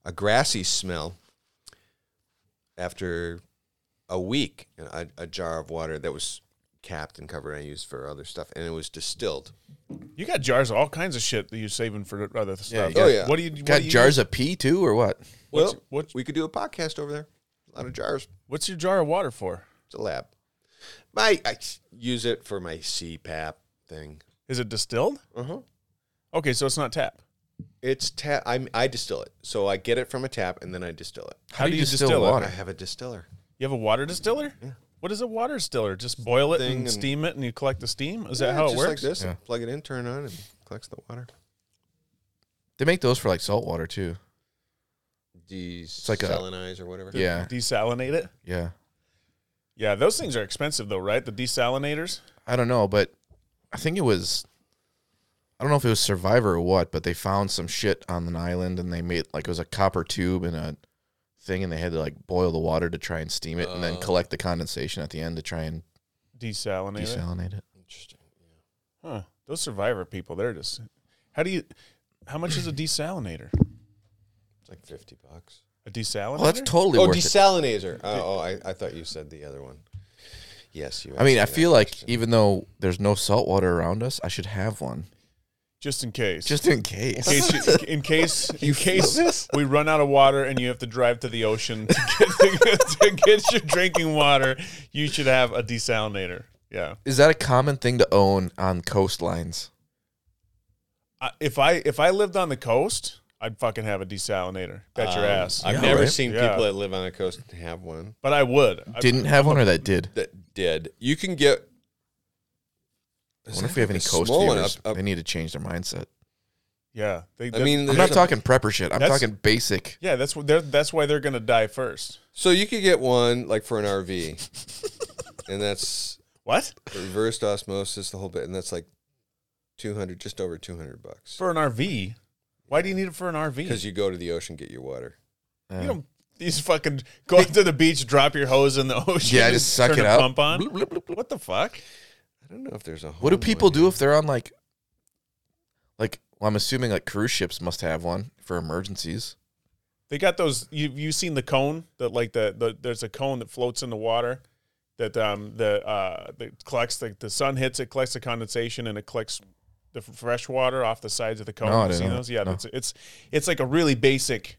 [SPEAKER 3] a grassy smell. After a week, and a, a jar of water that was capped and covered, and I used for other stuff, and it was distilled.
[SPEAKER 1] You got jars of all kinds of shit that you're saving for other stuff.
[SPEAKER 2] Yeah, you
[SPEAKER 3] got- Oh, yeah.
[SPEAKER 1] What do you what
[SPEAKER 2] Got
[SPEAKER 1] do you-
[SPEAKER 2] jars of pee too, or what?
[SPEAKER 1] What's,
[SPEAKER 3] well,
[SPEAKER 1] what's,
[SPEAKER 3] we could do a podcast over there. A lot of jars.
[SPEAKER 1] what's your jar of water for?
[SPEAKER 3] It's a lab. My, I use it for my CPAP thing.
[SPEAKER 1] Is it distilled?
[SPEAKER 3] Uh
[SPEAKER 2] Uh-huh.
[SPEAKER 3] huh.
[SPEAKER 1] Okay, so it's not tap.
[SPEAKER 3] It's tap. I I distill it, so I get it from a tap and then I distill it.
[SPEAKER 1] How, do you distill, it?
[SPEAKER 3] I have a distiller.
[SPEAKER 1] You have a water distiller? Yeah. What is a water distiller? Just boil it
[SPEAKER 3] Thing
[SPEAKER 1] and
[SPEAKER 3] and-
[SPEAKER 1] steam it and you collect the steam? Is that
[SPEAKER 3] Yeah,
[SPEAKER 1] how it
[SPEAKER 3] just
[SPEAKER 1] works?
[SPEAKER 3] Like this,
[SPEAKER 2] Yeah.
[SPEAKER 3] plug it in, turn it on, and it collects the water.
[SPEAKER 2] They make those for like salt water too.
[SPEAKER 3] Desalinize
[SPEAKER 2] like a-
[SPEAKER 3] or whatever.
[SPEAKER 2] Yeah,
[SPEAKER 1] Desalinate it?
[SPEAKER 2] yeah.
[SPEAKER 1] Yeah, those things are expensive though, right? The desalinators?
[SPEAKER 2] I don't know, but I think it was. I don't know if it was Survivor or what, but they found some shit on an island and they made like it was a copper tube and a thing, and they had to like boil the water to try and steam it, and then collect the condensation at the end to try and
[SPEAKER 1] Desalinate. it?
[SPEAKER 2] desalinate it.
[SPEAKER 3] Interesting.
[SPEAKER 1] Huh. Those survivor people, they're just How do you how much is a desalinator?
[SPEAKER 3] It's like fifty bucks.
[SPEAKER 1] A desalinator?
[SPEAKER 2] Well, that's totally
[SPEAKER 3] Oh,
[SPEAKER 2] worth it.
[SPEAKER 3] desalinator. Oh, oh, I, I thought you said the other one. Yes, you.
[SPEAKER 2] I mean, I
[SPEAKER 3] asked me
[SPEAKER 2] feel
[SPEAKER 3] that
[SPEAKER 2] like
[SPEAKER 3] question.
[SPEAKER 2] even though there's no salt water around us, I should have one
[SPEAKER 1] just in case.
[SPEAKER 2] just in case.
[SPEAKER 1] in case, you, in case, in case we run out of water and you have to drive to the ocean to get, to get your drinking water, you should have a desalinator. Yeah.
[SPEAKER 2] Is that a common thing to own on coastlines?
[SPEAKER 1] I, if I if I lived on the coast, I'd fucking have a desalinator. Bet your
[SPEAKER 3] Um,
[SPEAKER 1] ass.
[SPEAKER 3] I've
[SPEAKER 2] Yeah,
[SPEAKER 3] never
[SPEAKER 2] right?
[SPEAKER 3] seen
[SPEAKER 1] Yeah.
[SPEAKER 3] people that live on a coast have one
[SPEAKER 1] but I would. I-
[SPEAKER 2] Didn't have one or that did?
[SPEAKER 3] that did. You can get.
[SPEAKER 2] I wonder if we have any
[SPEAKER 3] A
[SPEAKER 2] coast
[SPEAKER 3] small one
[SPEAKER 2] viewers.
[SPEAKER 3] up- up-
[SPEAKER 2] They need to change their mindset.
[SPEAKER 1] yeah. They,
[SPEAKER 3] I
[SPEAKER 1] that-
[SPEAKER 3] mean,
[SPEAKER 2] I'm
[SPEAKER 3] there's
[SPEAKER 2] not
[SPEAKER 3] a-
[SPEAKER 2] talking prepper shit. I'm
[SPEAKER 1] That's-
[SPEAKER 2] talking basic.
[SPEAKER 1] yeah. That's what they're. That's why they're gonna die first.
[SPEAKER 3] So you could get one like for an RV, and that's
[SPEAKER 1] What
[SPEAKER 3] reversed osmosis, the whole bit, and that's like two hundred, just over two hundred bucks.
[SPEAKER 1] for an RV? Why do you need it for an RV?
[SPEAKER 3] Because you go to the ocean, get your water.
[SPEAKER 2] Uh,
[SPEAKER 1] you don't. You just fucking go out to the beach, drop your hose in the ocean.
[SPEAKER 2] yeah,
[SPEAKER 1] and
[SPEAKER 2] just suck
[SPEAKER 1] turn
[SPEAKER 2] it
[SPEAKER 1] a
[SPEAKER 2] up.
[SPEAKER 1] Pump on. Oh,
[SPEAKER 2] Bloop, bloop, bloop, bloop.
[SPEAKER 1] What the fuck?
[SPEAKER 3] I don't know if there's a.
[SPEAKER 2] What do
[SPEAKER 3] home
[SPEAKER 2] people
[SPEAKER 3] one
[SPEAKER 2] do if they're on like, like? Well, I'm assuming like cruise ships must have one for emergencies.
[SPEAKER 1] They got those. You you seen the cone that like the, the there's a cone that floats in the water that um the uh that collects the, the sun hits it collects the condensation and it collects the f- fresh water off the sides of the cone.
[SPEAKER 2] No, I
[SPEAKER 1] You
[SPEAKER 2] didn't
[SPEAKER 1] seen
[SPEAKER 2] know
[SPEAKER 1] those?
[SPEAKER 2] that.
[SPEAKER 1] Yeah,
[SPEAKER 2] No.
[SPEAKER 1] that's it's it's like a really basic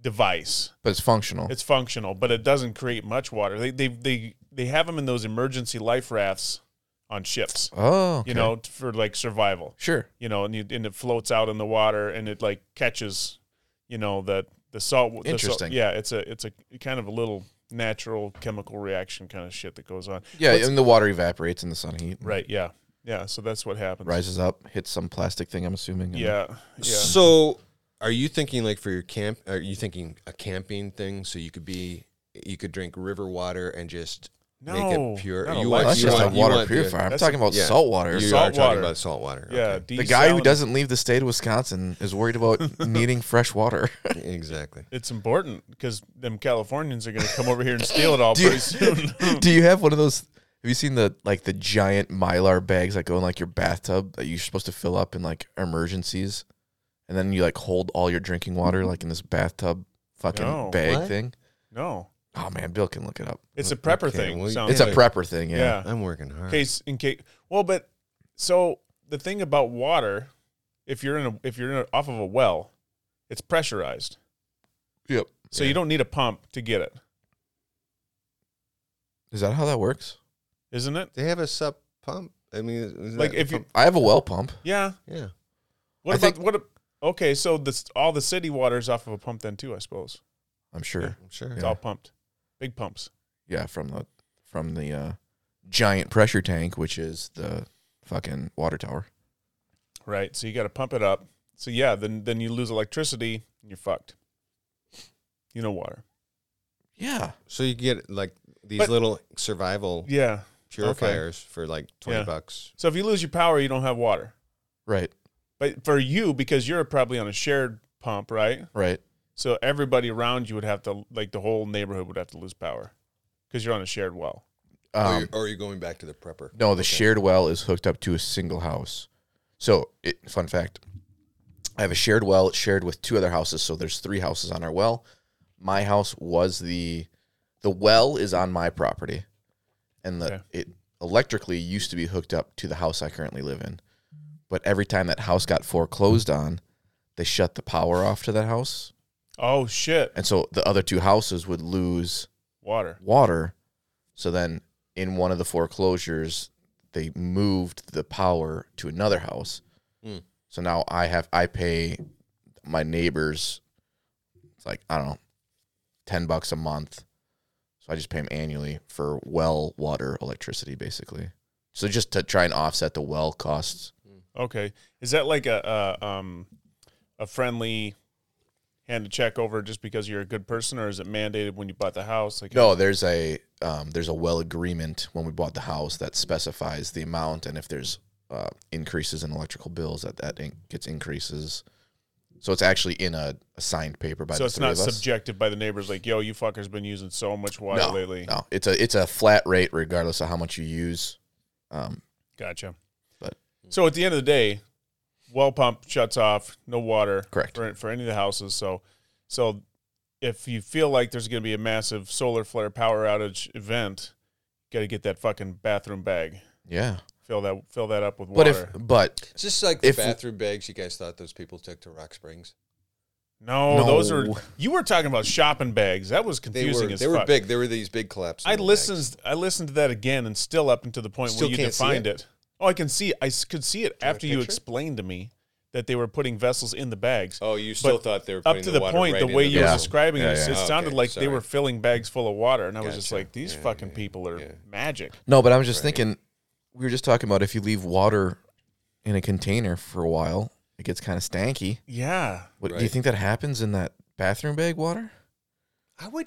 [SPEAKER 1] device.
[SPEAKER 2] But it's functional.
[SPEAKER 1] It's functional, but it doesn't create much water. They they they they have them in those emergency life rafts on ships.
[SPEAKER 2] oh, okay.
[SPEAKER 1] You know, t- for like survival
[SPEAKER 2] sure.
[SPEAKER 1] you know, and, you, and it floats out in the water and it like catches, you know, the the salt. The salt-
[SPEAKER 2] Interesting.
[SPEAKER 1] yeah, it's a it's a kind of a little natural chemical reaction kind of shit that goes on.
[SPEAKER 2] Yeah,
[SPEAKER 1] What's-
[SPEAKER 2] and the water evaporates in the sun heat.
[SPEAKER 1] Right. Yeah. Yeah. So that's what happens.
[SPEAKER 2] Rises up, hits some plastic thing. I'm assuming. and-
[SPEAKER 1] Yeah. Yeah.
[SPEAKER 3] So, are you thinking like for your camp? Are you thinking a camping thing so you could be you could drink river water and just make
[SPEAKER 1] No,
[SPEAKER 3] it pure?
[SPEAKER 1] not a
[SPEAKER 3] You
[SPEAKER 1] lot.
[SPEAKER 2] Well,
[SPEAKER 3] want,
[SPEAKER 2] Oh, that's
[SPEAKER 3] you
[SPEAKER 2] just
[SPEAKER 3] want,
[SPEAKER 2] a
[SPEAKER 3] you
[SPEAKER 2] water
[SPEAKER 3] want the-
[SPEAKER 2] purifier. I'm
[SPEAKER 1] that's
[SPEAKER 2] talking
[SPEAKER 1] a-
[SPEAKER 2] about
[SPEAKER 3] yeah.
[SPEAKER 2] salt water.
[SPEAKER 3] You
[SPEAKER 1] Salt
[SPEAKER 3] are
[SPEAKER 1] water.
[SPEAKER 3] talking about salt water.
[SPEAKER 1] yeah.
[SPEAKER 3] okay.
[SPEAKER 2] The guy who
[SPEAKER 1] desalinate-
[SPEAKER 2] doesn't leave the state of Wisconsin is worried about needing fresh water.
[SPEAKER 3] exactly.
[SPEAKER 1] It's important because them Californians are going to come over here and steal it all
[SPEAKER 2] Do you-
[SPEAKER 1] pretty soon.
[SPEAKER 2] Do you have one of those? Have you seen the like the giant mylar bags that go in like your bathtub that you're supposed to fill up in like emergencies, and then you like hold all your drinking water like in this bathtub fucking
[SPEAKER 1] Mm-hmm. No.
[SPEAKER 2] bag
[SPEAKER 3] What?
[SPEAKER 2] thing?
[SPEAKER 1] no,
[SPEAKER 2] Oh man, Bill can look it up.
[SPEAKER 1] it's a prepper
[SPEAKER 3] Okay,
[SPEAKER 1] thing.
[SPEAKER 3] well,
[SPEAKER 1] sounds
[SPEAKER 2] Uh, It's a
[SPEAKER 1] like.
[SPEAKER 2] prepper thing. Yeah.
[SPEAKER 1] Yeah.
[SPEAKER 3] I'm working hard.
[SPEAKER 1] Case in case. Well, but so the thing about water, if you're in a if you're in a, off of a well, it's pressurized,
[SPEAKER 2] Yep.
[SPEAKER 1] so you don't need a pump to get it,
[SPEAKER 2] Is that how that works?
[SPEAKER 1] isn't it?
[SPEAKER 3] They have a sub pump. I mean, is
[SPEAKER 1] Like
[SPEAKER 3] that
[SPEAKER 1] if you-
[SPEAKER 3] pump-
[SPEAKER 2] I have a well pump.
[SPEAKER 1] Yeah.
[SPEAKER 3] yeah.
[SPEAKER 1] What
[SPEAKER 2] I
[SPEAKER 1] about
[SPEAKER 2] think-
[SPEAKER 1] what? a- okay, so this all the city water is off of a pump then too, I suppose.
[SPEAKER 2] I'm sure. Yeah,
[SPEAKER 3] I'm sure.
[SPEAKER 1] It's all pumped, big pumps.
[SPEAKER 2] from the from the uh, giant pressure tank, which is the fucking water tower.
[SPEAKER 1] Right. So you got to pump it up. So yeah, then then you lose electricity and you're fucked. You know water.
[SPEAKER 2] Yeah.
[SPEAKER 3] So you get like these
[SPEAKER 1] But-
[SPEAKER 3] little survival
[SPEAKER 1] Yeah.
[SPEAKER 3] purifiers for like twenty
[SPEAKER 1] Yeah.
[SPEAKER 3] bucks.
[SPEAKER 1] So if you lose your power, you don't have water.
[SPEAKER 2] Right.
[SPEAKER 1] But for you, because you're probably on a shared pump, right?
[SPEAKER 2] Right.
[SPEAKER 1] So everybody around you would have to, like, the whole neighborhood would have to lose power because you're on a shared well.
[SPEAKER 3] Oh,
[SPEAKER 2] Um,
[SPEAKER 4] or, are you going back to the prepper?
[SPEAKER 2] No, the shared well is hooked up to a single house. So, it, fun fact I have a shared well. It's shared with two other houses. So, there's three houses on our well. My house was the, the well is on my property. And the,
[SPEAKER 1] Okay.
[SPEAKER 2] it electrically used to be hooked up to the house I currently live in. But every time that house got foreclosed on, they shut the power off to that house.
[SPEAKER 1] Oh, shit.
[SPEAKER 2] And so the other two houses would lose
[SPEAKER 1] Water.
[SPEAKER 2] water. So then in one of the foreclosures, they moved the power to another house.
[SPEAKER 4] Hmm.
[SPEAKER 2] So now I have I pay my neighbors it's like I don't know, ten bucks a month. So I just pay them annually for well water electricity basically. So just to try and offset the well costs.
[SPEAKER 1] Okay. Is that like a, a, um, a friendly hand to check over just because you're a good person or is it mandated when you bought the house? Like,
[SPEAKER 2] No, there's a um, there's a well agreement when we bought the house that specifies the amount and if there's uh, increases in electrical bills that that in- gets increases. So it's actually in a, a signed paper by
[SPEAKER 1] so
[SPEAKER 2] the
[SPEAKER 1] it's
[SPEAKER 2] three
[SPEAKER 1] not
[SPEAKER 2] of us.
[SPEAKER 1] subjective by the neighbors, like, yo, you fuckers been using so much water
[SPEAKER 2] no,
[SPEAKER 1] lately.
[SPEAKER 2] no, it's a it's a flat rate regardless of how much you use. Um,
[SPEAKER 1] Gotcha.
[SPEAKER 2] But-
[SPEAKER 1] so at the end of the day, well pump shuts off, no water
[SPEAKER 2] Correct.
[SPEAKER 1] for, for any of the houses. So, so if you feel like there's going to be a massive solar flare power outage event, got to get that fucking bathroom bag,
[SPEAKER 2] yeah,
[SPEAKER 1] fill that fill that up with
[SPEAKER 2] but
[SPEAKER 1] water.
[SPEAKER 2] if but
[SPEAKER 4] Is this like the
[SPEAKER 2] If-
[SPEAKER 4] bathroom bags you guys thought those people took to Rock Springs?
[SPEAKER 1] no,
[SPEAKER 2] No.
[SPEAKER 1] those are you were talking about shopping bags. That was
[SPEAKER 4] They
[SPEAKER 1] confusing
[SPEAKER 4] were
[SPEAKER 1] as
[SPEAKER 4] they were
[SPEAKER 1] fuck.
[SPEAKER 4] big. They were these big collapsible.
[SPEAKER 1] I
[SPEAKER 4] bags.
[SPEAKER 1] listened. I listened to that again, and still up until the point
[SPEAKER 4] Still
[SPEAKER 1] where you
[SPEAKER 4] can't see
[SPEAKER 1] defined
[SPEAKER 4] it?
[SPEAKER 1] it. Oh, I can see. I s- could see it
[SPEAKER 4] you want a
[SPEAKER 1] after you
[SPEAKER 4] picture?
[SPEAKER 1] explained to me that they were putting vessels in the bags.
[SPEAKER 4] Oh, you still
[SPEAKER 1] But
[SPEAKER 4] thought they were
[SPEAKER 1] up
[SPEAKER 4] putting
[SPEAKER 1] to the,
[SPEAKER 4] water
[SPEAKER 1] point
[SPEAKER 4] right
[SPEAKER 1] the
[SPEAKER 4] in
[SPEAKER 1] way you were
[SPEAKER 2] Yeah.
[SPEAKER 1] describing
[SPEAKER 2] Yeah,
[SPEAKER 1] it,
[SPEAKER 2] yeah.
[SPEAKER 1] it sounded
[SPEAKER 4] Okay,
[SPEAKER 1] like
[SPEAKER 4] sorry.
[SPEAKER 1] they were filling bags full of water, and I was just
[SPEAKER 4] Gotcha.
[SPEAKER 1] like, "These
[SPEAKER 4] Yeah,
[SPEAKER 1] fucking
[SPEAKER 4] yeah,
[SPEAKER 1] people are
[SPEAKER 4] yeah.
[SPEAKER 1] magic."
[SPEAKER 2] no, but I was just
[SPEAKER 4] Right.
[SPEAKER 2] thinking we were just talking about if you leave water in a container for a while, it gets kind of stanky.
[SPEAKER 1] Yeah,
[SPEAKER 2] What do you
[SPEAKER 4] Right.
[SPEAKER 2] think that happens in that bathroom bag water?
[SPEAKER 4] I would.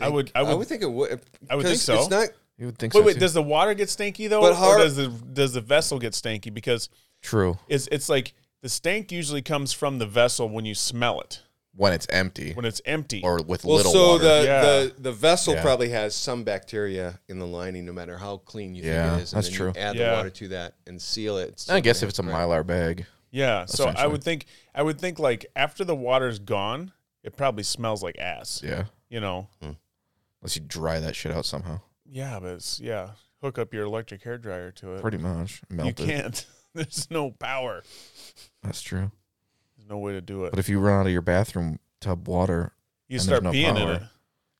[SPEAKER 1] I would- I
[SPEAKER 4] I
[SPEAKER 1] would-
[SPEAKER 4] would think it would.
[SPEAKER 1] I would think
[SPEAKER 4] 'cause
[SPEAKER 1] so.
[SPEAKER 4] It's not
[SPEAKER 2] You would think
[SPEAKER 1] wait,
[SPEAKER 2] so
[SPEAKER 1] wait.
[SPEAKER 2] too.
[SPEAKER 1] Does the water get stanky though,
[SPEAKER 4] But
[SPEAKER 1] or
[SPEAKER 4] how-
[SPEAKER 1] does the does the vessel get stanky? Because
[SPEAKER 2] True.
[SPEAKER 1] it's it's like the stank usually comes from the vessel when you smell it
[SPEAKER 2] When it's empty
[SPEAKER 1] when it's empty.
[SPEAKER 2] or with
[SPEAKER 4] Well,
[SPEAKER 2] little
[SPEAKER 4] so
[SPEAKER 2] water.
[SPEAKER 4] The,
[SPEAKER 1] Yeah.
[SPEAKER 4] the the vessel
[SPEAKER 2] Yeah.
[SPEAKER 4] probably has some bacteria in the lining, no matter how clean you
[SPEAKER 2] Yeah,
[SPEAKER 4] think it is. And
[SPEAKER 2] that's
[SPEAKER 4] then
[SPEAKER 2] true.
[SPEAKER 4] You add
[SPEAKER 1] Yeah.
[SPEAKER 4] the water to that and seal it.
[SPEAKER 2] I guess if it's a mylar bag,
[SPEAKER 1] yeah, so I
[SPEAKER 2] essentially.
[SPEAKER 1] would think I would think like after the water's gone, it probably smells like ass.
[SPEAKER 2] yeah.
[SPEAKER 1] You know?
[SPEAKER 2] Unless you dry that shit out somehow,
[SPEAKER 1] Yeah, but it's yeah. Hook up your electric hair dryer to it.
[SPEAKER 2] pretty much melt
[SPEAKER 1] you
[SPEAKER 2] it.
[SPEAKER 1] can't. There's no power.
[SPEAKER 2] That's true.
[SPEAKER 1] There's no way to do it.
[SPEAKER 2] But if you run out of your bathroom tub water,
[SPEAKER 1] you
[SPEAKER 2] and
[SPEAKER 1] start
[SPEAKER 2] there's no
[SPEAKER 1] peeing in
[SPEAKER 2] power,
[SPEAKER 1] it.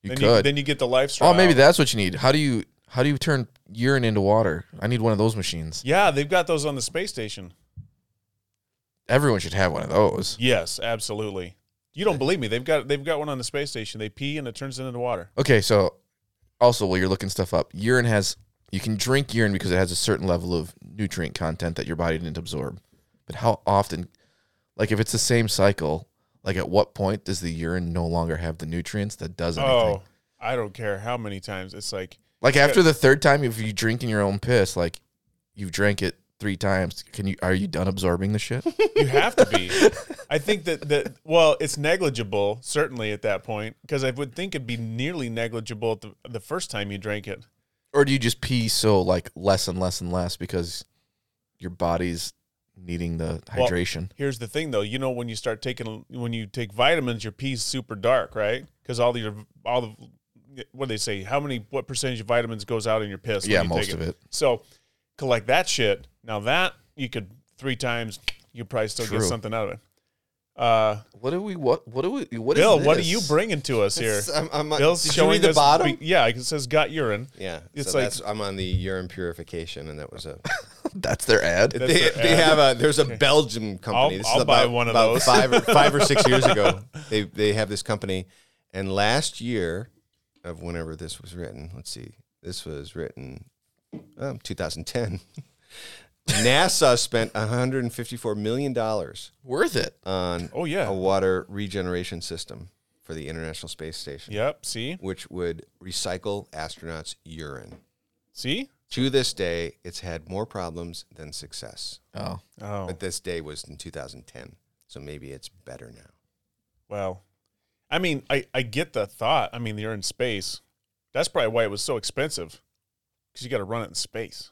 [SPEAKER 2] you
[SPEAKER 1] then You,
[SPEAKER 2] could.
[SPEAKER 1] then you get the life.
[SPEAKER 2] oh, maybe that's what you need. How do you how do you turn urine into water? I need one of those machines.
[SPEAKER 1] Yeah, they've got those on the space station.
[SPEAKER 2] Everyone should have one of those.
[SPEAKER 1] Yes, absolutely. You don't believe me? They've got they've got one on the space station. They pee and it turns into water.
[SPEAKER 2] Okay, so also while you're looking stuff up, urine has you can drink urine because it has a certain level of nutrient content that your body didn't absorb. But how often like if it's the same cycle, like at what point does the urine no longer have the nutrients that does anything?
[SPEAKER 1] Oh, I don't care how many times. It's like
[SPEAKER 2] Like after the third time, if you drink in your own piss, like you've drank it three times, can you are you done absorbing the shit?
[SPEAKER 1] you have to be. I think that that well, it's negligible certainly at that point because I would think it'd be nearly negligible at the, the first time you drank it.
[SPEAKER 2] or do you just pee so like less and less and less because your body's needing the
[SPEAKER 1] Well-
[SPEAKER 2] hydration?
[SPEAKER 1] Here's the thing though, you know when you start taking when you take vitamins, your pee's super dark, right? Because all your all the what do they say? How many what percentage of vitamins goes out in your piss? when
[SPEAKER 2] yeah,
[SPEAKER 1] you
[SPEAKER 2] most
[SPEAKER 1] take
[SPEAKER 2] of it.
[SPEAKER 1] So collect that shit. Now that you could three times, you probably still
[SPEAKER 2] True.
[SPEAKER 1] get something out of it. Uh,
[SPEAKER 2] What do we? What? What do we? What is
[SPEAKER 1] Bill, what are
[SPEAKER 2] this? uh,
[SPEAKER 1] you bringing to us here?
[SPEAKER 3] It's- I'm, I'm,
[SPEAKER 1] Bill's
[SPEAKER 3] did
[SPEAKER 1] showing
[SPEAKER 3] you read the
[SPEAKER 1] us-
[SPEAKER 3] bottom?
[SPEAKER 1] Yeah, it says got urine.
[SPEAKER 3] yeah,
[SPEAKER 1] It's
[SPEAKER 3] so
[SPEAKER 1] like-
[SPEAKER 3] that's, I'm on the urine purification, and that was a.
[SPEAKER 2] That's their ad.
[SPEAKER 1] That's
[SPEAKER 3] they,
[SPEAKER 1] their
[SPEAKER 3] they
[SPEAKER 1] ad.
[SPEAKER 3] have a there's a Belgium company.
[SPEAKER 1] I'll-
[SPEAKER 3] this
[SPEAKER 1] I'll
[SPEAKER 3] is
[SPEAKER 1] buy
[SPEAKER 3] about,
[SPEAKER 1] one of
[SPEAKER 3] about
[SPEAKER 1] those.
[SPEAKER 3] five or, five or six years ago. They they have this company, and last year, of whenever this was written, let's see, this was written, um, 2010. NASA spent 154 million dollars
[SPEAKER 2] Worth it.
[SPEAKER 3] on
[SPEAKER 1] Oh, yeah.
[SPEAKER 3] a water regeneration system for the International Space Station,
[SPEAKER 1] Yep. See,
[SPEAKER 3] which would recycle astronauts' urine.
[SPEAKER 1] see.
[SPEAKER 3] To this day, it's had more problems than success.
[SPEAKER 2] Oh,
[SPEAKER 1] Oh
[SPEAKER 3] But this day was in 2010, so maybe it's better now.
[SPEAKER 1] well. I mean, I I get the thought. I mean, you're in space. That's probably why it was so expensive, because you got to run it in space.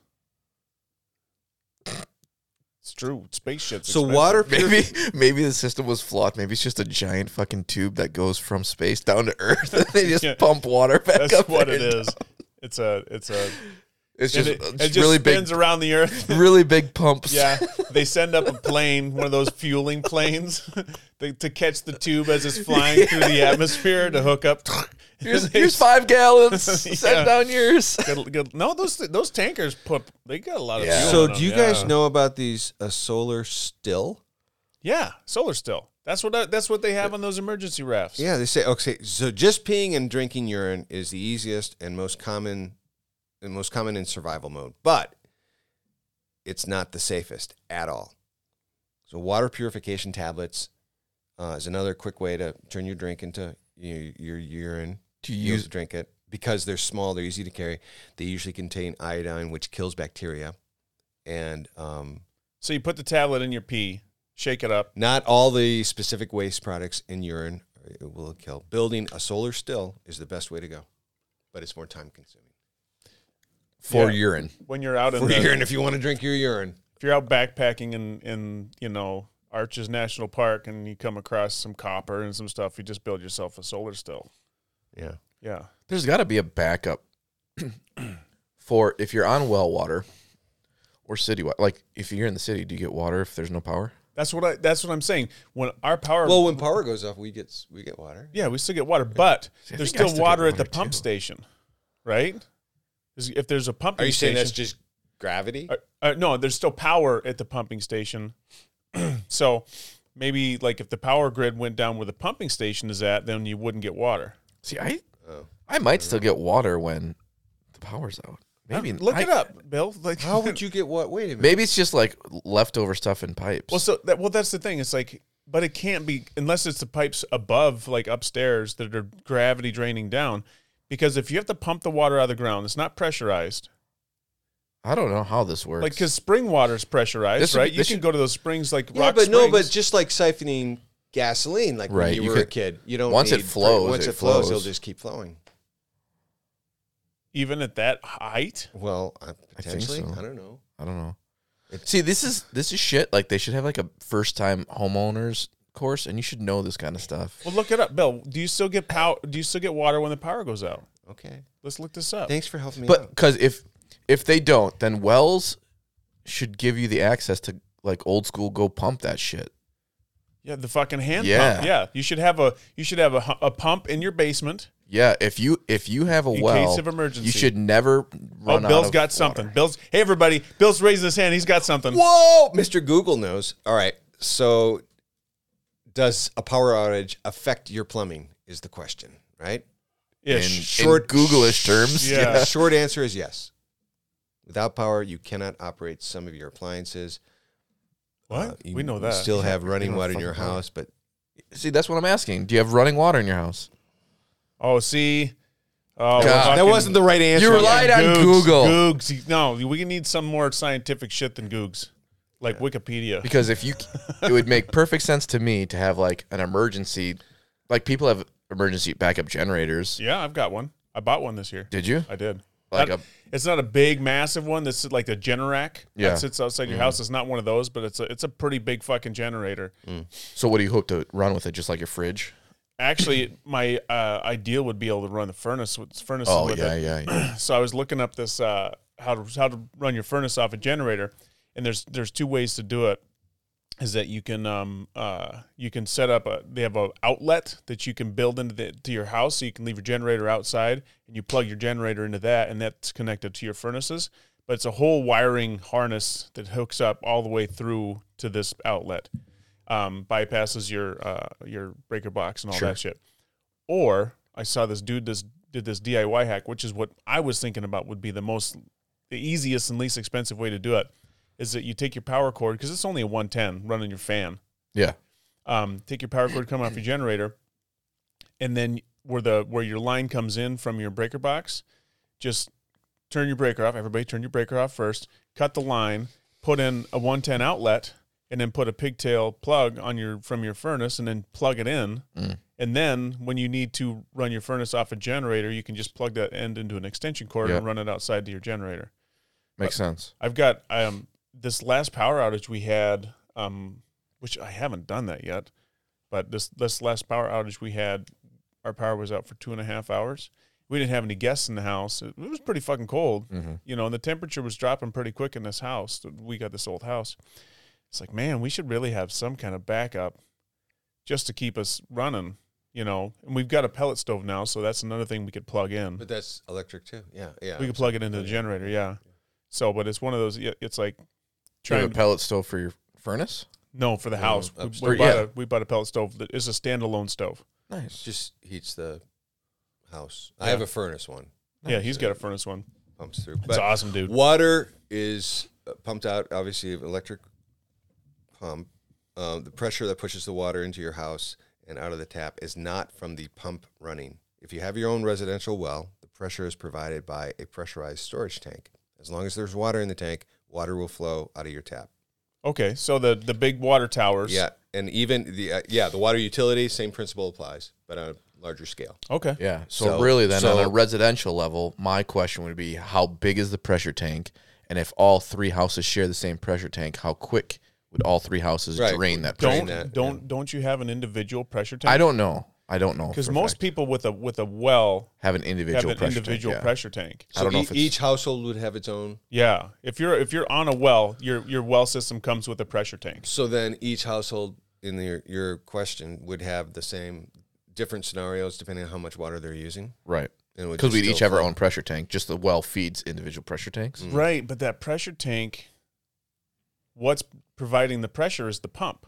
[SPEAKER 1] It's true. Space shit's
[SPEAKER 3] So
[SPEAKER 1] expensive.
[SPEAKER 3] water
[SPEAKER 2] maybe maybe the system was flawed. Maybe it's just a giant fucking tube that goes from space down to Earth, and they just
[SPEAKER 1] Yeah.
[SPEAKER 2] pump water back
[SPEAKER 1] That's
[SPEAKER 2] up.
[SPEAKER 1] what
[SPEAKER 2] there.
[SPEAKER 1] it is. It's a it's a
[SPEAKER 2] It's
[SPEAKER 1] and
[SPEAKER 2] just,
[SPEAKER 1] it,
[SPEAKER 2] it's
[SPEAKER 1] it just
[SPEAKER 2] really big,
[SPEAKER 1] spins around the earth.
[SPEAKER 2] really big pumps.
[SPEAKER 1] Yeah, they send up a plane, one of those fueling planes, to, to catch the tube as it's flying through the atmosphere to hook up.
[SPEAKER 2] here's,
[SPEAKER 1] They
[SPEAKER 2] here's five gallons.
[SPEAKER 1] Yeah.
[SPEAKER 2] Send down yours.
[SPEAKER 1] Good, good. No, those those tankers put they got a lot of.
[SPEAKER 2] Yeah.
[SPEAKER 1] fuel
[SPEAKER 3] So
[SPEAKER 1] in them,
[SPEAKER 3] do you
[SPEAKER 1] yeah.
[SPEAKER 3] guys know about these uh, solar still?
[SPEAKER 1] Yeah, solar still. That's what that's what they have on those emergency rafts.
[SPEAKER 3] Yeah, they say okay. So just peeing and drinking urine is the easiest and most common, and most common in survival mode, but it's not the safest at all. So water purification tablets uh, is another quick way to turn your drink into your, your urine.
[SPEAKER 2] To
[SPEAKER 3] you
[SPEAKER 2] use
[SPEAKER 3] to drink it because they're small they're easy to carry they usually contain iodine which kills bacteria and um,
[SPEAKER 1] So you put the tablet in your pee, shake it up.
[SPEAKER 3] not all the specific waste products in urine it will kill building a solar still is the best way to go but it's more time consuming
[SPEAKER 2] for
[SPEAKER 1] Yeah.
[SPEAKER 2] urine.
[SPEAKER 1] When you're out in
[SPEAKER 3] for
[SPEAKER 1] the,
[SPEAKER 3] urine if you want to drink your urine
[SPEAKER 1] if you're out backpacking in in you know Arches National Park and you come across some copper and some stuff, you just build yourself a solar still.
[SPEAKER 3] yeah
[SPEAKER 1] Yeah.
[SPEAKER 2] There's got to be a backup for if you're on well water or city water. Like if you're in the city, do you get water if there's no power?
[SPEAKER 1] That's what I. That's what I'm saying. When our power,
[SPEAKER 3] well when power goes off we get s- we get water
[SPEAKER 1] yeah, we still get water, but
[SPEAKER 2] I
[SPEAKER 1] there's
[SPEAKER 2] think I
[SPEAKER 1] still,
[SPEAKER 2] still get
[SPEAKER 1] water at the
[SPEAKER 2] water,
[SPEAKER 1] pump
[SPEAKER 2] too.
[SPEAKER 1] station, right? Is- If there's a pumping,
[SPEAKER 3] are you saying
[SPEAKER 1] station,
[SPEAKER 3] that's just gravity
[SPEAKER 1] Uh, uh, no, there's still power at the pumping station. so maybe like if the power grid went down where the pumping station is at, then you wouldn't get water.
[SPEAKER 2] See, I
[SPEAKER 3] oh.
[SPEAKER 2] I might still get water when the power's out. Maybe
[SPEAKER 1] Uh, look
[SPEAKER 2] I-
[SPEAKER 1] it up, Bill. Like
[SPEAKER 3] how would you get what wait a minute
[SPEAKER 2] Maybe it's just like leftover stuff in pipes.
[SPEAKER 1] Well, so that well, that's the thing. It's like, but it can't be unless it's the pipes above, like upstairs, that are gravity draining down. Because if you have to pump the water out of the ground, it's not pressurized.
[SPEAKER 2] I don't know how this works.
[SPEAKER 1] Like because spring water is pressurized,
[SPEAKER 2] This would be-
[SPEAKER 1] right? you
[SPEAKER 2] this
[SPEAKER 1] can
[SPEAKER 2] should-
[SPEAKER 1] go to those springs like
[SPEAKER 3] Yeah,
[SPEAKER 1] Rock
[SPEAKER 3] but no, but
[SPEAKER 1] Springs.
[SPEAKER 3] just like siphoning gasoline, like
[SPEAKER 2] Right,
[SPEAKER 3] when you,
[SPEAKER 2] you
[SPEAKER 3] were a
[SPEAKER 2] could-
[SPEAKER 3] kid, you don't
[SPEAKER 2] once it
[SPEAKER 3] need-
[SPEAKER 2] flows,
[SPEAKER 3] Once
[SPEAKER 2] it
[SPEAKER 3] it, flows,
[SPEAKER 2] flows.
[SPEAKER 3] it'll just keep flowing.
[SPEAKER 1] even at that height,
[SPEAKER 3] Well, uh, potentially, I,
[SPEAKER 2] so.
[SPEAKER 3] don't know.
[SPEAKER 2] I don't know.
[SPEAKER 3] It's-
[SPEAKER 2] See, this is this is shit. Like they should have like a first time homeowners course, and you should know this kind of stuff.
[SPEAKER 1] well, look it up, Bill. Do you still get power? Do you still get water when the power goes out?
[SPEAKER 3] Okay,
[SPEAKER 1] Let's look this up.
[SPEAKER 3] thanks for helping me.
[SPEAKER 2] But
[SPEAKER 3] out.
[SPEAKER 2] because if if they don't, then wells should give you the access to like old school go pump that shit.
[SPEAKER 1] Yeah, the fucking hand
[SPEAKER 2] Yeah.
[SPEAKER 1] pump. Yeah, you should have a you should have a, hu- a pump in your basement.
[SPEAKER 2] Yeah, if you if you have a
[SPEAKER 1] In
[SPEAKER 2] well,
[SPEAKER 1] case of emergency.
[SPEAKER 2] you should never run
[SPEAKER 1] oh,
[SPEAKER 2] out.
[SPEAKER 1] Bill's
[SPEAKER 2] of
[SPEAKER 1] got something.
[SPEAKER 2] water.
[SPEAKER 1] Bill's hey everybody. Bill's raising his hand. He's got something.
[SPEAKER 3] whoa, Mr. Google knows. All right, so does a power outage affect your plumbing? Is the question, right?
[SPEAKER 1] Yeah,
[SPEAKER 2] in,
[SPEAKER 1] sh-
[SPEAKER 2] short
[SPEAKER 3] short-
[SPEAKER 2] Google-ish terms.
[SPEAKER 1] Yeah.
[SPEAKER 3] The short answer is yes. Without power, you cannot operate some of your appliances.
[SPEAKER 1] what?
[SPEAKER 3] Uh, you
[SPEAKER 1] we know that.
[SPEAKER 3] Still have running
[SPEAKER 2] don't
[SPEAKER 3] water in your
[SPEAKER 2] fucking power.
[SPEAKER 3] house, but
[SPEAKER 1] Mm-hmm.
[SPEAKER 2] See, that's what I'm asking. Do you have running water in your house?
[SPEAKER 1] oh, see. Oh, we're
[SPEAKER 2] God. That
[SPEAKER 3] that
[SPEAKER 1] fucking-
[SPEAKER 3] wasn't the right answer.
[SPEAKER 2] You relied on
[SPEAKER 1] Googs,
[SPEAKER 2] Google
[SPEAKER 1] Googs. No, we need some more scientific shit than Googs, like Wikipedia.
[SPEAKER 2] because if you, it would make perfect sense to me to have like an emergency, like people have emergency backup generators.
[SPEAKER 1] Yeah, I've got one. I bought one this year.
[SPEAKER 2] Did you?
[SPEAKER 1] I did.
[SPEAKER 2] Like
[SPEAKER 1] That-
[SPEAKER 2] a-
[SPEAKER 1] it's not a big, massive one. This is like the Generac
[SPEAKER 2] Yeah. Mm-hmm.
[SPEAKER 1] that sits outside your house. It's not one of those, but it's a it's a pretty big fucking generator.
[SPEAKER 2] Mm. So what do you hope to run with it? Just like your fridge?
[SPEAKER 1] Actually, my uh, ideal would be able to run the furnace with furnace
[SPEAKER 2] Oh
[SPEAKER 1] with
[SPEAKER 2] yeah,
[SPEAKER 1] it.
[SPEAKER 2] yeah, yeah.
[SPEAKER 1] So I was looking up this uh, how to how to run your furnace off a generator, and there's there's two ways to do it. Is that you can um uh you can set up a they have a outlet that you can build into the to your house so you can leave your generator outside and you plug your generator into that and that's connected to your furnaces. But it's a whole wiring harness that hooks up all the way through to this outlet, um, bypasses your uh, your breaker box and all that shit or I saw this dude this did this DIY hack, which is what I was thinking about would be the most the easiest and least expensive way to do it is that you take your power cord because it's only a 110 running your fan.
[SPEAKER 2] yeah.
[SPEAKER 1] Um, take your power cord coming off your generator, and then where the where your line comes in from your breaker box, just turn your breaker off. Everybody, turn your breaker off first. Cut the line. Put in a 110 outlet, and then put a pigtail plug on your from your furnace, and then plug it in. And then when you need to run your furnace off a generator, you can just plug that end into an extension cord
[SPEAKER 2] Yep.
[SPEAKER 1] and run it outside to your generator.
[SPEAKER 2] Makes sense.
[SPEAKER 1] I've got um this last power outage we had, um, which I haven't done that yet, but this this last power outage we had, our power was out for two and a half hours. We didn't have any guests in the house. It, it was pretty fucking cold, you know, and the temperature was dropping pretty quick in this house. We got this old house. It's like, man, we should really have some kind of backup just to keep us running, you know. And we've got a pellet stove now, so that's another thing we could plug in.
[SPEAKER 3] but that's electric too. Yeah, yeah.
[SPEAKER 1] We could plug it into the generator, yeah. So, but it's one of those. yeah, It's like
[SPEAKER 2] Do you have
[SPEAKER 1] trying.
[SPEAKER 2] a pellet stove for your furnace?
[SPEAKER 1] no, for the house, we- we,
[SPEAKER 2] upstairs.
[SPEAKER 1] bought
[SPEAKER 2] Mm-hmm. Yeah.
[SPEAKER 1] a, we bought a pellet stove that is a standalone stove.
[SPEAKER 2] Nice.
[SPEAKER 3] just heats the house. I have a furnace one
[SPEAKER 1] Yeah, he's got a furnace one.
[SPEAKER 3] pumps through.
[SPEAKER 1] It's
[SPEAKER 3] but
[SPEAKER 1] awesome, dude.
[SPEAKER 3] Water is uh, pumped out, obviously, of electric pump. Um, the pressure that pushes the water into your house and out of the tap is not from the pump running. If you have your own residential well, the pressure is provided by a pressurized storage tank. As long as there's water in the tank, water will flow out of your tap.
[SPEAKER 1] Okay, so the the big water towers.
[SPEAKER 3] Yeah, and even the uh, yeah the water utility, same principle applies, but on a larger scale.
[SPEAKER 1] Okay.
[SPEAKER 2] Yeah. So,
[SPEAKER 3] So-
[SPEAKER 2] really, then on a
[SPEAKER 3] so-
[SPEAKER 2] residential level, my question would be: How big is the pressure tank? And if all three houses share the same pressure tank, how quick would all three houses
[SPEAKER 3] Right.
[SPEAKER 2] drain that? Pressure?
[SPEAKER 1] Don't
[SPEAKER 3] that,
[SPEAKER 1] don't don't you have an individual pressure tank?
[SPEAKER 2] I don't know. I don't know
[SPEAKER 1] because
[SPEAKER 2] for a
[SPEAKER 1] most
[SPEAKER 2] fact.
[SPEAKER 1] people with a with a well
[SPEAKER 2] have an
[SPEAKER 1] have
[SPEAKER 2] individual
[SPEAKER 1] an
[SPEAKER 2] pressure
[SPEAKER 1] individual
[SPEAKER 2] tank. yeah.
[SPEAKER 1] pressure tank.
[SPEAKER 3] So
[SPEAKER 2] I don't know
[SPEAKER 3] e-
[SPEAKER 2] if it's-
[SPEAKER 3] each household would have its own.
[SPEAKER 1] Yeah. If you're if you're on a well, your your well system comes with a pressure tank.
[SPEAKER 3] So then each household in your your question would have the same different scenarios depending on how much water they're using.
[SPEAKER 2] Right.
[SPEAKER 3] And it would
[SPEAKER 2] Because
[SPEAKER 3] just
[SPEAKER 2] we'd each
[SPEAKER 3] still
[SPEAKER 2] have our
[SPEAKER 3] flow.
[SPEAKER 2] own pressure tank. Just the well feeds individual pressure tanks.
[SPEAKER 1] Right, but that pressure tank, what's providing the pressure is the pump.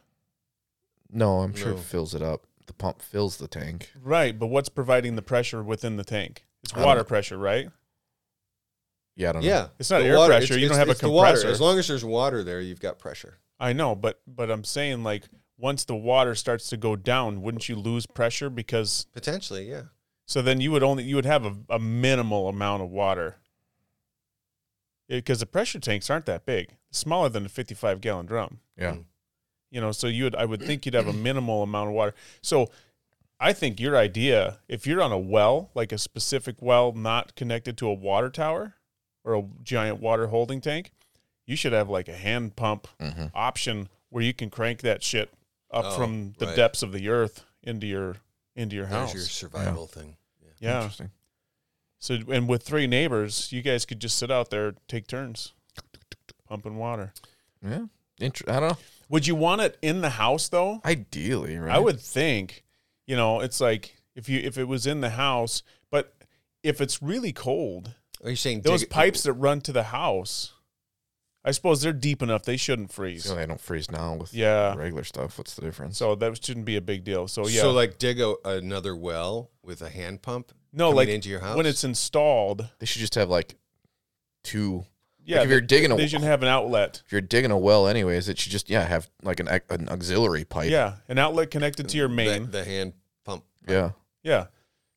[SPEAKER 2] No, I'm sure
[SPEAKER 3] No.
[SPEAKER 2] it fills it up. The pump fills the tank.
[SPEAKER 1] Right, but what's providing the pressure within the tank? It's
[SPEAKER 2] I don't-
[SPEAKER 1] water pressure, right?
[SPEAKER 2] Yeah, I don't know.
[SPEAKER 3] Yeah,
[SPEAKER 1] It's not
[SPEAKER 3] The
[SPEAKER 1] air pressure. You don't have a
[SPEAKER 3] the water.
[SPEAKER 1] compressor.
[SPEAKER 3] As long as there's water there, you've got pressure.
[SPEAKER 1] I know, but but I'm saying like once the water starts to go down, wouldn't you lose pressure because
[SPEAKER 3] Potentially, yeah.
[SPEAKER 1] so then you would only you would have a, a minimal amount of water. Because the pressure tanks aren't that big, smaller than a 55 gallon drum.
[SPEAKER 2] Yeah.
[SPEAKER 1] you know so you would i would think you'd have a minimal amount of water so i think your idea if you're on a well like a specific well not connected to a water tower or a giant water holding tank you should have like a hand pump
[SPEAKER 2] Mm-hmm.
[SPEAKER 1] option where you can crank that shit up
[SPEAKER 3] Oh,
[SPEAKER 1] from the
[SPEAKER 3] right.
[SPEAKER 1] depths of the earth into your into your
[SPEAKER 3] There's
[SPEAKER 1] house
[SPEAKER 3] your survival thing.
[SPEAKER 1] yeah
[SPEAKER 2] Interesting.
[SPEAKER 1] so and with three neighbors you guys could just sit out there take turns pumping water
[SPEAKER 2] Yeah. Inter- I don't know.
[SPEAKER 1] would you want it in the house though
[SPEAKER 2] Ideally, right?
[SPEAKER 1] I would think, you know, it's like if you if it was in the house, but if it's really cold,
[SPEAKER 3] Are you saying
[SPEAKER 1] those
[SPEAKER 3] dig-
[SPEAKER 1] pipes that run to the house, I suppose they're deep enough; they shouldn't freeze.
[SPEAKER 2] So they don't freeze now with
[SPEAKER 1] Yeah.
[SPEAKER 2] regular stuff. What's the difference?
[SPEAKER 1] So that shouldn't be a big deal. So yeah,
[SPEAKER 3] So like dig a, another well with a hand pump.
[SPEAKER 1] no,
[SPEAKER 3] coming
[SPEAKER 1] like
[SPEAKER 3] into your house
[SPEAKER 1] when it's installed,
[SPEAKER 2] they should just have like two.
[SPEAKER 1] yeah,
[SPEAKER 2] like if you're
[SPEAKER 1] they-
[SPEAKER 2] digging a
[SPEAKER 1] they should have an outlet.
[SPEAKER 2] if you're digging a well, anyways, it should just yeah have like an ex- an auxiliary pipe.
[SPEAKER 1] Yeah, an outlet connected to your
[SPEAKER 3] the,
[SPEAKER 1] main.
[SPEAKER 3] the hand pump.
[SPEAKER 2] yeah.
[SPEAKER 1] Yeah.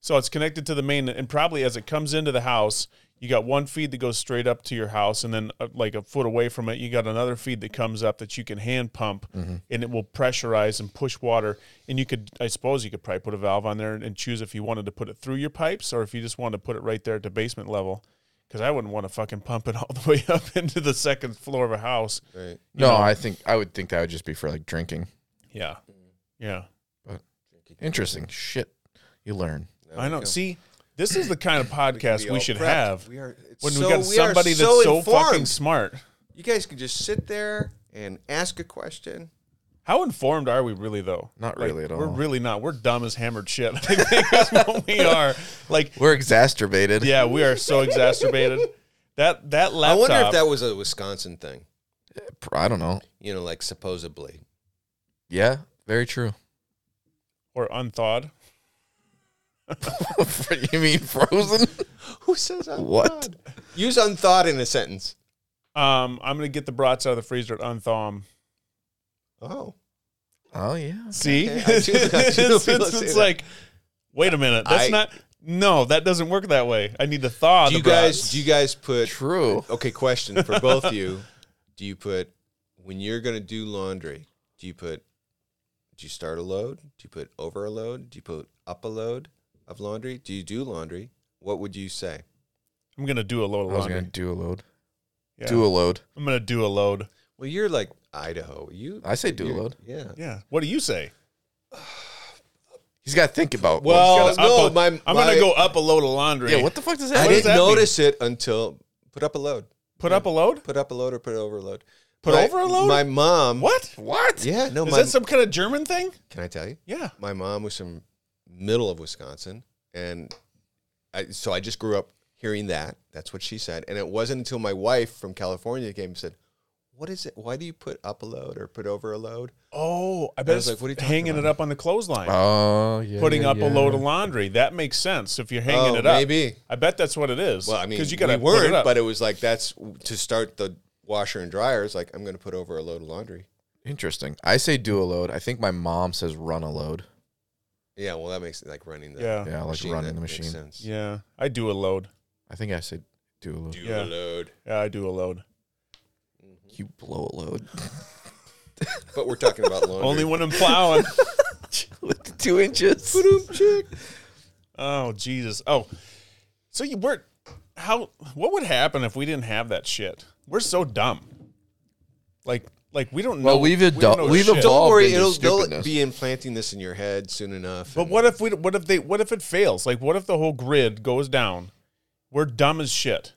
[SPEAKER 1] So it's connected to the main, and probably as it comes into the house, you got one feed that goes straight up to your house, and then uh, like a foot away from it, you got another feed that comes up that you can hand pump,
[SPEAKER 3] Mm-hmm.
[SPEAKER 1] and it will pressurize and push water. And you could, I suppose, you could probably put a valve on there and, and choose if you wanted to put it through your pipes or if you just wanted to put it right there at the basement level. Because I wouldn't want to fucking pump it all the way up into the second floor of a house.
[SPEAKER 3] Right.
[SPEAKER 2] No,
[SPEAKER 1] know.
[SPEAKER 2] I think I would think that would just be for like drinking.
[SPEAKER 1] Yeah, yeah.
[SPEAKER 2] Interesting shit. You learn.
[SPEAKER 3] There
[SPEAKER 1] I
[SPEAKER 3] we
[SPEAKER 1] know.
[SPEAKER 3] go.
[SPEAKER 1] See, this is the kind of podcast we,
[SPEAKER 3] all
[SPEAKER 1] should
[SPEAKER 3] prepped.
[SPEAKER 1] have.
[SPEAKER 3] We are it's
[SPEAKER 1] when
[SPEAKER 3] so-
[SPEAKER 1] we got
[SPEAKER 3] are
[SPEAKER 1] somebody that's so fucking
[SPEAKER 3] informed.
[SPEAKER 1] smart.
[SPEAKER 3] You guys can just sit there and ask a question.
[SPEAKER 1] How informed are we really though?
[SPEAKER 2] Not
[SPEAKER 1] Like,
[SPEAKER 2] really at all.
[SPEAKER 1] We're really not. We're dumb as hammered shit. I think that's what we are. Like,
[SPEAKER 2] We're exacerbated.
[SPEAKER 1] yeah, we are so exacerbated. That that
[SPEAKER 3] I
[SPEAKER 1] laptop.
[SPEAKER 3] wonder if that was a Wisconsin thing.
[SPEAKER 2] Pr- I don't know.
[SPEAKER 3] You know, like supposedly.
[SPEAKER 2] Yeah. Very true.
[SPEAKER 1] or unthawed.
[SPEAKER 2] you mean frozen?
[SPEAKER 3] Who says unthawed?
[SPEAKER 2] What?
[SPEAKER 3] Use unthought in a sentence.
[SPEAKER 1] Um, I'm gonna get the brats out of the freezer and unthaw them.
[SPEAKER 3] Oh,
[SPEAKER 2] Oh yeah.
[SPEAKER 1] See,
[SPEAKER 3] Okay, I do- I do
[SPEAKER 1] it's,
[SPEAKER 3] feel
[SPEAKER 1] it's-
[SPEAKER 3] the
[SPEAKER 1] it's
[SPEAKER 3] same.
[SPEAKER 1] like, wait a minute. That's
[SPEAKER 3] I-
[SPEAKER 1] not. No, that doesn't work that way. I need to thaw
[SPEAKER 3] do
[SPEAKER 1] the
[SPEAKER 3] you guys?
[SPEAKER 1] brats.
[SPEAKER 3] Do you guys put?
[SPEAKER 2] True.
[SPEAKER 3] Okay, question for both of you. Do you put when you're gonna do laundry? Do you put? Do you start a load? Do you put over a load? Do you put up a load of laundry? Do you do laundry? What would you say?
[SPEAKER 1] I'm gonna do a load
[SPEAKER 2] I
[SPEAKER 1] of
[SPEAKER 2] was gonna
[SPEAKER 1] laundry.
[SPEAKER 2] do a load.
[SPEAKER 1] Yeah.
[SPEAKER 2] Do a load.
[SPEAKER 1] I'm gonna do a load.
[SPEAKER 3] Well, you're like Idaho. You,
[SPEAKER 2] I say do a
[SPEAKER 3] you-
[SPEAKER 2] load.
[SPEAKER 3] Yeah.
[SPEAKER 1] Yeah. What do you say?
[SPEAKER 2] He's got to think about. what-
[SPEAKER 3] Well,
[SPEAKER 1] Gotta
[SPEAKER 3] no,
[SPEAKER 1] up a-
[SPEAKER 3] my,
[SPEAKER 1] I'm
[SPEAKER 3] my-
[SPEAKER 1] gonna go up a load of laundry.
[SPEAKER 2] yeah. What the fuck does that?
[SPEAKER 3] I
[SPEAKER 1] what does
[SPEAKER 2] mean?
[SPEAKER 3] didn't
[SPEAKER 1] that mean?
[SPEAKER 3] notice it until put up a load.
[SPEAKER 1] Put up a load?
[SPEAKER 3] Put up a load or put over a load.
[SPEAKER 1] Put
[SPEAKER 3] My-
[SPEAKER 1] over a load?
[SPEAKER 3] My mom.
[SPEAKER 1] What? What?
[SPEAKER 3] Yeah, no,
[SPEAKER 1] Is
[SPEAKER 3] my,
[SPEAKER 1] that some kind of German thing?
[SPEAKER 3] can I tell you?
[SPEAKER 1] Yeah.
[SPEAKER 3] My mom was from middle of Wisconsin, and I, so I just grew up hearing that. That's what she said, and it wasn't until my wife from California came and said, "What is it? Why do you put up a load or put over a load?"
[SPEAKER 1] Oh, I bet
[SPEAKER 3] was
[SPEAKER 1] it's
[SPEAKER 3] like, what are you talking
[SPEAKER 1] hanging it
[SPEAKER 3] about?
[SPEAKER 1] up on the clothesline.
[SPEAKER 2] Oh yeah.
[SPEAKER 1] Putting
[SPEAKER 2] yeah,
[SPEAKER 1] up
[SPEAKER 2] yeah.
[SPEAKER 1] a load of laundry. That makes sense if you're hanging
[SPEAKER 3] Oh,
[SPEAKER 1] it up.
[SPEAKER 3] maybe.
[SPEAKER 1] I bet that's what it is.
[SPEAKER 3] Well, I mean,
[SPEAKER 1] because you gotta
[SPEAKER 3] we
[SPEAKER 1] put
[SPEAKER 3] weren't,
[SPEAKER 1] it up.
[SPEAKER 3] but it was like that's to start the washer and dryer. It's like I'm going to put over a load of laundry.
[SPEAKER 2] Interesting. I say do a load. I think my mom says run a load.
[SPEAKER 3] Yeah, well, that makes like running the
[SPEAKER 1] yeah.
[SPEAKER 2] Yeah, I like running
[SPEAKER 3] that
[SPEAKER 2] the
[SPEAKER 3] makes
[SPEAKER 2] machine.
[SPEAKER 3] sense.
[SPEAKER 1] Yeah. I do a load.
[SPEAKER 2] I think I say do a load.
[SPEAKER 3] Do
[SPEAKER 1] Yeah.
[SPEAKER 3] a load.
[SPEAKER 1] Yeah, I do a load.
[SPEAKER 2] You blow a load.
[SPEAKER 3] But we're talking about laundry.
[SPEAKER 1] Only when I'm plowing.
[SPEAKER 2] With two inches.
[SPEAKER 1] oh Jesus. Oh. So you were how what would happen if we didn't have that shit? We're so dumb. Like like we don't know.
[SPEAKER 2] Well, we've
[SPEAKER 1] we don't
[SPEAKER 2] adul-
[SPEAKER 1] know
[SPEAKER 2] we've
[SPEAKER 1] shit.
[SPEAKER 2] adul-
[SPEAKER 3] Don't worry,
[SPEAKER 2] into
[SPEAKER 3] it'll they'll
[SPEAKER 2] stupidness.
[SPEAKER 3] be implanting this in your head soon enough.
[SPEAKER 1] But
[SPEAKER 3] and-
[SPEAKER 1] what if we? What if they? What if it fails? Like, what if the whole grid goes down? We're dumb as shit.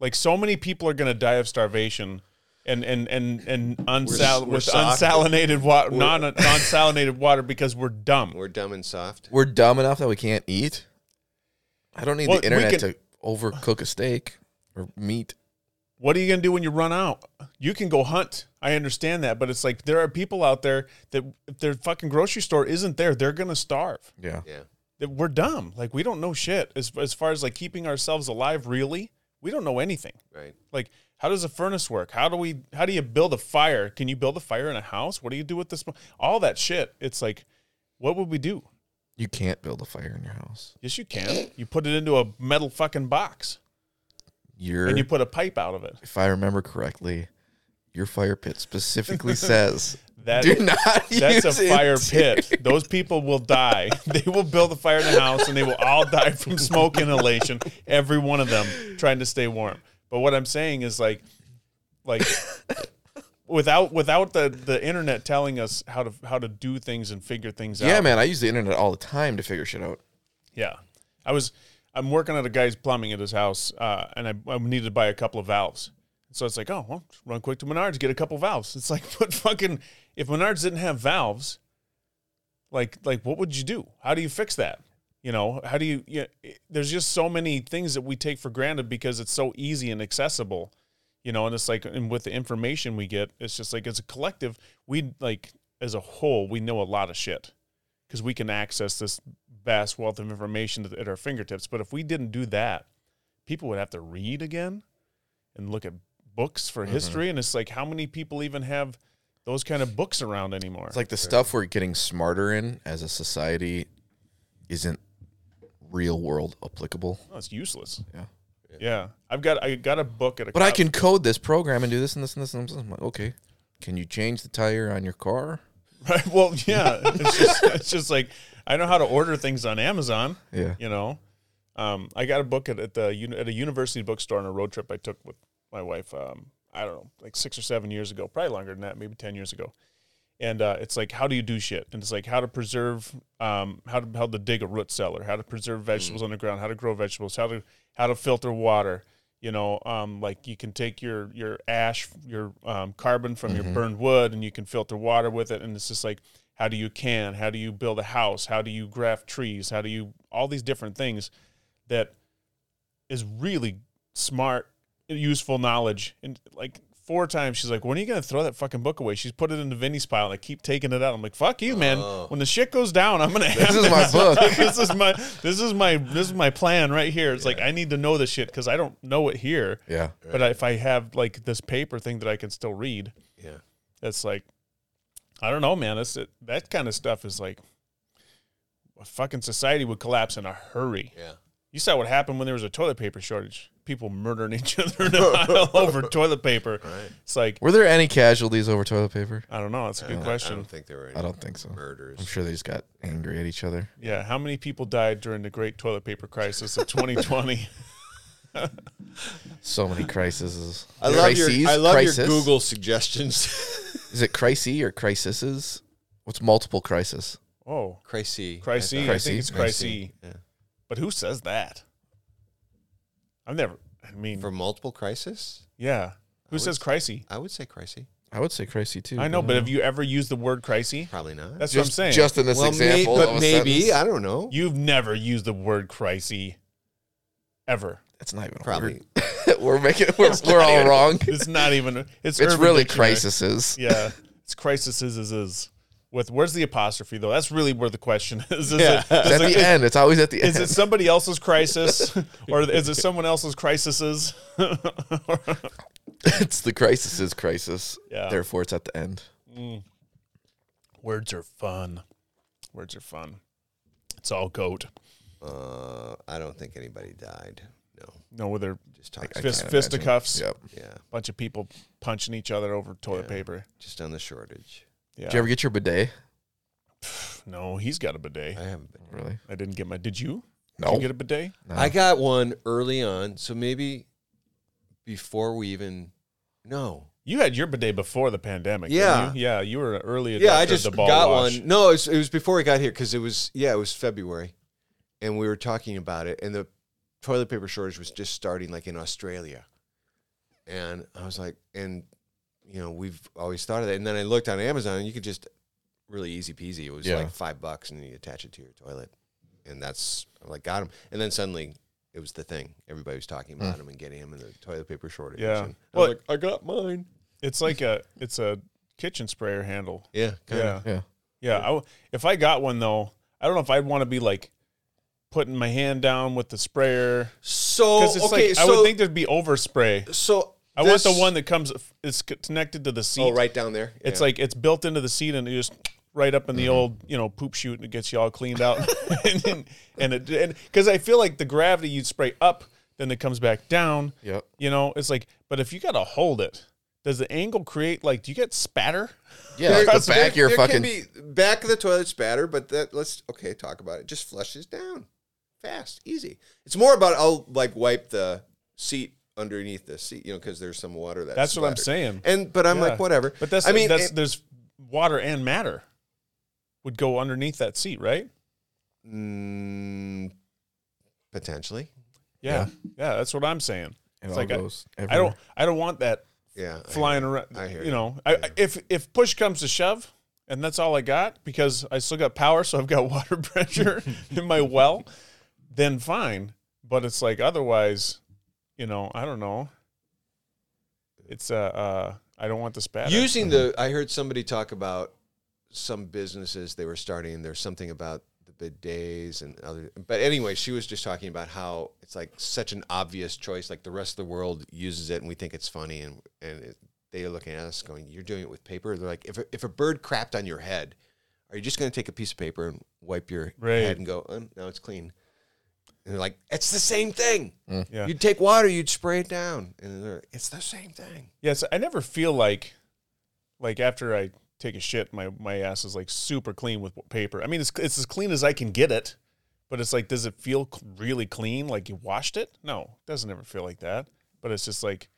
[SPEAKER 1] Like, so many people are gonna die of starvation, and and and and unsal-
[SPEAKER 3] we're
[SPEAKER 1] with
[SPEAKER 3] soft.
[SPEAKER 1] unsalinated water, non non-salinated water because we're dumb.
[SPEAKER 3] we're dumb and soft?
[SPEAKER 2] We're dumb enough that we can't eat. I don't need
[SPEAKER 1] Well, we
[SPEAKER 2] the internet
[SPEAKER 1] can-
[SPEAKER 2] to overcook a steak or meat.
[SPEAKER 1] What are you gonna do when you run out? You can go hunt. I understand that, but it's like there are people out there that if their fucking grocery store isn't there, they're gonna starve.
[SPEAKER 2] Yeah.
[SPEAKER 3] Yeah.
[SPEAKER 1] That We're dumb. Like we don't know shit as as far as like keeping ourselves alive. Really, we don't know anything.
[SPEAKER 3] Right.
[SPEAKER 1] like how does a furnace work how do we how do you build a fire can you build a fire in a house what do you do with this all that shit it's like what would we do
[SPEAKER 2] You can't build a fire in your house.
[SPEAKER 1] yes you can you put it into a metal fucking box
[SPEAKER 2] Your
[SPEAKER 1] and you put a pipe out of it
[SPEAKER 2] if I remember correctly, your fire pit specifically says
[SPEAKER 1] that
[SPEAKER 2] do not
[SPEAKER 1] that's a
[SPEAKER 2] use it
[SPEAKER 1] fire
[SPEAKER 2] to-"
[SPEAKER 1] pit those people will die they will build a fire in a house and they will all die from smoke inhalation every one of them trying to stay warm but what i'm saying is like like without without the the internet telling us how to how to do things and figure things out
[SPEAKER 2] Yeah, man, I use the internet all the time to figure shit out.
[SPEAKER 1] Yeah, I was. I'm working at a guy's plumbing at his house, uh, and I, I needed to buy a couple of valves. So it's like, oh, well, just run quick to Menards, get a couple valves. It's like, but fucking, if Menards didn't have valves, like, like what would you do? How do you fix that? You know, how do you? you know, it- there's just so many things that we take for granted because it's so easy and accessible. you know, and it's like, and with the information we get, it's just like as a collective, we like as a whole, we know a lot of shit because we can access this vast wealth of information at our fingertips. But if we didn't do that, people would have to read again and look at books for history, and it's like, how many people even have those kind of books around anymore?
[SPEAKER 2] It's like the stuff we're getting smarter in as a society isn't real world applicable.
[SPEAKER 1] No, it's useless.
[SPEAKER 2] Yeah.
[SPEAKER 1] yeah, I've got I got a book at a.
[SPEAKER 2] But I
[SPEAKER 1] college-
[SPEAKER 2] can code this program and do this and this and this and this. I'm like, okay, can you change the tire on your car?
[SPEAKER 1] Right. Well, yeah. It's just, it's just like I know how to order things on Amazon.
[SPEAKER 2] Yeah.
[SPEAKER 1] You know, um, I got a book at, at the uni- at a university bookstore on a road trip I took with my wife. Um, I don't know, like six or seven years ago, probably longer than that, maybe ten years ago. And uh, it's like, how do you do shit? And it's like how to preserve, um, how to how to dig a root cellar, how to preserve vegetables underground, how to grow vegetables, how to how to filter water. You know, um, like you can take your your ash, your um, carbon from your burned wood, and you can filter water with it. And it's just like, how do you can? How do you build a house? How do you graft trees? How do you all these different things that is really smart, useful knowledge. And like four times, she's like, "When are you gonna throw that fucking book away?" She's put it in the Vinny's pile, and I keep taking it out. I'm like, "Fuck you, man! When the shit goes down, I'm gonna." This
[SPEAKER 2] Oh. is my book.
[SPEAKER 1] this is my this is my this is my plan right here. It's like I need to know this shit because I don't know it here.
[SPEAKER 2] Yeah.
[SPEAKER 1] But if I have like this paper thing that I can still read,
[SPEAKER 3] Yeah.
[SPEAKER 1] that's like, I don't know, man. That's it, that kind of stuff is like, a fucking society would collapse in a hurry.
[SPEAKER 3] Yeah.
[SPEAKER 1] You saw what happened when there was a toilet paper shortage. People murdering each other in a aisle over toilet paper.
[SPEAKER 3] Right.
[SPEAKER 1] It's like
[SPEAKER 2] Were there any casualties over toilet paper?
[SPEAKER 1] I don't know. That's a good
[SPEAKER 3] I- I
[SPEAKER 1] question.
[SPEAKER 3] don't think there were any
[SPEAKER 2] I don't think so.
[SPEAKER 3] murders.
[SPEAKER 2] I'm sure they just got angry at each other.
[SPEAKER 1] Yeah, how many people died during the Great Toilet Paper Crisis of 2020?
[SPEAKER 2] So many crises.
[SPEAKER 4] I love
[SPEAKER 2] Crises?
[SPEAKER 4] your I love
[SPEAKER 2] Crisis?
[SPEAKER 4] your Google suggestions.
[SPEAKER 2] Is it crisis or crises? What's multiple crisis?
[SPEAKER 1] oh,
[SPEAKER 4] Crisis.
[SPEAKER 1] crisis. I think it's crisis.
[SPEAKER 2] Crisis.
[SPEAKER 4] Yeah.
[SPEAKER 1] But who says that? I've never. I mean,
[SPEAKER 4] For multiple crisis,
[SPEAKER 1] yeah. Who says crisis?
[SPEAKER 4] I would say crisis.
[SPEAKER 2] I would say crisis too.
[SPEAKER 1] I know, but have you ever used the word crisis?
[SPEAKER 4] Probably not.
[SPEAKER 1] That's
[SPEAKER 2] just,
[SPEAKER 1] what I'm saying.
[SPEAKER 2] just in this
[SPEAKER 4] well, may-
[SPEAKER 2] example,
[SPEAKER 4] but
[SPEAKER 2] of a
[SPEAKER 4] maybe
[SPEAKER 2] sentence,
[SPEAKER 4] I don't know.
[SPEAKER 1] You've never used the word crisis ever.
[SPEAKER 2] it's not even a
[SPEAKER 4] Probably.
[SPEAKER 2] word. we're making we're, we're all wrong.
[SPEAKER 1] It's not even. It's
[SPEAKER 2] It's
[SPEAKER 1] Urban
[SPEAKER 2] really
[SPEAKER 1] Dictionary.
[SPEAKER 2] crises.
[SPEAKER 1] Yeah, it's crisis is is is. With where's the apostrophe though? That's really where the question is. Is,
[SPEAKER 4] Yeah.
[SPEAKER 1] it, is,
[SPEAKER 2] It's at
[SPEAKER 1] it,
[SPEAKER 2] the end. It's always at the
[SPEAKER 1] is
[SPEAKER 2] end.
[SPEAKER 1] it somebody else's crisis, or is it someone else's crises?
[SPEAKER 2] it's the crisis is crisis.
[SPEAKER 1] Yeah.
[SPEAKER 2] Therefore, it's at the end.
[SPEAKER 1] Words are fun. Words are fun. It's all goat.
[SPEAKER 3] Uh, I don't think anybody died. No.
[SPEAKER 1] No, with their
[SPEAKER 3] Just talk.
[SPEAKER 2] I
[SPEAKER 1] fist,
[SPEAKER 2] can't imagine.
[SPEAKER 1] fisticuffs,
[SPEAKER 2] Yep.
[SPEAKER 3] yeah.
[SPEAKER 1] bunch of people punching each other over toilet
[SPEAKER 3] Yeah.
[SPEAKER 1] paper.
[SPEAKER 3] Just on the shortage.
[SPEAKER 1] Yeah.
[SPEAKER 2] Did you ever get your bidet?
[SPEAKER 1] no, he's got a bidet.
[SPEAKER 3] I haven't been.
[SPEAKER 2] Really?
[SPEAKER 1] I didn't get my. Did you?
[SPEAKER 2] No.
[SPEAKER 1] Did you get a bidet?
[SPEAKER 2] No.
[SPEAKER 3] I got one early on, so maybe before we even. No.
[SPEAKER 1] You had your bidet before the pandemic. didn't
[SPEAKER 3] Yeah.
[SPEAKER 1] you? yeah. You were an early.
[SPEAKER 3] Yeah, I
[SPEAKER 1] adopter of
[SPEAKER 3] just
[SPEAKER 1] the ball
[SPEAKER 3] got
[SPEAKER 1] wash.
[SPEAKER 3] one. No, it was, it was before I got here because it was yeah, it was February, and we were talking about it, and the toilet paper shortage was just starting like in Australia, and I was like, and you know, we've always thought of that, and then I looked on Amazon, and you could just really easy peasy. It was
[SPEAKER 2] Yeah.
[SPEAKER 3] like five bucks, and you attach it to your toilet, and that's I'm like got him, and then suddenly. It was the thing. Everybody was talking about him and getting him and the toilet paper shortage.
[SPEAKER 1] Hmm. Yeah.
[SPEAKER 3] And I
[SPEAKER 1] Well-
[SPEAKER 3] was like, I got mine.
[SPEAKER 1] It's like a it's a kitchen sprayer handle.
[SPEAKER 3] Yeah. Kinda.
[SPEAKER 1] Yeah,
[SPEAKER 2] Yeah.
[SPEAKER 1] yeah. I w if I got one though, I don't know if I'd want to be like putting my hand down with the sprayer
[SPEAKER 3] So,
[SPEAKER 1] because it's
[SPEAKER 3] Oh, okay.
[SPEAKER 1] like
[SPEAKER 3] so,
[SPEAKER 1] I would think there'd be overspray.
[SPEAKER 3] so
[SPEAKER 1] I want the
[SPEAKER 3] this-
[SPEAKER 1] one that comes. It's connected to the seat.
[SPEAKER 3] Oh, right down there.
[SPEAKER 1] It's
[SPEAKER 3] Yeah.
[SPEAKER 1] like it's built into the seat and you just right up in the old you know poop chute and it gets you all cleaned out. and, and it and because I feel like the gravity you'd spray up, then it comes back down.
[SPEAKER 2] Yep.
[SPEAKER 1] You know, it's like, but if you gotta hold it, does the angle create like? Do you get spatter?
[SPEAKER 2] Yeah. Like the
[SPEAKER 3] There-
[SPEAKER 2] back of your
[SPEAKER 3] there
[SPEAKER 2] fucking.
[SPEAKER 3] can be back of the toilet spatter, but that let's okay talk about it. Just flushes down, fast, easy. It's more about I'll like wipe the seat underneath the seat, you know, because there's some water that's
[SPEAKER 1] That's what I'm saying.
[SPEAKER 3] splattered. And but I'm
[SPEAKER 1] Yeah.
[SPEAKER 3] like whatever.
[SPEAKER 1] But that's
[SPEAKER 3] I mean
[SPEAKER 1] that's
[SPEAKER 3] it-
[SPEAKER 1] there's water and matter would go underneath that seat, right?
[SPEAKER 3] Mm, potentially.
[SPEAKER 1] Yeah. Yeah, that's what I'm saying.
[SPEAKER 2] It
[SPEAKER 1] It's
[SPEAKER 2] all
[SPEAKER 1] like I,
[SPEAKER 2] goes
[SPEAKER 1] I don't
[SPEAKER 2] everywhere.
[SPEAKER 1] I don't want that
[SPEAKER 3] Yeah. I-
[SPEAKER 1] flying around.
[SPEAKER 3] I hear
[SPEAKER 1] you
[SPEAKER 3] you.
[SPEAKER 1] know, I, I- if if push comes to shove, and that's all I got because I still got power, so I've got water pressure in my well, then fine. But it's like otherwise, you know, I don't know. It's uh, uh I don't want the spat.
[SPEAKER 3] Using the, I heard somebody talk about some businesses they were starting. There's something about the bidets and other. But anyway, she was just talking about how it's like such an obvious choice. Like the rest of the world uses it, and we think it's funny. And and it, they are looking at us, going, "You're doing it with paper." They're like, "If a, if a bird crapped on your head, are you just going to take a piece of paper and wipe your
[SPEAKER 1] Right.
[SPEAKER 3] head and go, oh, no, it's clean?" And they're like, "It's the same thing.
[SPEAKER 1] Yeah.
[SPEAKER 3] You'd take water, you'd spray it down, and they're, it's the same thing."
[SPEAKER 1] Yes, I never feel like like after I take a shit, my my ass is like super clean with paper. I mean, it's it's as clean as I can get it, but it's like, does it feel c- really clean? Like you washed it? No, it doesn't ever feel like that. But it's just like,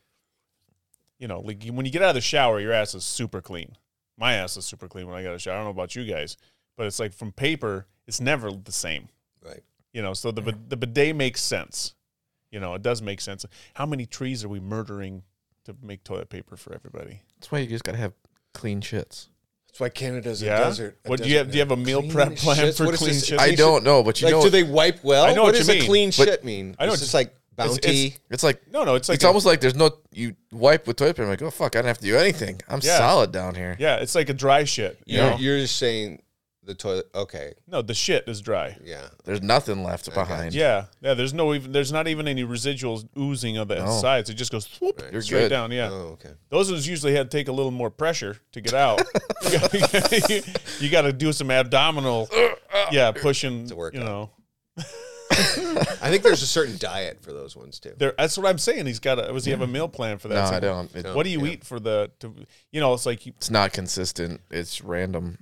[SPEAKER 1] you know, like you- when you get out of the shower, your ass is super clean. My ass is super clean when I got a shower. I don't know about you guys, but it's like from paper, it's never the same.
[SPEAKER 3] Right.
[SPEAKER 1] You know, so the bid- the bidet makes sense. You know, it does make sense. How many trees are we murdering to make toilet paper for everybody?
[SPEAKER 2] That's why you just gotta have clean shits.
[SPEAKER 4] That's why Canada's
[SPEAKER 1] yeah.
[SPEAKER 4] a desert. a
[SPEAKER 1] what do you have?
[SPEAKER 4] desert
[SPEAKER 1] Do you have a meal prep
[SPEAKER 3] Clean
[SPEAKER 1] plan
[SPEAKER 3] shits?
[SPEAKER 1] for
[SPEAKER 3] What is
[SPEAKER 1] clean
[SPEAKER 3] this?
[SPEAKER 1] shit?
[SPEAKER 2] I don't know, but you
[SPEAKER 3] like,
[SPEAKER 2] know,
[SPEAKER 3] do they wipe well?
[SPEAKER 1] I know what
[SPEAKER 3] what
[SPEAKER 1] you
[SPEAKER 3] does a
[SPEAKER 1] mean,
[SPEAKER 3] clean
[SPEAKER 1] but-
[SPEAKER 3] shit mean?
[SPEAKER 1] I know
[SPEAKER 3] it's
[SPEAKER 1] it's-
[SPEAKER 3] just like
[SPEAKER 1] it's-
[SPEAKER 3] bounty.
[SPEAKER 1] it's-
[SPEAKER 2] it's like
[SPEAKER 1] No, no, it's like
[SPEAKER 2] it's,
[SPEAKER 1] a-
[SPEAKER 2] almost like there's no you wipe with toilet paper. I'm like, oh fuck, I don't have to do anything. I'm
[SPEAKER 1] Yeah.
[SPEAKER 2] solid down here.
[SPEAKER 1] Yeah, it's like a dry shit. You
[SPEAKER 3] you're,
[SPEAKER 1] know?
[SPEAKER 3] you're just saying the toilet. Okay,
[SPEAKER 1] No, the shit is dry.
[SPEAKER 3] yeah.
[SPEAKER 2] There's nothing left behind.
[SPEAKER 1] Yeah, yeah. There's no even. There's not even any residuals oozing of the
[SPEAKER 2] No.
[SPEAKER 1] sides. It just goes whoop,
[SPEAKER 2] You're
[SPEAKER 1] straight
[SPEAKER 2] good.
[SPEAKER 1] down. Yeah,
[SPEAKER 3] Oh, okay.
[SPEAKER 1] those ones usually had to take a little more pressure to get out. you got to do some abdominal. Yeah, pushing.
[SPEAKER 3] a workout.
[SPEAKER 1] You know,
[SPEAKER 3] I think there's a certain diet for those ones too.
[SPEAKER 1] there. That's what I'm saying. He's got. A, was he have a meal plan for that?
[SPEAKER 2] No,
[SPEAKER 1] It's
[SPEAKER 2] I
[SPEAKER 1] like,
[SPEAKER 2] don't. It-
[SPEAKER 1] What do you eat for the? To, you know, it's like you,
[SPEAKER 2] It's not consistent. It's random,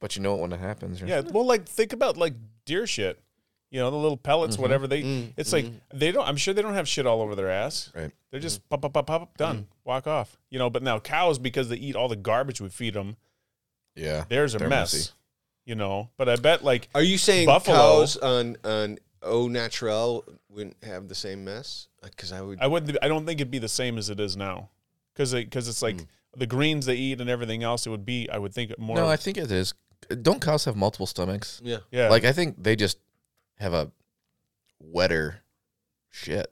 [SPEAKER 2] but you know it when it happens. right?
[SPEAKER 1] Yeah, well, like think about like deer shit. You know, the little
[SPEAKER 2] Mm-hmm.
[SPEAKER 1] pellets, whatever they. it's like they don't. I'm sure they don't have shit all over their ass.
[SPEAKER 2] Right. Mm.
[SPEAKER 1] They're just pop, pop, pop, pop, pop, done. Walk off. You know, but now cows because they eat all the garbage we feed them.
[SPEAKER 2] Yeah.
[SPEAKER 1] Theirs are
[SPEAKER 2] They're
[SPEAKER 1] mess.
[SPEAKER 2] messy.
[SPEAKER 1] You know, but I bet like
[SPEAKER 3] Are you saying
[SPEAKER 1] Buffalo-
[SPEAKER 3] cows on on au naturel wouldn't have the same mess? Because I would.
[SPEAKER 1] I wouldn't. I don't think it'd be the same as it is now, because because it's like the greens they eat and everything else. It would be. I would think more.
[SPEAKER 2] Mm. No, I think it is. Don't cows have multiple stomachs?
[SPEAKER 3] yeah.
[SPEAKER 1] yeah.
[SPEAKER 2] Like I think they just have a wetter shit.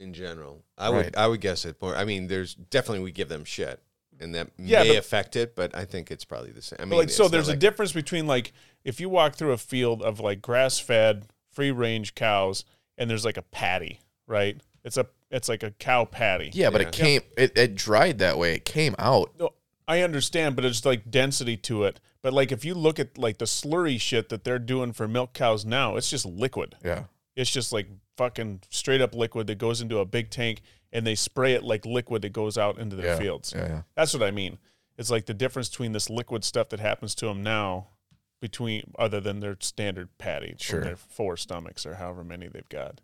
[SPEAKER 3] In general, I
[SPEAKER 2] Right.
[SPEAKER 3] would I would guess it more. I mean, there's definitely we give them shit, and that
[SPEAKER 1] Yeah,
[SPEAKER 3] may
[SPEAKER 1] but-
[SPEAKER 3] affect it, but I think it's probably the same. I mean,
[SPEAKER 1] But, like so
[SPEAKER 3] it's not
[SPEAKER 1] there's a
[SPEAKER 3] like-
[SPEAKER 1] difference between like if you walk through a field of like grass fed free range cows and there's like a patty right it's a it's like a cow patty
[SPEAKER 2] Yeah, but it came. It, it dried that way. It came out.
[SPEAKER 1] no, i understand but it's like density to it but like if you look at like the slurry shit that they're doing for milk cows now it's just liquid
[SPEAKER 2] Yeah.
[SPEAKER 1] it's just like fucking straight up liquid that goes into a big tank and they spray it like liquid that goes out into their
[SPEAKER 2] Yeah.
[SPEAKER 1] fields
[SPEAKER 2] Yeah. Yeah.
[SPEAKER 1] that's what I mean. It's like the difference between this liquid stuff that happens to them now, between other than their standard patty, from
[SPEAKER 2] Sure.
[SPEAKER 1] their four stomachs or however many they've got.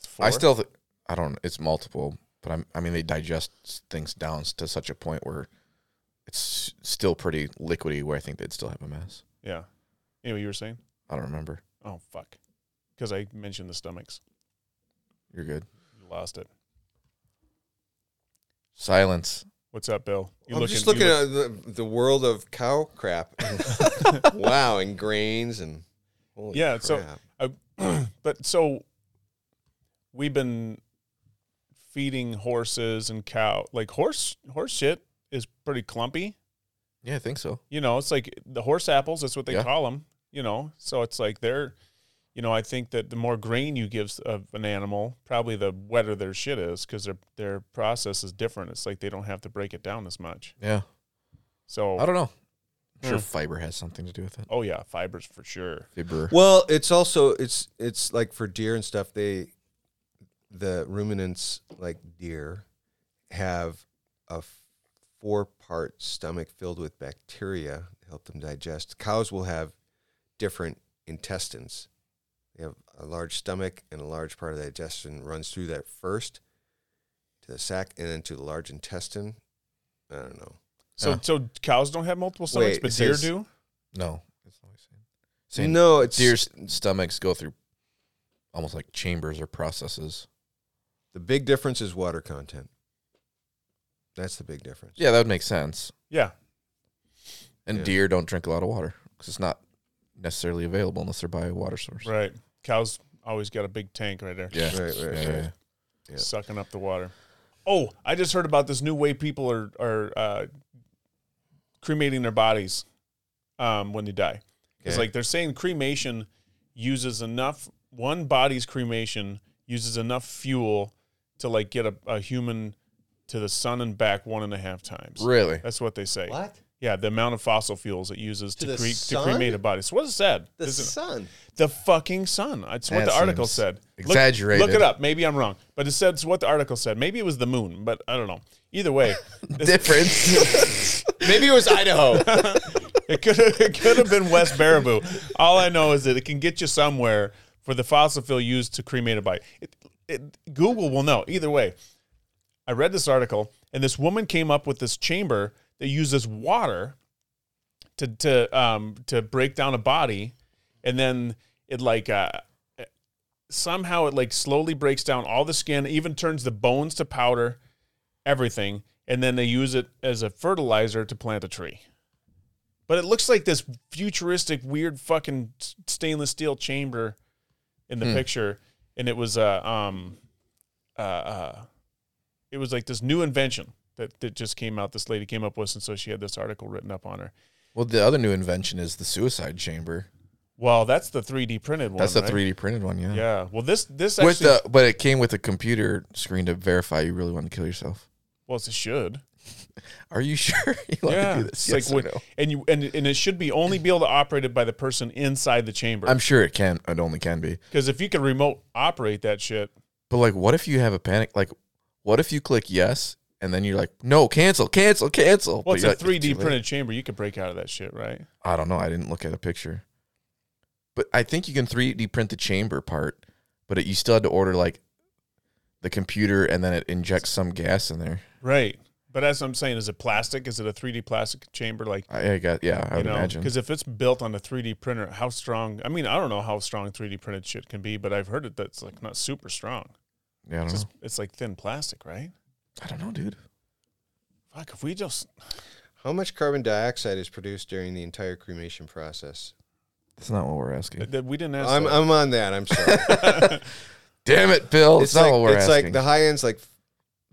[SPEAKER 1] It's
[SPEAKER 2] I
[SPEAKER 1] four?
[SPEAKER 2] still. Th- I don't. It's multiple, but I'm. I mean, they digest s- things down s- to such a point where it's s- still pretty liquidy. Where I think they'd still have a mess.
[SPEAKER 1] yeah. Anyway, you were saying,
[SPEAKER 2] I don't remember.
[SPEAKER 1] oh fuck, because I mentioned the stomachs,
[SPEAKER 2] You're good.
[SPEAKER 1] you lost it.
[SPEAKER 2] Silence.
[SPEAKER 1] What's up, Bill? You
[SPEAKER 3] I'm just looking at the, the world of cow crap. wow, and grains and holy
[SPEAKER 1] Yeah,
[SPEAKER 3] crap.
[SPEAKER 1] so- I, but so we've been feeding horses and cow like horse horse shit is pretty clumpy.
[SPEAKER 2] Yeah, I think so.
[SPEAKER 1] you know, it's like the horse apples. That's what they
[SPEAKER 2] Yeah.
[SPEAKER 1] call 'em, call them. You know, so it's like they're, you know, I think that the more grain you give of an animal, probably the wetter their shit is because their their process is different. It's like they don't have to break it down as much.
[SPEAKER 2] Yeah. I
[SPEAKER 1] So,
[SPEAKER 2] don't know. I'm sure
[SPEAKER 1] Hmm.
[SPEAKER 2] fiber has something to do with it.
[SPEAKER 1] oh yeah, fibers for sure.
[SPEAKER 2] Fiber.
[SPEAKER 3] Well, it's also it's it's like for deer and stuff. They the ruminants like deer have a four part stomach filled with bacteria to help them digest. Cows will have different intestines. They have a large stomach and a large part of the digestion runs through that first to the sac and then to the large intestine. I don't know.
[SPEAKER 1] So
[SPEAKER 2] Yeah.
[SPEAKER 1] so cows don't have multiple stomachs,
[SPEAKER 3] Wait,
[SPEAKER 1] but
[SPEAKER 3] it
[SPEAKER 1] deer
[SPEAKER 3] says-
[SPEAKER 1] do.
[SPEAKER 2] No. That's not what he's saying. Saying
[SPEAKER 3] no, it's
[SPEAKER 2] deer's stomachs go through almost like chambers or processes.
[SPEAKER 3] the big difference is water content. That's the big difference.
[SPEAKER 2] Yeah, that would make sense.
[SPEAKER 1] Yeah,
[SPEAKER 2] And
[SPEAKER 3] Yeah.
[SPEAKER 2] deer don't drink a lot of water because it's not necessarily available unless they're by a water source.
[SPEAKER 1] right. Cows always got a big tank right there,
[SPEAKER 2] Yeah.
[SPEAKER 3] Right, right,
[SPEAKER 2] Yeah, yeah,
[SPEAKER 3] right.
[SPEAKER 2] yeah.
[SPEAKER 1] sucking up the water. Oh, I just heard about this new way people are are uh, cremating their bodies um, when they die. It's
[SPEAKER 3] Okay.
[SPEAKER 1] like they're saying cremation uses enough one body's cremation uses enough fuel to like get a, a human to the sun and back one and a half times.
[SPEAKER 2] Really?
[SPEAKER 1] That's what they say.
[SPEAKER 4] What?
[SPEAKER 1] Yeah, the amount of fossil fuels it uses
[SPEAKER 4] To
[SPEAKER 1] to,
[SPEAKER 4] the
[SPEAKER 1] cre- to
[SPEAKER 4] sun?
[SPEAKER 1] cremate a body. So what it said?
[SPEAKER 4] The
[SPEAKER 1] Isn't it?
[SPEAKER 4] sun.
[SPEAKER 1] The fucking sun. It's what
[SPEAKER 2] That
[SPEAKER 1] the article
[SPEAKER 2] seems
[SPEAKER 1] said. Look-
[SPEAKER 2] exaggerated.
[SPEAKER 1] Look, it up. Maybe I'm wrong, but it said it's what the article said. Maybe it was the moon, but I don't know. Either way,
[SPEAKER 2] Difference.
[SPEAKER 4] Maybe it was Idaho.
[SPEAKER 1] it could have, it could have been West Baraboo. All I know is that it can get you somewhere for the fossil fuel used to cremate a body. It, it, Google will know. Either way, I read this article, and this woman came up with this chamber that uses water to to um to break down a body, and then it like uh somehow it like slowly breaks down all the skin, even turns the bones to powder, everything, and then they use it as a fertilizer to plant a tree. But it looks like this futuristic, weird fucking s- stainless steel chamber in
[SPEAKER 2] Hmm.
[SPEAKER 1] the picture, and it was uh, um uh, uh it was like this new invention that that just came out. This lady came up with, and so she had this article written up on her.
[SPEAKER 2] well, the other new invention is the suicide chamber.
[SPEAKER 1] Well, that's the 3D printed one.
[SPEAKER 2] That's the
[SPEAKER 1] right?
[SPEAKER 2] 3D printed one, yeah.
[SPEAKER 1] Yeah. Well, this this
[SPEAKER 2] With
[SPEAKER 1] actually
[SPEAKER 2] the but it came with a computer screen to verify you really want to kill yourself.
[SPEAKER 1] well, it should.
[SPEAKER 2] Are you sure you want
[SPEAKER 1] yeah,
[SPEAKER 2] to do
[SPEAKER 1] It's
[SPEAKER 2] this?
[SPEAKER 1] like
[SPEAKER 2] Yes or
[SPEAKER 1] when-
[SPEAKER 2] no?
[SPEAKER 1] and you and and it should be only be able to operated by the person inside the chamber.
[SPEAKER 2] I'm sure it can. It only can be.
[SPEAKER 1] Because if you can remote operate that shit,
[SPEAKER 2] But like, what if you have a panic? Like, what if you click yes and then you're like, no, cancel, cancel, cancel.
[SPEAKER 1] well,
[SPEAKER 2] But
[SPEAKER 1] it's
[SPEAKER 2] you're
[SPEAKER 1] a
[SPEAKER 2] like,
[SPEAKER 1] three D
[SPEAKER 2] too late.
[SPEAKER 1] printed chamber. You could break out of that shit, right?
[SPEAKER 2] I don't know. I didn't look at a picture. But I think you can 3D print the chamber part, but it, you still had to order like the computer and then it injects some gas in there.
[SPEAKER 1] Right. But as I'm saying, is it plastic? Is it a three D plastic chamber? Like
[SPEAKER 2] I, I got yeah. I
[SPEAKER 1] you
[SPEAKER 2] would
[SPEAKER 1] know,
[SPEAKER 2] imagine.
[SPEAKER 1] because if it's built on a three D printer, how strong? I mean, I don't know how strong three D printed shit can be, but I've heard it that's like not super strong. It's,
[SPEAKER 2] Yeah, I don't know.
[SPEAKER 1] just,
[SPEAKER 3] Mm-hmm.
[SPEAKER 1] it's like thin plastic, right?
[SPEAKER 2] I don't know, dude.
[SPEAKER 1] Fuck, if we just
[SPEAKER 3] How much carbon dioxide is produced during the entire cremation process?
[SPEAKER 2] That's not what we're asking.
[SPEAKER 1] that we didn't ask.
[SPEAKER 3] I'm,
[SPEAKER 1] that.
[SPEAKER 3] I'm on that. I'm sorry.
[SPEAKER 2] Damn it, Bill. It's,
[SPEAKER 3] it's
[SPEAKER 2] not
[SPEAKER 3] like,
[SPEAKER 2] what we're
[SPEAKER 3] it's
[SPEAKER 2] asking.
[SPEAKER 3] like the high end's like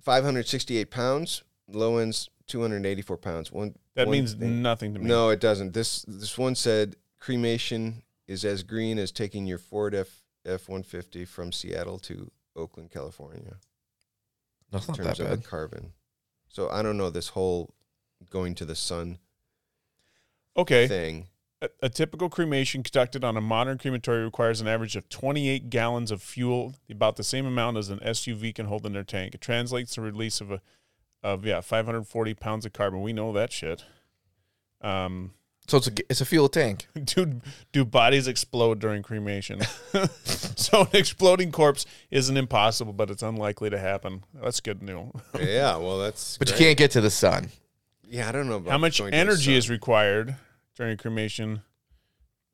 [SPEAKER 3] 568 pounds, low end's 284 pounds. One
[SPEAKER 1] that
[SPEAKER 3] one
[SPEAKER 1] means
[SPEAKER 3] thing-
[SPEAKER 1] nothing to me.
[SPEAKER 3] no, it doesn't. This this one said cremation is as green as taking your Ford F F 150 from Seattle to Oakland, California.
[SPEAKER 2] That's
[SPEAKER 3] in
[SPEAKER 2] not
[SPEAKER 3] terms
[SPEAKER 2] that
[SPEAKER 3] of the
[SPEAKER 2] bad.
[SPEAKER 3] carbon. So I don't know this whole going to the sun
[SPEAKER 1] Okay.
[SPEAKER 3] thing.
[SPEAKER 1] A, a typical cremation conducted on a modern crematory requires an average of 28 gallons of fuel, about the same amount as an SUV can hold in their tank. It translates to release of a of yeah 540 pounds of carbon. We know that shit. Um,
[SPEAKER 2] So it's a it's a fuel tank.
[SPEAKER 1] do do bodies explode during cremation? so an exploding corpse isn't impossible, but it's unlikely to happen. That's good news.
[SPEAKER 3] yeah, well, that's.
[SPEAKER 2] But you
[SPEAKER 3] great.
[SPEAKER 2] can't get to the sun.
[SPEAKER 3] Yeah, I don't know. About
[SPEAKER 1] How much
[SPEAKER 3] going to the
[SPEAKER 1] energy is
[SPEAKER 3] sun.
[SPEAKER 1] required during cremation?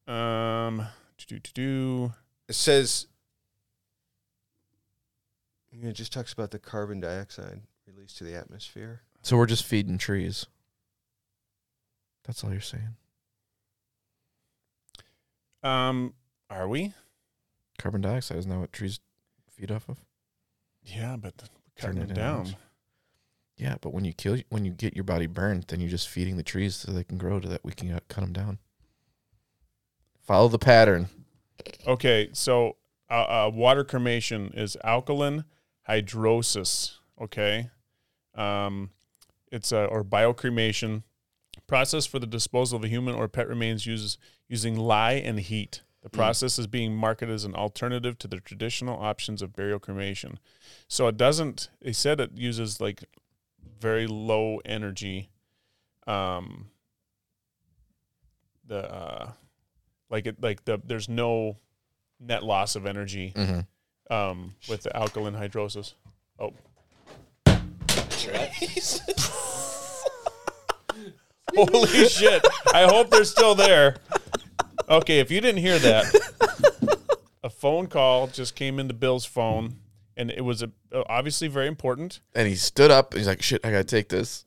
[SPEAKER 1] Um, do do do.
[SPEAKER 3] It says. Yeah, It just talks about the carbon dioxide released to the atmosphere.
[SPEAKER 2] So we're just feeding trees. That's all you're saying.
[SPEAKER 1] Um, are we?
[SPEAKER 2] Carbon dioxide isn't that what trees feed off of?
[SPEAKER 1] Yeah, but th-
[SPEAKER 2] Turn
[SPEAKER 1] cutting
[SPEAKER 2] it
[SPEAKER 1] it
[SPEAKER 2] in
[SPEAKER 1] down.
[SPEAKER 2] once. Yeah, but when you kill, when you get your body burnt, then you're just feeding the trees so they can grow to that we can uh, cut them down. Follow the pattern.
[SPEAKER 1] Okay, so uh, uh, water cremation is alkaline hydrosis. Okay, um, it's uh, or biocremation process for the disposal of a human or pet remains uses using lye and heat. The process is being marketed as an alternative to the traditional options of burial cremation. So it doesn't. They said it uses like very low energy. Um, the uh, like it like the there's no net loss of energy
[SPEAKER 2] Mm-hmm.
[SPEAKER 1] um, with the alkaline hydrosis. Oh, holy shit! I hope they're still there. Okay, if you didn't hear that, a phone call just came into Bill's phone, and it was a, obviously very important.
[SPEAKER 2] And he stood up and he's like, "Shit, I gotta take this."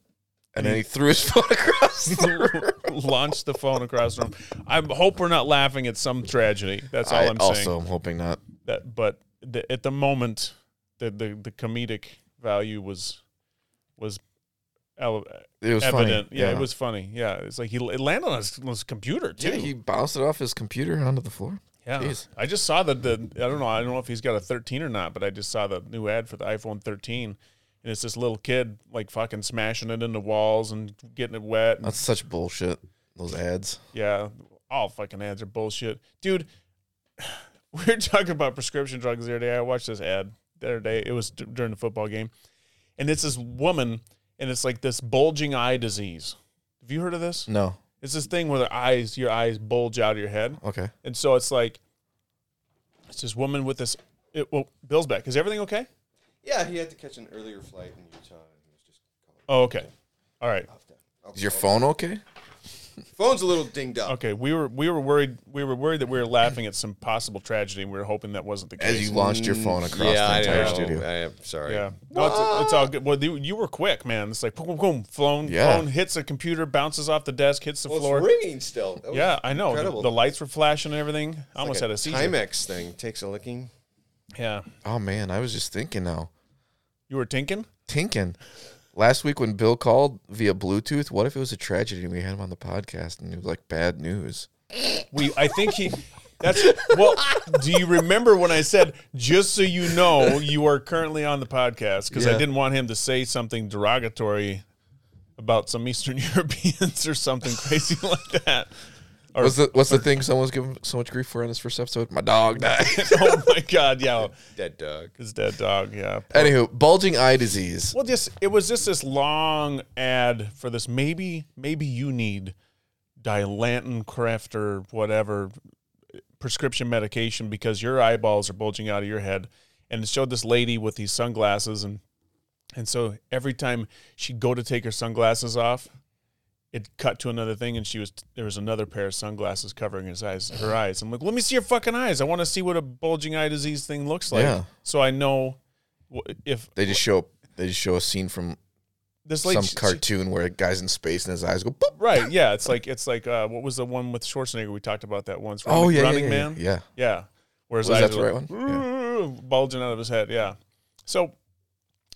[SPEAKER 2] And then he threw his phone across the room.
[SPEAKER 1] Launched the phone across the room. I hope we're not laughing at some tragedy. That's all
[SPEAKER 2] I
[SPEAKER 1] I am saying.
[SPEAKER 2] also am hoping not.
[SPEAKER 1] that but the, at the moment the, the the comedic value was was ele-
[SPEAKER 2] It was
[SPEAKER 1] evident.
[SPEAKER 2] funny.
[SPEAKER 1] Yeah, it was funny. Yeah, it's like he it landed on his, on his computer too.
[SPEAKER 2] Yeah, he bounced it off his computer onto the floor.
[SPEAKER 1] Yeah.
[SPEAKER 2] Jeez.
[SPEAKER 1] I just saw that the I don't know I don't know if he's got a 13 or not, but I just saw the new ad for the iPhone 13, and it's this little kid like fucking smashing it into walls and getting it wet. And,
[SPEAKER 2] That's such bullshit. Those ads.
[SPEAKER 1] yeah, all fucking ads are bullshit, dude. We were talking about prescription drugs the other day. I watched this ad the other day. It was d- during the football game, and it's this woman, and it's like this bulging eye disease. Have you heard of this?
[SPEAKER 2] No.
[SPEAKER 1] It's this thing where the eyes, your eyes bulge out of your head.
[SPEAKER 2] Okay.
[SPEAKER 1] And so it's like, it's this woman with this. It, well, Bill's back. Is everything okay?
[SPEAKER 3] Yeah, he had to catch an earlier flight in Utah. and He was just calling
[SPEAKER 1] Oh, okay. All right.
[SPEAKER 3] off that. Oh,
[SPEAKER 2] Is your phone okay?
[SPEAKER 3] Phone's a little dinged up.
[SPEAKER 1] Okay. We were we were worried we were worried that we were laughing at some possible tragedy. and We were hoping that wasn't the case.
[SPEAKER 2] As you launched your phone across the entire studio.
[SPEAKER 3] Mm, I am sorry.
[SPEAKER 1] yeah. No, it's, it's all good. Well, you, you were quick, man. It's like boom, boom, boom. Phone,
[SPEAKER 2] Yeah.
[SPEAKER 1] phone hits a computer, bounces off the desk, hits the
[SPEAKER 3] Well,
[SPEAKER 1] floor.
[SPEAKER 3] it's ringing still. That was
[SPEAKER 1] yeah, I know. The,
[SPEAKER 3] Incredible.
[SPEAKER 1] the lights were flashing and everything. I almost had
[SPEAKER 3] like a
[SPEAKER 1] a seizure.
[SPEAKER 3] Timex thing takes a licking.
[SPEAKER 1] Yeah.
[SPEAKER 2] Oh man, I was just thinking now.
[SPEAKER 1] You were tinking.
[SPEAKER 2] Tinkin. Last week when Bill called via Bluetooth, what if it was a tragedy and we had him on the podcast and it was like bad news?
[SPEAKER 1] We, I think he. That's well. Do you remember when I said, "Just so you know, you are currently on the podcast"? Because I
[SPEAKER 2] Yeah.
[SPEAKER 1] didn't want him to say something derogatory about some Eastern Europeans or something crazy like that.
[SPEAKER 2] What's the what's the thing someone's giving so much grief for in this first episode? My dog died.
[SPEAKER 1] oh my God! Yeah,
[SPEAKER 3] Dead dog.
[SPEAKER 1] his dead dog. Yeah.
[SPEAKER 2] Anywho, bulging eye disease.
[SPEAKER 1] Well, just it was just this long ad for this. Maybe, maybe you need Dilantin Creft or whatever prescription medication because your eyeballs are bulging out of your head. And it showed this lady with these sunglasses, and and so every time she'd go to take her sunglasses off, it cut to another thing, and she was there was another pair of sunglasses covering his eyes, her eyes. I'm like, let me see your fucking eyes. I want to see what a bulging eye disease thing looks like,
[SPEAKER 2] Yeah.
[SPEAKER 1] so I know wh- if
[SPEAKER 2] They just show they just show a scene from
[SPEAKER 1] this lady
[SPEAKER 2] some
[SPEAKER 1] she- she-
[SPEAKER 2] cartoon where a guy's in space and his eyes go boop.
[SPEAKER 1] Right. Yeah. It's like it's like uh, what was the one with Schwarzenegger? We talked about that once.
[SPEAKER 2] Oh yeah,
[SPEAKER 1] Running
[SPEAKER 2] yeah, yeah,
[SPEAKER 1] Man.
[SPEAKER 2] yeah. yeah.
[SPEAKER 1] Yeah. Where his
[SPEAKER 2] Was
[SPEAKER 1] eyes
[SPEAKER 2] that
[SPEAKER 1] were
[SPEAKER 2] the
[SPEAKER 1] like,
[SPEAKER 2] right one?
[SPEAKER 1] bulging out of his head. Yeah. So,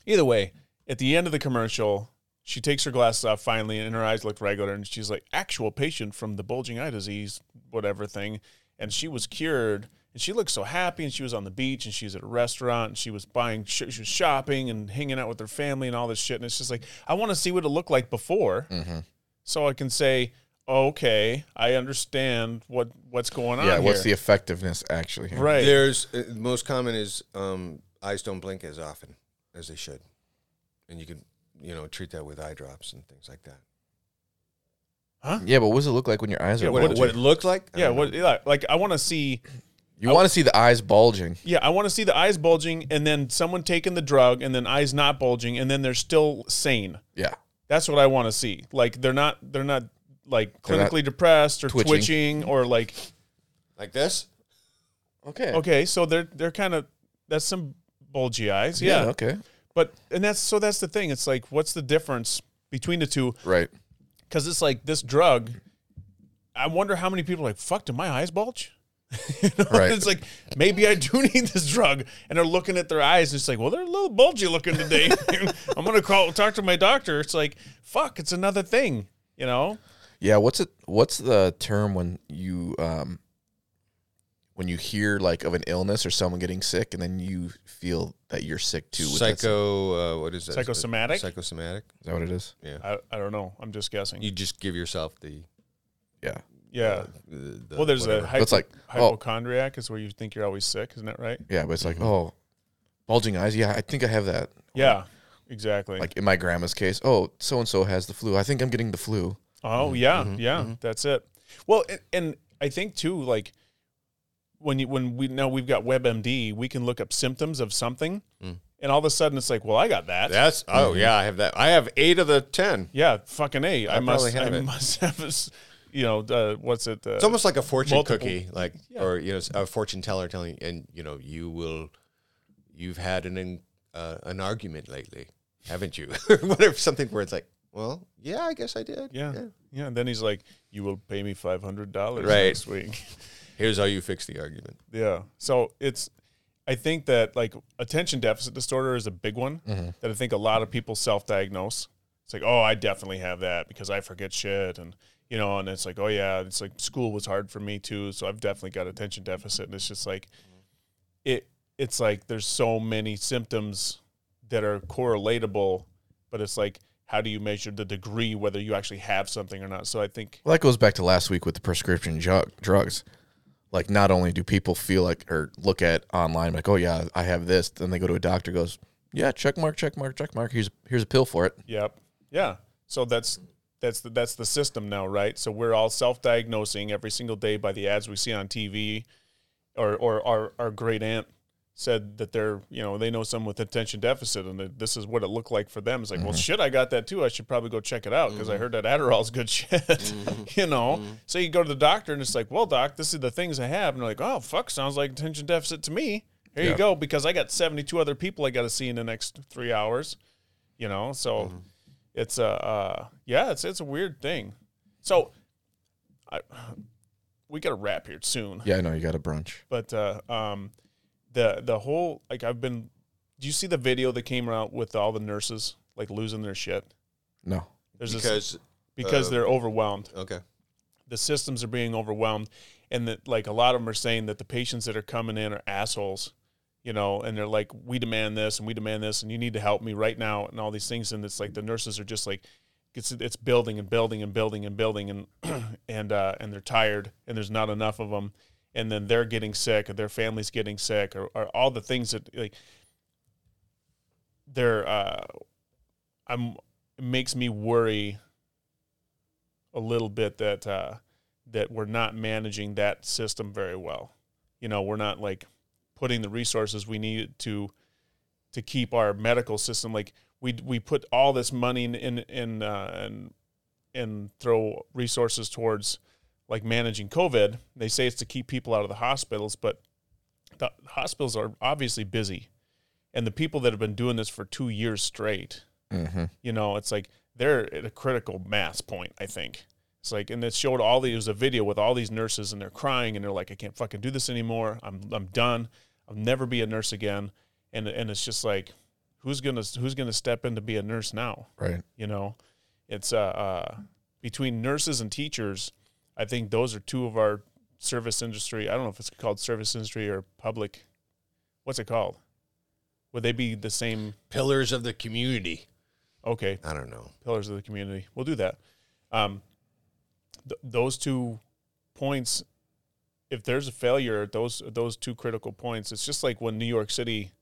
[SPEAKER 1] either way, at the end of the commercial, she takes her glasses off finally, and her eyes look regular, and she's like, "Actual patient from the bulging eye disease, whatever thing," and she was cured. And she looked so happy, and she was on the beach, and she was at a restaurant, and she was buying, sh- she was shopping, and hanging out with her family, and all this shit. And it's just like, I want to see what it looked like before,
[SPEAKER 2] Mm-hmm.
[SPEAKER 1] so I can say, okay, I understand what what's going on.
[SPEAKER 2] Yeah, what's the
[SPEAKER 1] here."
[SPEAKER 2] effectiveness actually here?
[SPEAKER 1] right?
[SPEAKER 3] There's uh, the most common is um, eyes don't blink as often as they should, and you can you know treat that with eye drops and things like that.
[SPEAKER 2] Yeah, but what does it look like when your eyes
[SPEAKER 1] Yeah,
[SPEAKER 2] are
[SPEAKER 1] what-
[SPEAKER 3] What,
[SPEAKER 2] bulging?
[SPEAKER 3] it- what it looked like? I
[SPEAKER 1] Yeah,
[SPEAKER 3] don't
[SPEAKER 1] what,
[SPEAKER 3] know.
[SPEAKER 1] yeah, like I want to see.
[SPEAKER 2] you want to see the eyes bulging.
[SPEAKER 1] Yeah, I want to see the eyes bulging, and then someone taking the drug, and then eyes not bulging, and then they're still sane.
[SPEAKER 2] Yeah.
[SPEAKER 1] That's what I want to see. Like they're not, they're not like
[SPEAKER 2] They're not
[SPEAKER 1] clinically depressed or twitching.
[SPEAKER 2] twitching.
[SPEAKER 1] or like
[SPEAKER 3] like this?
[SPEAKER 2] Okay.
[SPEAKER 1] okay, so they're they're kind of that's some bulgy eyes. Yeah.
[SPEAKER 2] Yeah. Okay.
[SPEAKER 1] but and that's so that's the thing. It's like what's the difference between the two?
[SPEAKER 2] Right.
[SPEAKER 1] Because it's like this drug. I wonder how many people are like, fuck, do my eyes bulge? You know,
[SPEAKER 2] Right.
[SPEAKER 1] It's like, maybe I do need this drug. And they're looking at their eyes and it's like, well, they're a little bulgy looking today. I'm going to call, talk to my doctor. It's like, fuck, it's another thing, you know?
[SPEAKER 2] Yeah. What's it? What's the term when you um when you hear like of an illness or someone getting sick and then you feel that you're sick too? with that-
[SPEAKER 3] Psycho. Uh, what is that?
[SPEAKER 1] Psychosomatic?
[SPEAKER 3] Psychosomatic.
[SPEAKER 2] Is that what it is?
[SPEAKER 3] Yeah.
[SPEAKER 1] I, I don't know. I'm just guessing.
[SPEAKER 3] You just give yourself the.
[SPEAKER 2] Yeah.
[SPEAKER 1] yeah.
[SPEAKER 3] the, the
[SPEAKER 1] Uh, Well, there's
[SPEAKER 3] whatever.
[SPEAKER 1] a hypo-
[SPEAKER 2] It's like, oh.
[SPEAKER 1] hypochondriac is where you think you're always sick. Isn't that right?
[SPEAKER 2] Yeah. But it's like oh, bulging eyes. Yeah, I think I have that.
[SPEAKER 1] Yeah, exactly.
[SPEAKER 2] Like in my grandma's case, oh, so and so has the flu. I think I'm getting the flu.
[SPEAKER 3] Mm-hmm,
[SPEAKER 1] Oh yeah, yeah, that's it. Well, and, and I think too, like when you when we now we've got WebMD, we can look up symptoms of something, and all of a sudden it's like, well, I got that.
[SPEAKER 3] That's oh Mm. yeah, I have that. I have eight of the ten.
[SPEAKER 1] yeah, fucking a. I must,
[SPEAKER 3] probably have
[SPEAKER 1] I
[SPEAKER 3] it.
[SPEAKER 1] must have, this, you know, uh, what's it? Uh,
[SPEAKER 3] It's almost like a fortune
[SPEAKER 1] Multiple-
[SPEAKER 3] cookie, like
[SPEAKER 1] Yeah.
[SPEAKER 3] or you know a fortune teller telling, and you know you will, you've had an in- uh, an argument lately, haven't you? Whatever something where it's like, well, yeah, I guess I did.
[SPEAKER 1] yeah, yeah, And then he's like, you will pay me five hundred dollars
[SPEAKER 3] Right.
[SPEAKER 1] next week.
[SPEAKER 3] Here's how you fix the argument.
[SPEAKER 1] Yeah. So it's, I think that like attention deficit disorder is a big one that I think a lot of people self-diagnose. It's like, oh, I definitely have that because I forget shit, and you know, and it's like, oh yeah, it's like school was hard for me too, so I've definitely got attention deficit, and it's just like, it, it's like there's so many symptoms that are correlatable, but it's like, how do you measure the degree whether you actually have something or not? So I think,
[SPEAKER 2] Well, that goes back to last week with the prescription drug, drugs. Like, not only do people feel like or look at online like, oh yeah, I have this, then they go to a doctor, goes, yeah, check mark, check mark, check mark. Here's here's a pill for it.
[SPEAKER 1] yep, yeah. So that's that's the, that's the system now, right? So we're all self-diagnosing every single day by the ads we see on TV, or or our our great aunt said that they're you know they know someone with attention deficit and that this is what it looked like for them. It's like, well, shit, I got that too. I should probably go check it out because I heard that Adderall's good shit. you know, so you go to the doctor and it's like, well, doc, this is the things I have, and they're like, oh fuck, sounds like attention deficit to me. Here you
[SPEAKER 2] Yeah.
[SPEAKER 1] go because I got seventy two other people I got to see in the next three hours. You know, so it's a uh, yeah, it's it's a weird thing. So, I we got to wrap here soon.
[SPEAKER 2] Yeah, I know you got a brunch.
[SPEAKER 1] But uh, um, the the whole like I've been. Do you see the video that came out with all the nurses like losing their shit?
[SPEAKER 2] No,
[SPEAKER 1] There's this,
[SPEAKER 3] because
[SPEAKER 1] because
[SPEAKER 3] uh,
[SPEAKER 1] they're overwhelmed.
[SPEAKER 3] okay,
[SPEAKER 1] The systems are being overwhelmed, and that like a lot of them are saying that the patients that are coming in are assholes, you know, and they're like, we demand this and we demand this, and you need to help me right now, and all these things, and it's like the nurses are just like. It's, it's building and building and building and building and and uh, and they're tired and there's not enough of them and then they're getting sick or their family's getting sick or, or all the things that like they're uh i'm it makes me worry a little bit that uh that we're not managing that system very well you know we're not like putting the resources we need to to keep our medical system like we we put all this money in in in, uh, and and throw resources towards like managing COVID. They say it's to keep people out of the hospitals, but the hospitals are obviously busy. And the people that have been doing this for two years straight,
[SPEAKER 2] Mm-hmm.
[SPEAKER 1] you know, it's like they're at a critical mass point, I think. It's like, and it showed all these, it was a video with all these nurses and they're crying and they're like, I can't fucking do this anymore. I'm, I'm done. I'll never be a nurse again. And, and it's just like, who's going to, who's going to step in to be a nurse now?
[SPEAKER 2] right?
[SPEAKER 1] you know it's uh, uh between nurses and teachers i think those are two of our service industry i don't know if it's called service industry or public what's it called would they be the same
[SPEAKER 4] Pillars of the community.
[SPEAKER 1] okay
[SPEAKER 3] I don't know.
[SPEAKER 1] pillars of the community. We'll do that. Um, th- those two points, if there's a failure at those at those two critical points, it's just like when New York City,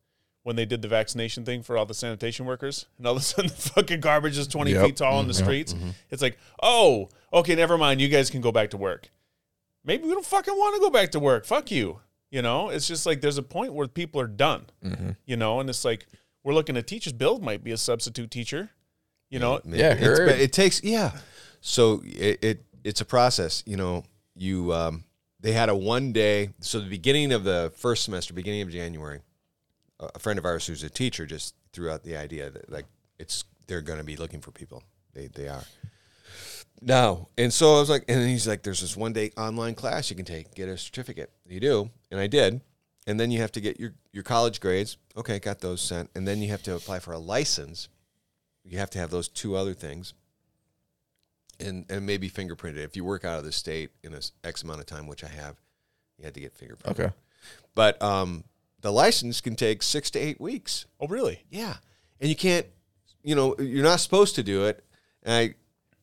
[SPEAKER 1] when they did the vaccination thing for all the sanitation workers, and all of a sudden the fucking garbage is twenty
[SPEAKER 2] Yep.
[SPEAKER 1] feet tall in the streets.
[SPEAKER 3] Mm-hmm.
[SPEAKER 1] It's like, oh, okay, never mind. You guys can go back to work. Maybe we don't fucking want to go back to work. Fuck you. You know, it's just like there's a point where people are done.
[SPEAKER 2] Mm-hmm.
[SPEAKER 1] You know, and it's like we're looking at teachers. Bill might be a substitute teacher. You know,
[SPEAKER 2] Yeah,
[SPEAKER 3] It's
[SPEAKER 2] heard.
[SPEAKER 3] ba- it takes yeah. So it, it it's a process, you know. You um, they had a one day. So the beginning of the first semester, beginning of January, a a friend of ours who's a teacher just threw out the idea that like it's they're going to be looking for people. They they are. No, and so I was like, and he's like, "There's this one day online class you can take, get a certificate." You do, and I did, and then you have to get your your college grades. Okay, got those sent, and then you have to apply for a license you have to have those two other things and and maybe fingerprinted if you work out of the state in this x amount of time which i have you had to get fingerprinted
[SPEAKER 2] Okay.
[SPEAKER 3] but um the license can take six to eight weeks
[SPEAKER 1] Oh, really?
[SPEAKER 3] yeah and you can't you know you're not supposed to do it and i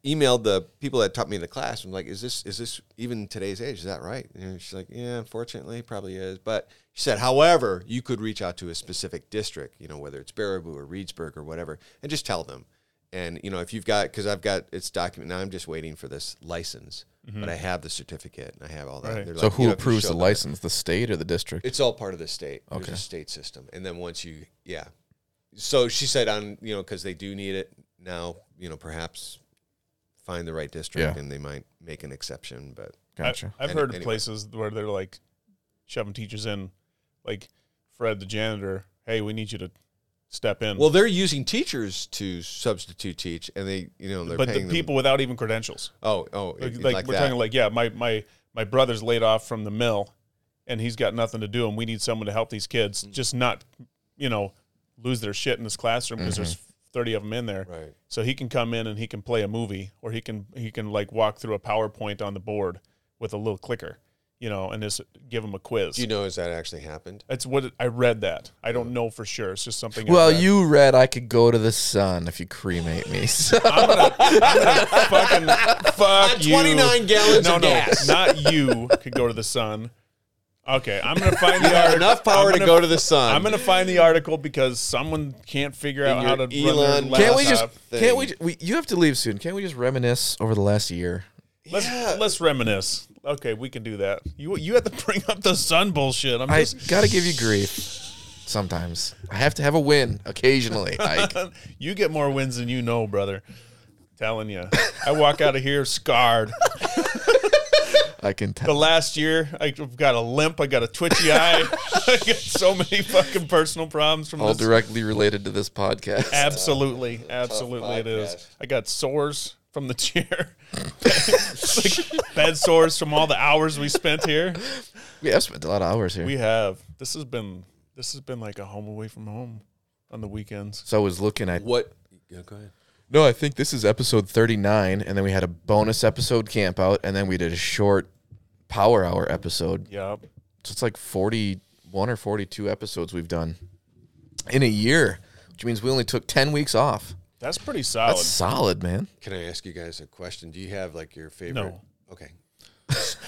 [SPEAKER 3] emailed the people that taught me in the class i'm like is this is this even today's age is that right and she's like yeah unfortunately it probably is but she said however you could reach out to a specific district you know whether it's baraboo or reedsburg or whatever and just tell them and you know if you've got because i've got it's document now i'm just waiting for this license but i have the certificate and i have all that
[SPEAKER 1] Mm-hmm. Right.
[SPEAKER 3] They're
[SPEAKER 2] So
[SPEAKER 3] like,
[SPEAKER 2] who
[SPEAKER 3] you know, if you
[SPEAKER 2] approves
[SPEAKER 3] show
[SPEAKER 2] the
[SPEAKER 3] them-
[SPEAKER 2] license, the state or the district?
[SPEAKER 3] it's all part of the state. There's
[SPEAKER 2] Okay.
[SPEAKER 3] a state system, and then once you, yeah. So she said, on you know, because they do need it now. You know, perhaps find the right district,
[SPEAKER 2] Yeah.
[SPEAKER 3] and they might make an exception. But
[SPEAKER 2] Gotcha.
[SPEAKER 1] I, have
[SPEAKER 3] Any-
[SPEAKER 1] heard of
[SPEAKER 3] anyway.
[SPEAKER 1] places where they're like shoving teachers in, like Fred the janitor. Hey, we need you to step in.
[SPEAKER 3] well, they're using teachers to substitute teach, and they, you know, they're
[SPEAKER 1] but the
[SPEAKER 3] paying
[SPEAKER 1] people without even credentials,
[SPEAKER 3] Them, oh, oh,
[SPEAKER 1] like,
[SPEAKER 3] it-
[SPEAKER 1] like,
[SPEAKER 3] like
[SPEAKER 1] we're
[SPEAKER 3] that.
[SPEAKER 1] talking like, yeah, my my my brother's laid off from the mill, and he's got nothing to do, and we need someone to help these kids
[SPEAKER 3] Mm.
[SPEAKER 1] just not, you know, lose their shit in this classroom because there's 30 of them in there.
[SPEAKER 3] Right.
[SPEAKER 1] So he can come in and he can play a movie, or he can he can like walk through a PowerPoint on the board with a little clicker, you know, and just give them a quiz.
[SPEAKER 3] Do you know has that actually happened?
[SPEAKER 1] That's what it- I read. That I don't know for sure. It's just something. I
[SPEAKER 2] Well,
[SPEAKER 1] read.
[SPEAKER 2] you read I could go to the sun if you cremate me. So
[SPEAKER 1] I'm gonna, I'm gonna fucking fuck you.
[SPEAKER 3] 29 gallons
[SPEAKER 1] no,
[SPEAKER 3] of
[SPEAKER 1] no,
[SPEAKER 3] gas.
[SPEAKER 1] Not you could go to the sun. Okay, I'm gonna find the
[SPEAKER 3] Got
[SPEAKER 1] article.
[SPEAKER 3] enough power
[SPEAKER 1] I'm
[SPEAKER 3] to
[SPEAKER 1] gonna-
[SPEAKER 3] go to the sun.
[SPEAKER 1] I'm gonna find the article because someone can't figure out
[SPEAKER 3] In
[SPEAKER 1] how
[SPEAKER 3] your
[SPEAKER 1] to run
[SPEAKER 3] Elon
[SPEAKER 1] their
[SPEAKER 2] can't we just
[SPEAKER 1] laptop.
[SPEAKER 2] can't we, ju- we you have to leave soon. Can't we just reminisce over the last year?
[SPEAKER 1] Let's
[SPEAKER 3] Yeah.
[SPEAKER 1] let's reminisce. Okay, we can do that. You you have to bring up the sun bullshit. I'm
[SPEAKER 2] I
[SPEAKER 1] just
[SPEAKER 2] gotta give you grief. Sometimes I have to have a win occasionally. Ike.
[SPEAKER 1] you get more wins than you know, brother. Telling you, I walk out of here scarred.
[SPEAKER 2] I can
[SPEAKER 1] The
[SPEAKER 2] tell.
[SPEAKER 1] last year, I've got a limp. I got a twitchy eye. I got so many fucking personal problems from
[SPEAKER 2] All
[SPEAKER 1] this.
[SPEAKER 2] directly related to this podcast.
[SPEAKER 1] Absolutely, absolutely, it is. I got sores from the chair, It's like bed sores from all the hours we spent here.
[SPEAKER 2] we have spent a lot of hours here.
[SPEAKER 1] We have. This has been. This has been like a home away from home on the weekends.
[SPEAKER 2] so I was looking at.
[SPEAKER 3] What? Yeah, go ahead.
[SPEAKER 2] No, I think this is episode 39, and then we had a bonus episode camp out, and then we did a short power hour episode.
[SPEAKER 1] Yeah,
[SPEAKER 2] So it's like 41 or 42 episodes we've done in a year, which means we only took 10 weeks off.
[SPEAKER 1] that's pretty solid.
[SPEAKER 2] That's solid, man.
[SPEAKER 3] Can I ask you guys a question? Do you have like your favorite?
[SPEAKER 1] No.
[SPEAKER 3] Okay.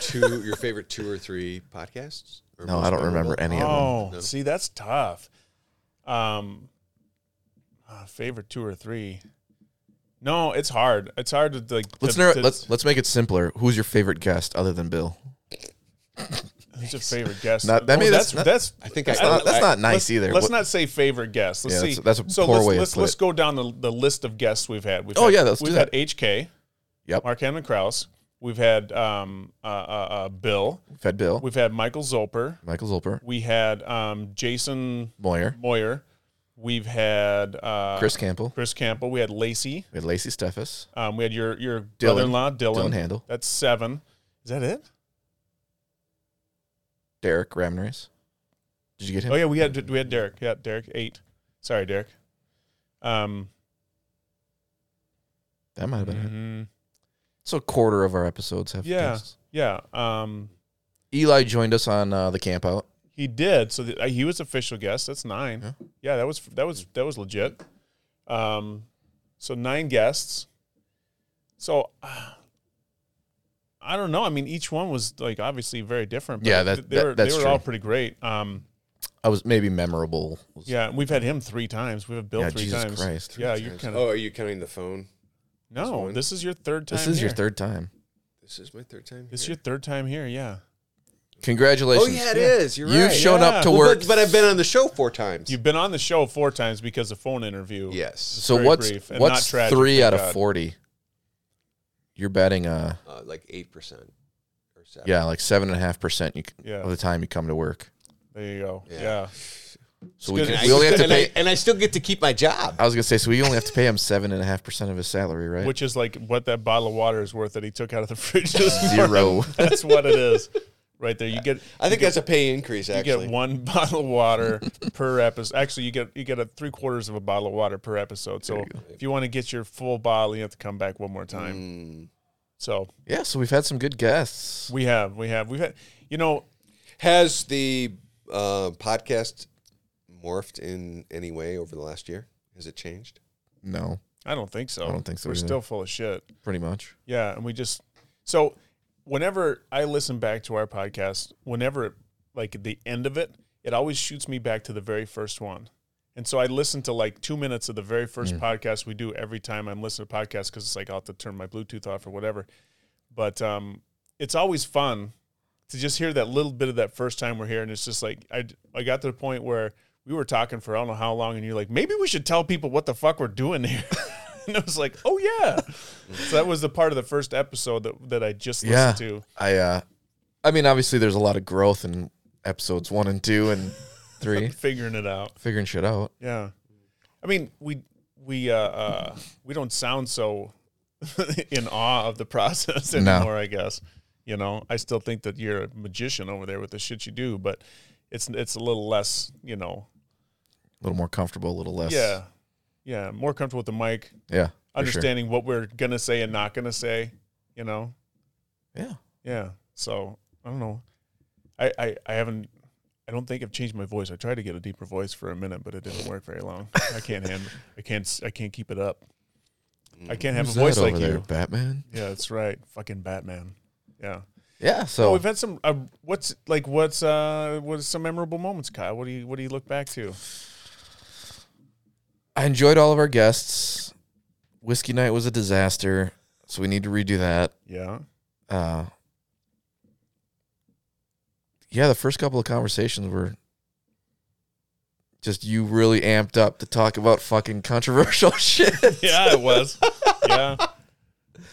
[SPEAKER 3] two your favorite two or three podcasts? Or
[SPEAKER 2] No,
[SPEAKER 3] most
[SPEAKER 2] I don't remember
[SPEAKER 3] memorable?
[SPEAKER 2] any of them.
[SPEAKER 1] oh,
[SPEAKER 3] No.
[SPEAKER 1] see, that's tough. Um, uh, favorite two or three. No, it's hard. It's hard to like.
[SPEAKER 2] Let's,
[SPEAKER 1] to-
[SPEAKER 2] narrow,
[SPEAKER 1] to-
[SPEAKER 2] let's let's make it simpler. Who's your favorite guest other than Bill?
[SPEAKER 1] Who's your favorite guest?
[SPEAKER 2] Not- I
[SPEAKER 1] No,
[SPEAKER 2] mean,
[SPEAKER 1] that's
[SPEAKER 2] that's not-
[SPEAKER 1] that's.
[SPEAKER 3] I think
[SPEAKER 2] That's
[SPEAKER 3] I,
[SPEAKER 2] not, that's
[SPEAKER 3] I-
[SPEAKER 2] not nice
[SPEAKER 1] let's-
[SPEAKER 2] either.
[SPEAKER 1] Let's
[SPEAKER 2] What-
[SPEAKER 1] not say favorite guests. Let's
[SPEAKER 2] Yeah,
[SPEAKER 1] see.
[SPEAKER 2] that's- that's a
[SPEAKER 1] so
[SPEAKER 2] poor
[SPEAKER 1] let's,
[SPEAKER 2] way to
[SPEAKER 1] let's,
[SPEAKER 2] put
[SPEAKER 1] let's
[SPEAKER 2] it.
[SPEAKER 1] go down the, the list of guests we've had. We've
[SPEAKER 2] Oh,
[SPEAKER 1] had,
[SPEAKER 2] yeah, let's do
[SPEAKER 1] we've
[SPEAKER 2] that.
[SPEAKER 1] had HK.
[SPEAKER 2] Yep.
[SPEAKER 1] Mark Hammond Krause. We've had um, uh, uh, uh, Bill.
[SPEAKER 2] Fed Bill,
[SPEAKER 1] We've had Michael Zolper.
[SPEAKER 2] Michael Zolper,
[SPEAKER 1] We had um, Jason
[SPEAKER 2] Moyer,
[SPEAKER 1] Moyer. We've had uh,
[SPEAKER 2] Chris Campbell.
[SPEAKER 1] Chris Campbell. We had Lacey.
[SPEAKER 2] We had Lacey Steffes.
[SPEAKER 1] Um, we had your your brother-in-law Dylan.
[SPEAKER 2] Dylan Handel.
[SPEAKER 1] That's seven. Is that it?
[SPEAKER 2] Derek Ramnares. Did you get him?
[SPEAKER 1] Oh yeah, we had we had Derek. Yeah, Derek eight. Sorry, Derek. Um,
[SPEAKER 2] That might have been it.
[SPEAKER 1] mhm.
[SPEAKER 2] So a quarter of our episodes have
[SPEAKER 1] Yeah.
[SPEAKER 2] guests.
[SPEAKER 1] Yeah, um,
[SPEAKER 2] Eli joined us on uh, the camp out.
[SPEAKER 1] he did. So the, uh, he was official guest. That's nine.
[SPEAKER 2] Yeah.
[SPEAKER 1] Yeah. that was that was that was legit. Um, so nine guests. So uh, I don't know. I mean, each one was like obviously very different.
[SPEAKER 2] Yeah,
[SPEAKER 1] th-
[SPEAKER 2] that-
[SPEAKER 1] they
[SPEAKER 2] that-
[SPEAKER 1] were
[SPEAKER 2] that's
[SPEAKER 1] they were all
[SPEAKER 2] true.
[SPEAKER 1] pretty great. Um,
[SPEAKER 2] I was maybe memorable. Was-
[SPEAKER 1] yeah, and we've had him three times. We've had Bill
[SPEAKER 2] Yeah,
[SPEAKER 1] three
[SPEAKER 2] Jesus
[SPEAKER 1] times.
[SPEAKER 2] Christ.
[SPEAKER 1] yeah, you kind of
[SPEAKER 3] Oh, are you counting the phone? this
[SPEAKER 1] no.
[SPEAKER 3] one?
[SPEAKER 1] This is your third time.
[SPEAKER 2] This is your
[SPEAKER 1] here.
[SPEAKER 2] third time.
[SPEAKER 3] This is my third time.
[SPEAKER 1] This is
[SPEAKER 3] here.
[SPEAKER 1] your third time here. Yeah,
[SPEAKER 2] Congratulations.
[SPEAKER 3] Oh yeah, it
[SPEAKER 1] Yeah.
[SPEAKER 3] is. You're
[SPEAKER 2] You've
[SPEAKER 3] right.
[SPEAKER 2] shown
[SPEAKER 1] Yeah.
[SPEAKER 2] up to
[SPEAKER 1] Well,
[SPEAKER 2] work.
[SPEAKER 3] But, but I've been on the show four times.
[SPEAKER 1] you've been on the show four times because of phone interview.
[SPEAKER 3] yes,
[SPEAKER 2] so
[SPEAKER 1] very
[SPEAKER 2] what's
[SPEAKER 1] brief and
[SPEAKER 2] what's
[SPEAKER 1] not tragic,
[SPEAKER 2] three
[SPEAKER 1] thank
[SPEAKER 2] out of
[SPEAKER 1] God.
[SPEAKER 2] forty? You're betting uh
[SPEAKER 3] uh, like eight percent or seven.
[SPEAKER 2] yeah like seven and a half percent you c-
[SPEAKER 1] Yeah.
[SPEAKER 2] of the time you come to work.
[SPEAKER 1] There you go.
[SPEAKER 3] Yeah.
[SPEAKER 1] yeah.
[SPEAKER 2] So we,
[SPEAKER 1] good.
[SPEAKER 2] can-
[SPEAKER 1] And
[SPEAKER 2] we only have to
[SPEAKER 3] and,
[SPEAKER 2] pay.
[SPEAKER 3] I, and I still get to keep my job.
[SPEAKER 2] I was gonna say so we only have to pay him seven and a half percent of his salary, right?
[SPEAKER 1] which is like what that bottle of water is worth that he took out of the fridge. this morning.
[SPEAKER 2] Zero.
[SPEAKER 1] That's what it is, right there. You get
[SPEAKER 3] I think that's a pay increase.
[SPEAKER 1] you
[SPEAKER 3] Actually,
[SPEAKER 1] get one bottle of water per episode. Actually, you get you get a three quarters of a bottle of water per episode. So if you want to get your full bottle, you have to come back one more time.
[SPEAKER 3] Mm. Hmm.
[SPEAKER 1] So
[SPEAKER 2] yeah. So we've had some good guests.
[SPEAKER 1] we have we have we've had you know
[SPEAKER 3] Has the uh, podcast morphed in any way over the last year? Has it changed?
[SPEAKER 2] No,
[SPEAKER 1] I don't think so.
[SPEAKER 2] I don't think so
[SPEAKER 1] We're
[SPEAKER 2] either.
[SPEAKER 1] still full of shit.
[SPEAKER 2] pretty much.
[SPEAKER 1] Yeah, and we just so whenever I listen back to our podcast, whenever like at the end of it, it always shoots me back to the very first one. And so I listen to like two minutes of the very first podcast we do every time I'm listening to podcasts because it's like I'll have to turn my Bluetooth off or whatever. But um, it's always fun to just hear that little bit of that first time we're here, and it's just like I I got to the point where we were talking for I don't know how long, and you're like, maybe we should tell people what the fuck we're doing here. and I was like, oh yeah. so that was the part of the first episode that that I just listened
[SPEAKER 2] Yeah.
[SPEAKER 1] to.
[SPEAKER 2] I uh I mean obviously there's a lot of growth in episodes 1 and 2 and 3
[SPEAKER 1] Figuring it out.
[SPEAKER 2] figuring shit out.
[SPEAKER 1] Yeah. I mean, we we uh, uh we don't sound so in awe of the process
[SPEAKER 2] No.
[SPEAKER 1] anymore, I guess. You know, I still think that you're a magician over there with the shit you do, but it's it's a little less. You know,
[SPEAKER 2] A little more comfortable, a little less.
[SPEAKER 1] yeah, yeah, more comfortable with the mic,
[SPEAKER 2] Yeah. for sure.
[SPEAKER 1] understanding what we're gonna say and not gonna say. You know,
[SPEAKER 2] Yeah.
[SPEAKER 1] yeah. So I don't know. I I, I haven't. I don't think I've changed my voice. I tried to get a deeper voice for a minute, but it didn't work very long. I can't handle. I can't. s- I can't keep it up. I can't have
[SPEAKER 2] Who's
[SPEAKER 1] a voice
[SPEAKER 2] that
[SPEAKER 1] like
[SPEAKER 2] over there,
[SPEAKER 1] you.
[SPEAKER 2] Batman.
[SPEAKER 1] Yeah, that's right. Fucking Batman. Yeah.
[SPEAKER 2] Yeah.
[SPEAKER 1] Oh,
[SPEAKER 2] So
[SPEAKER 1] we've had some. Uh, what's like? What's uh? What's some memorable moments, Kyle? What do you What do you look back to?
[SPEAKER 2] I enjoyed all of our guests. Whiskey night was a disaster, so we need to redo that.
[SPEAKER 1] Yeah.
[SPEAKER 2] Uh, yeah, the first couple of conversations were just you really amped up to talk about fucking controversial shit.
[SPEAKER 1] Yeah, it was. yeah.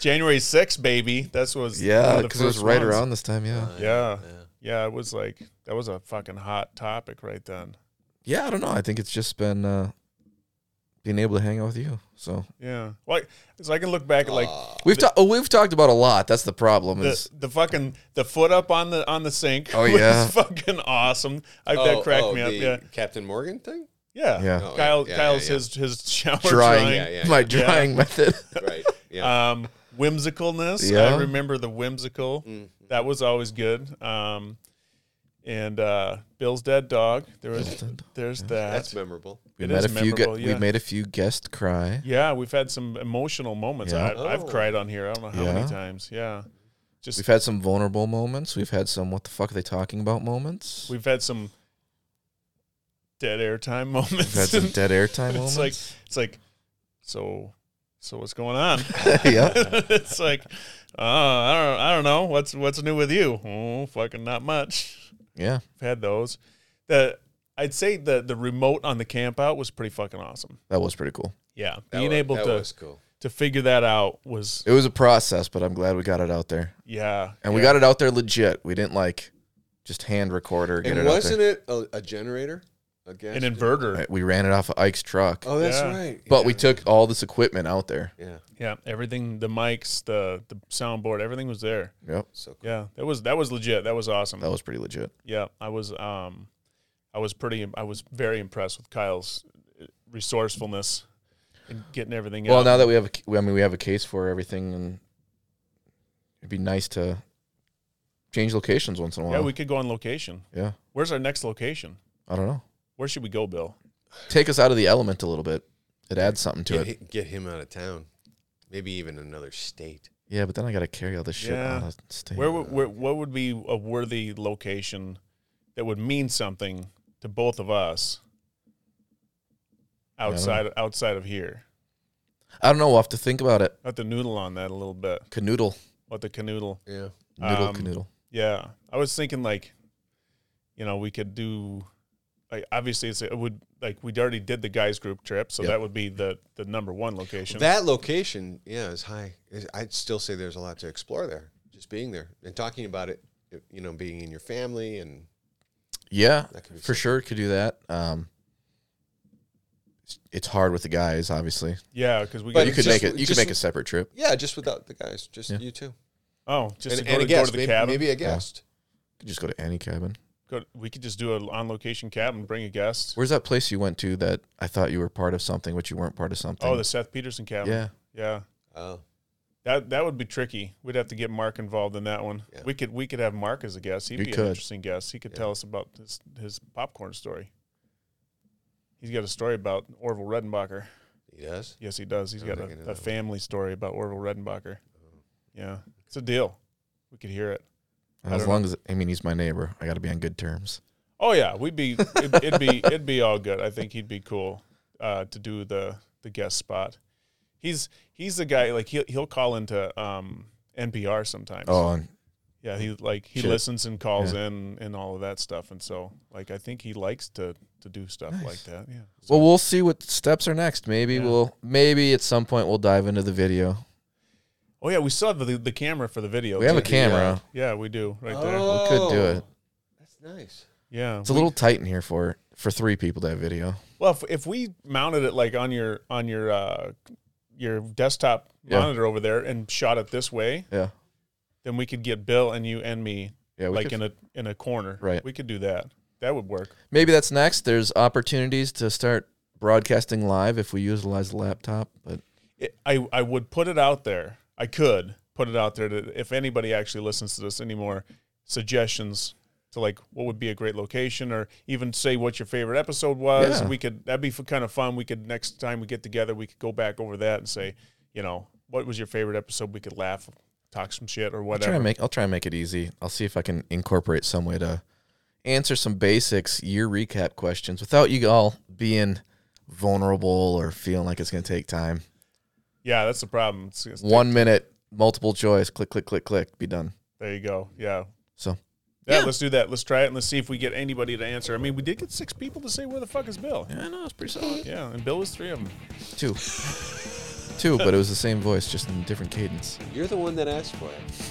[SPEAKER 1] January 6th, baby. That's was. one
[SPEAKER 2] yeah,
[SPEAKER 1] of the
[SPEAKER 2] because it was
[SPEAKER 1] first
[SPEAKER 2] right
[SPEAKER 1] ones.
[SPEAKER 2] around this time. Yeah.
[SPEAKER 1] Yeah. Yeah, it was like that was a fucking hot topic right then.
[SPEAKER 2] Yeah, I don't know. I think it's just been uh, being able to hang out with you. So
[SPEAKER 1] Yeah. Like, so I can look back at like
[SPEAKER 3] Ah.
[SPEAKER 2] we've ta- oh, we've talked about a lot. That's the problem.
[SPEAKER 1] the,
[SPEAKER 2] Is
[SPEAKER 1] the fucking the foot up on the on the sink.
[SPEAKER 2] Oh,
[SPEAKER 1] was
[SPEAKER 2] yeah.
[SPEAKER 1] fucking awesome. I,
[SPEAKER 3] Oh,
[SPEAKER 1] that cracked
[SPEAKER 3] oh,
[SPEAKER 1] me up.
[SPEAKER 3] the
[SPEAKER 1] Yeah.
[SPEAKER 3] Captain Morgan thing?
[SPEAKER 1] Yeah.
[SPEAKER 2] yeah,
[SPEAKER 3] Oh,
[SPEAKER 1] Kyle,
[SPEAKER 3] yeah, yeah,
[SPEAKER 1] Kyle's
[SPEAKER 3] yeah.
[SPEAKER 1] his his shower
[SPEAKER 2] drying,
[SPEAKER 1] drying.
[SPEAKER 3] Yeah, yeah,
[SPEAKER 2] my
[SPEAKER 3] yeah.
[SPEAKER 2] drying method.
[SPEAKER 3] Right. Yeah.
[SPEAKER 1] um, whimsicalness. I
[SPEAKER 2] Yeah.
[SPEAKER 1] remember the whimsical.
[SPEAKER 3] Mm-hmm.
[SPEAKER 1] That was always good. Um, and uh, Bill's dead dog. There was, there's that.
[SPEAKER 3] That's memorable.
[SPEAKER 2] we
[SPEAKER 1] It
[SPEAKER 2] met a
[SPEAKER 1] is
[SPEAKER 2] few. Gu-
[SPEAKER 1] memorable, yeah.
[SPEAKER 2] We made a few guests cry.
[SPEAKER 1] yeah, we've had some emotional moments.
[SPEAKER 2] Yeah.
[SPEAKER 1] I, I've
[SPEAKER 3] Oh.
[SPEAKER 1] cried on here. I don't know how many
[SPEAKER 2] Yeah.
[SPEAKER 1] times. Yeah, just
[SPEAKER 2] We've had some vulnerable moments. We've had some "What the fuck are they talking about?" moments. We've,
[SPEAKER 1] we've had some dead air time moments.
[SPEAKER 2] had some dead air time
[SPEAKER 1] it's
[SPEAKER 2] moments.
[SPEAKER 1] like it's like so so what's going on?
[SPEAKER 2] yeah,
[SPEAKER 1] it's like uh, I don't I don't know what's what's new with you. Oh, fucking not much.
[SPEAKER 2] yeah,
[SPEAKER 1] I've had those. The I'd say the the remote on the camp out was pretty fucking awesome.
[SPEAKER 2] that was pretty cool.
[SPEAKER 1] Yeah.
[SPEAKER 3] That
[SPEAKER 1] Being
[SPEAKER 3] wa-
[SPEAKER 1] able
[SPEAKER 3] that
[SPEAKER 1] to
[SPEAKER 3] was cool.
[SPEAKER 1] to figure that out was
[SPEAKER 2] It was a process, but I'm glad we got it out there,
[SPEAKER 1] yeah.
[SPEAKER 2] and we got it out there legit. We didn't like just hand record or get
[SPEAKER 3] And
[SPEAKER 2] it out
[SPEAKER 3] wasn't it a, a generator? A gas
[SPEAKER 1] an
[SPEAKER 3] gen-
[SPEAKER 1] inverter.
[SPEAKER 2] there. We ran it off of Ike's truck,
[SPEAKER 3] Oh, that's
[SPEAKER 1] Yeah.
[SPEAKER 3] right.
[SPEAKER 2] but
[SPEAKER 3] Yeah.
[SPEAKER 2] we took all this equipment out there.
[SPEAKER 3] Yeah.
[SPEAKER 1] Yeah. Everything the mics, the the soundboard, everything was there.
[SPEAKER 2] Yep,
[SPEAKER 3] So cool.
[SPEAKER 1] Yeah. That was that was legit. That was awesome.
[SPEAKER 2] that was pretty legit.
[SPEAKER 1] Yeah. I was um I was pretty I was very impressed with Kyle's uh, resourcefulness and getting everything
[SPEAKER 2] Well,
[SPEAKER 1] out.
[SPEAKER 2] now that we have, a, ca- I mean, we have a case for everything, and it'd be nice to change locations once in a while.
[SPEAKER 1] yeah, we could go on location.
[SPEAKER 2] yeah.
[SPEAKER 1] Where's our next location?
[SPEAKER 2] I don't know.
[SPEAKER 1] Where should we go, Bill?
[SPEAKER 2] Take us out of the element a little bit. It adds something to
[SPEAKER 3] Get,
[SPEAKER 2] it.
[SPEAKER 3] hi- get him out of town. Maybe even another state.
[SPEAKER 2] Yeah, but then I got to carry all this shit
[SPEAKER 1] Yeah.
[SPEAKER 2] out of state.
[SPEAKER 1] Where, would where what would be a worthy location that would mean something to both of us
[SPEAKER 2] don't know.
[SPEAKER 1] outside outside of here?
[SPEAKER 2] I don't know. We'll have to think about it.
[SPEAKER 1] I have to noodle on that a little bit.
[SPEAKER 2] Canoodle,
[SPEAKER 1] What the canoodle?
[SPEAKER 3] Yeah.
[SPEAKER 2] noodle,
[SPEAKER 1] Um,
[SPEAKER 2] canoodle.
[SPEAKER 1] Yeah, I was thinking like, you know, we could do like obviously it's, it would like we already did the guys group trip, so
[SPEAKER 2] Yep.
[SPEAKER 1] that would be the the number one location.
[SPEAKER 3] That location, yeah, is high. Is- I'd still say there's a lot to explore there. Just being there and talking about it, you know, being in your family and
[SPEAKER 2] Yeah,
[SPEAKER 3] that could be
[SPEAKER 2] for sure. Could do that. Um, it's- it's hard with the guys, obviously.
[SPEAKER 1] yeah, because we
[SPEAKER 3] But
[SPEAKER 1] got
[SPEAKER 2] You could make
[SPEAKER 3] just-
[SPEAKER 2] it. You could
[SPEAKER 3] just-
[SPEAKER 2] make a separate trip.
[SPEAKER 3] yeah, just without the guys, just
[SPEAKER 2] Yeah.
[SPEAKER 3] you two
[SPEAKER 1] oh just
[SPEAKER 3] and,
[SPEAKER 1] to go,
[SPEAKER 3] and
[SPEAKER 1] to,
[SPEAKER 3] a
[SPEAKER 1] go to
[SPEAKER 3] guest,
[SPEAKER 1] the
[SPEAKER 3] maybe,
[SPEAKER 1] cabin.
[SPEAKER 3] maybe a guest.
[SPEAKER 2] You could just go to any cabin.
[SPEAKER 1] Go we could just do an on location cabin, bring a guest.
[SPEAKER 2] Where's that place you went to that I thought you were part of something, but you weren't part of something?
[SPEAKER 1] Oh, the Seth Peterson cabin.
[SPEAKER 2] yeah.
[SPEAKER 1] Yeah.
[SPEAKER 3] Oh,
[SPEAKER 1] That that would be tricky. We'd have to get Mark involved in that one.
[SPEAKER 3] Yeah.
[SPEAKER 1] We could we could have Mark as a guest. He'd
[SPEAKER 2] We
[SPEAKER 1] be an
[SPEAKER 2] could.
[SPEAKER 1] interesting guest. He could tell us about his his popcorn story. He's got a story about Orville Redenbacher.
[SPEAKER 3] he does.
[SPEAKER 1] Yes, he does. He's
[SPEAKER 3] I
[SPEAKER 1] got
[SPEAKER 3] think I know
[SPEAKER 1] a,
[SPEAKER 3] that
[SPEAKER 1] a
[SPEAKER 3] one.
[SPEAKER 1] family story about Orville Redenbacher.
[SPEAKER 2] Oh.
[SPEAKER 1] Yeah, it's a deal. We could hear it. I
[SPEAKER 2] As
[SPEAKER 1] don't
[SPEAKER 2] long as I mean, he's my neighbor. I got to be on good terms.
[SPEAKER 1] Oh yeah, we'd be it'd, it'd be it'd be all good. I think he'd be cool uh, to do the the guest spot. He's he's the guy like he'll he'll call into um, NPR sometimes.
[SPEAKER 2] Oh, and
[SPEAKER 1] Yeah, he like he
[SPEAKER 2] Shit.
[SPEAKER 1] listens and calls in and all of that stuff, and so like I think he likes to to do stuff like
[SPEAKER 2] Nice.
[SPEAKER 1] that. Yeah.
[SPEAKER 2] well, we'll see what steps are next. Maybe
[SPEAKER 1] Yeah.
[SPEAKER 2] we'll maybe at some point we'll dive into the video.
[SPEAKER 1] Oh yeah, we still have the, the camera for the video.
[SPEAKER 2] We have a
[SPEAKER 1] too.
[SPEAKER 2] camera.
[SPEAKER 1] Yeah, we do right there.
[SPEAKER 3] Oh,
[SPEAKER 2] We could do it.
[SPEAKER 3] That's nice.
[SPEAKER 1] Yeah.
[SPEAKER 2] It's a little tight in here for for three people to have video.
[SPEAKER 1] Well, if, if we mounted it like on your on your uh, your desktop
[SPEAKER 2] Yeah.
[SPEAKER 1] monitor over there and shot it this way,
[SPEAKER 2] Yeah,
[SPEAKER 1] then we could get Bill and you and me
[SPEAKER 2] Yeah, we
[SPEAKER 1] like
[SPEAKER 2] could-
[SPEAKER 1] in a in a corner.
[SPEAKER 2] Right.
[SPEAKER 1] We could do that. That would work.
[SPEAKER 2] maybe that's next. There's opportunities to start broadcasting live if we utilize the laptop, but
[SPEAKER 1] It, I I would put it out there. I could put it out there to if anybody actually listens to this anymore, suggestions to like what would be a great location or even say what your favorite episode was.
[SPEAKER 2] Yeah.
[SPEAKER 1] We could that'd be f- kind of fun. We could next time we get together, we could go back over that and say, you know, what was your favorite episode? We could laugh, talk some shit or
[SPEAKER 2] I'll try
[SPEAKER 1] whatever.
[SPEAKER 2] and make I'll try and make it easy. I'll see if I can incorporate some way to answer some basics year recap questions without you all being vulnerable or feeling like it's going to take time.
[SPEAKER 1] Yeah, that's the problem. It's, it's-
[SPEAKER 2] One minute, multiple choice, click click click click, be done.
[SPEAKER 1] There you go. Yeah.
[SPEAKER 2] So
[SPEAKER 1] Yeah, let's do that. Let's try it and let's see if we get anybody to answer. I mean, we did get six people to say where the fuck is Bill.
[SPEAKER 2] I know it's pretty solid.
[SPEAKER 1] Yeah, and Bill was three of them.
[SPEAKER 2] Two, two, but it was the same voice, just in a different cadence.
[SPEAKER 4] You're the one that asked for it.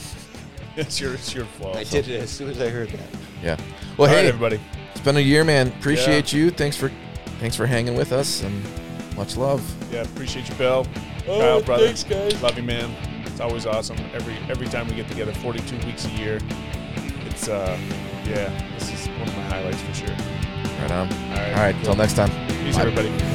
[SPEAKER 1] It's your it's your fault.
[SPEAKER 4] I did it as soon as I heard that.
[SPEAKER 2] Yeah. Well,
[SPEAKER 1] All right,
[SPEAKER 2] hey,
[SPEAKER 1] everybody.
[SPEAKER 2] it's been a year, man. Appreciate you. Thanks for, thanks for hanging with us, and much love.
[SPEAKER 1] Yeah, appreciate you, Bill. Kyle, brother. Oh, Thanks, guys. Love you, man. It's always awesome. Every every time we get together, 42 weeks a year. It's uh, yeah, this is one of my highlights for sure.
[SPEAKER 2] Right on. All
[SPEAKER 1] right.
[SPEAKER 2] right. Till next time.
[SPEAKER 1] Peace,
[SPEAKER 2] Bye.
[SPEAKER 1] everybody.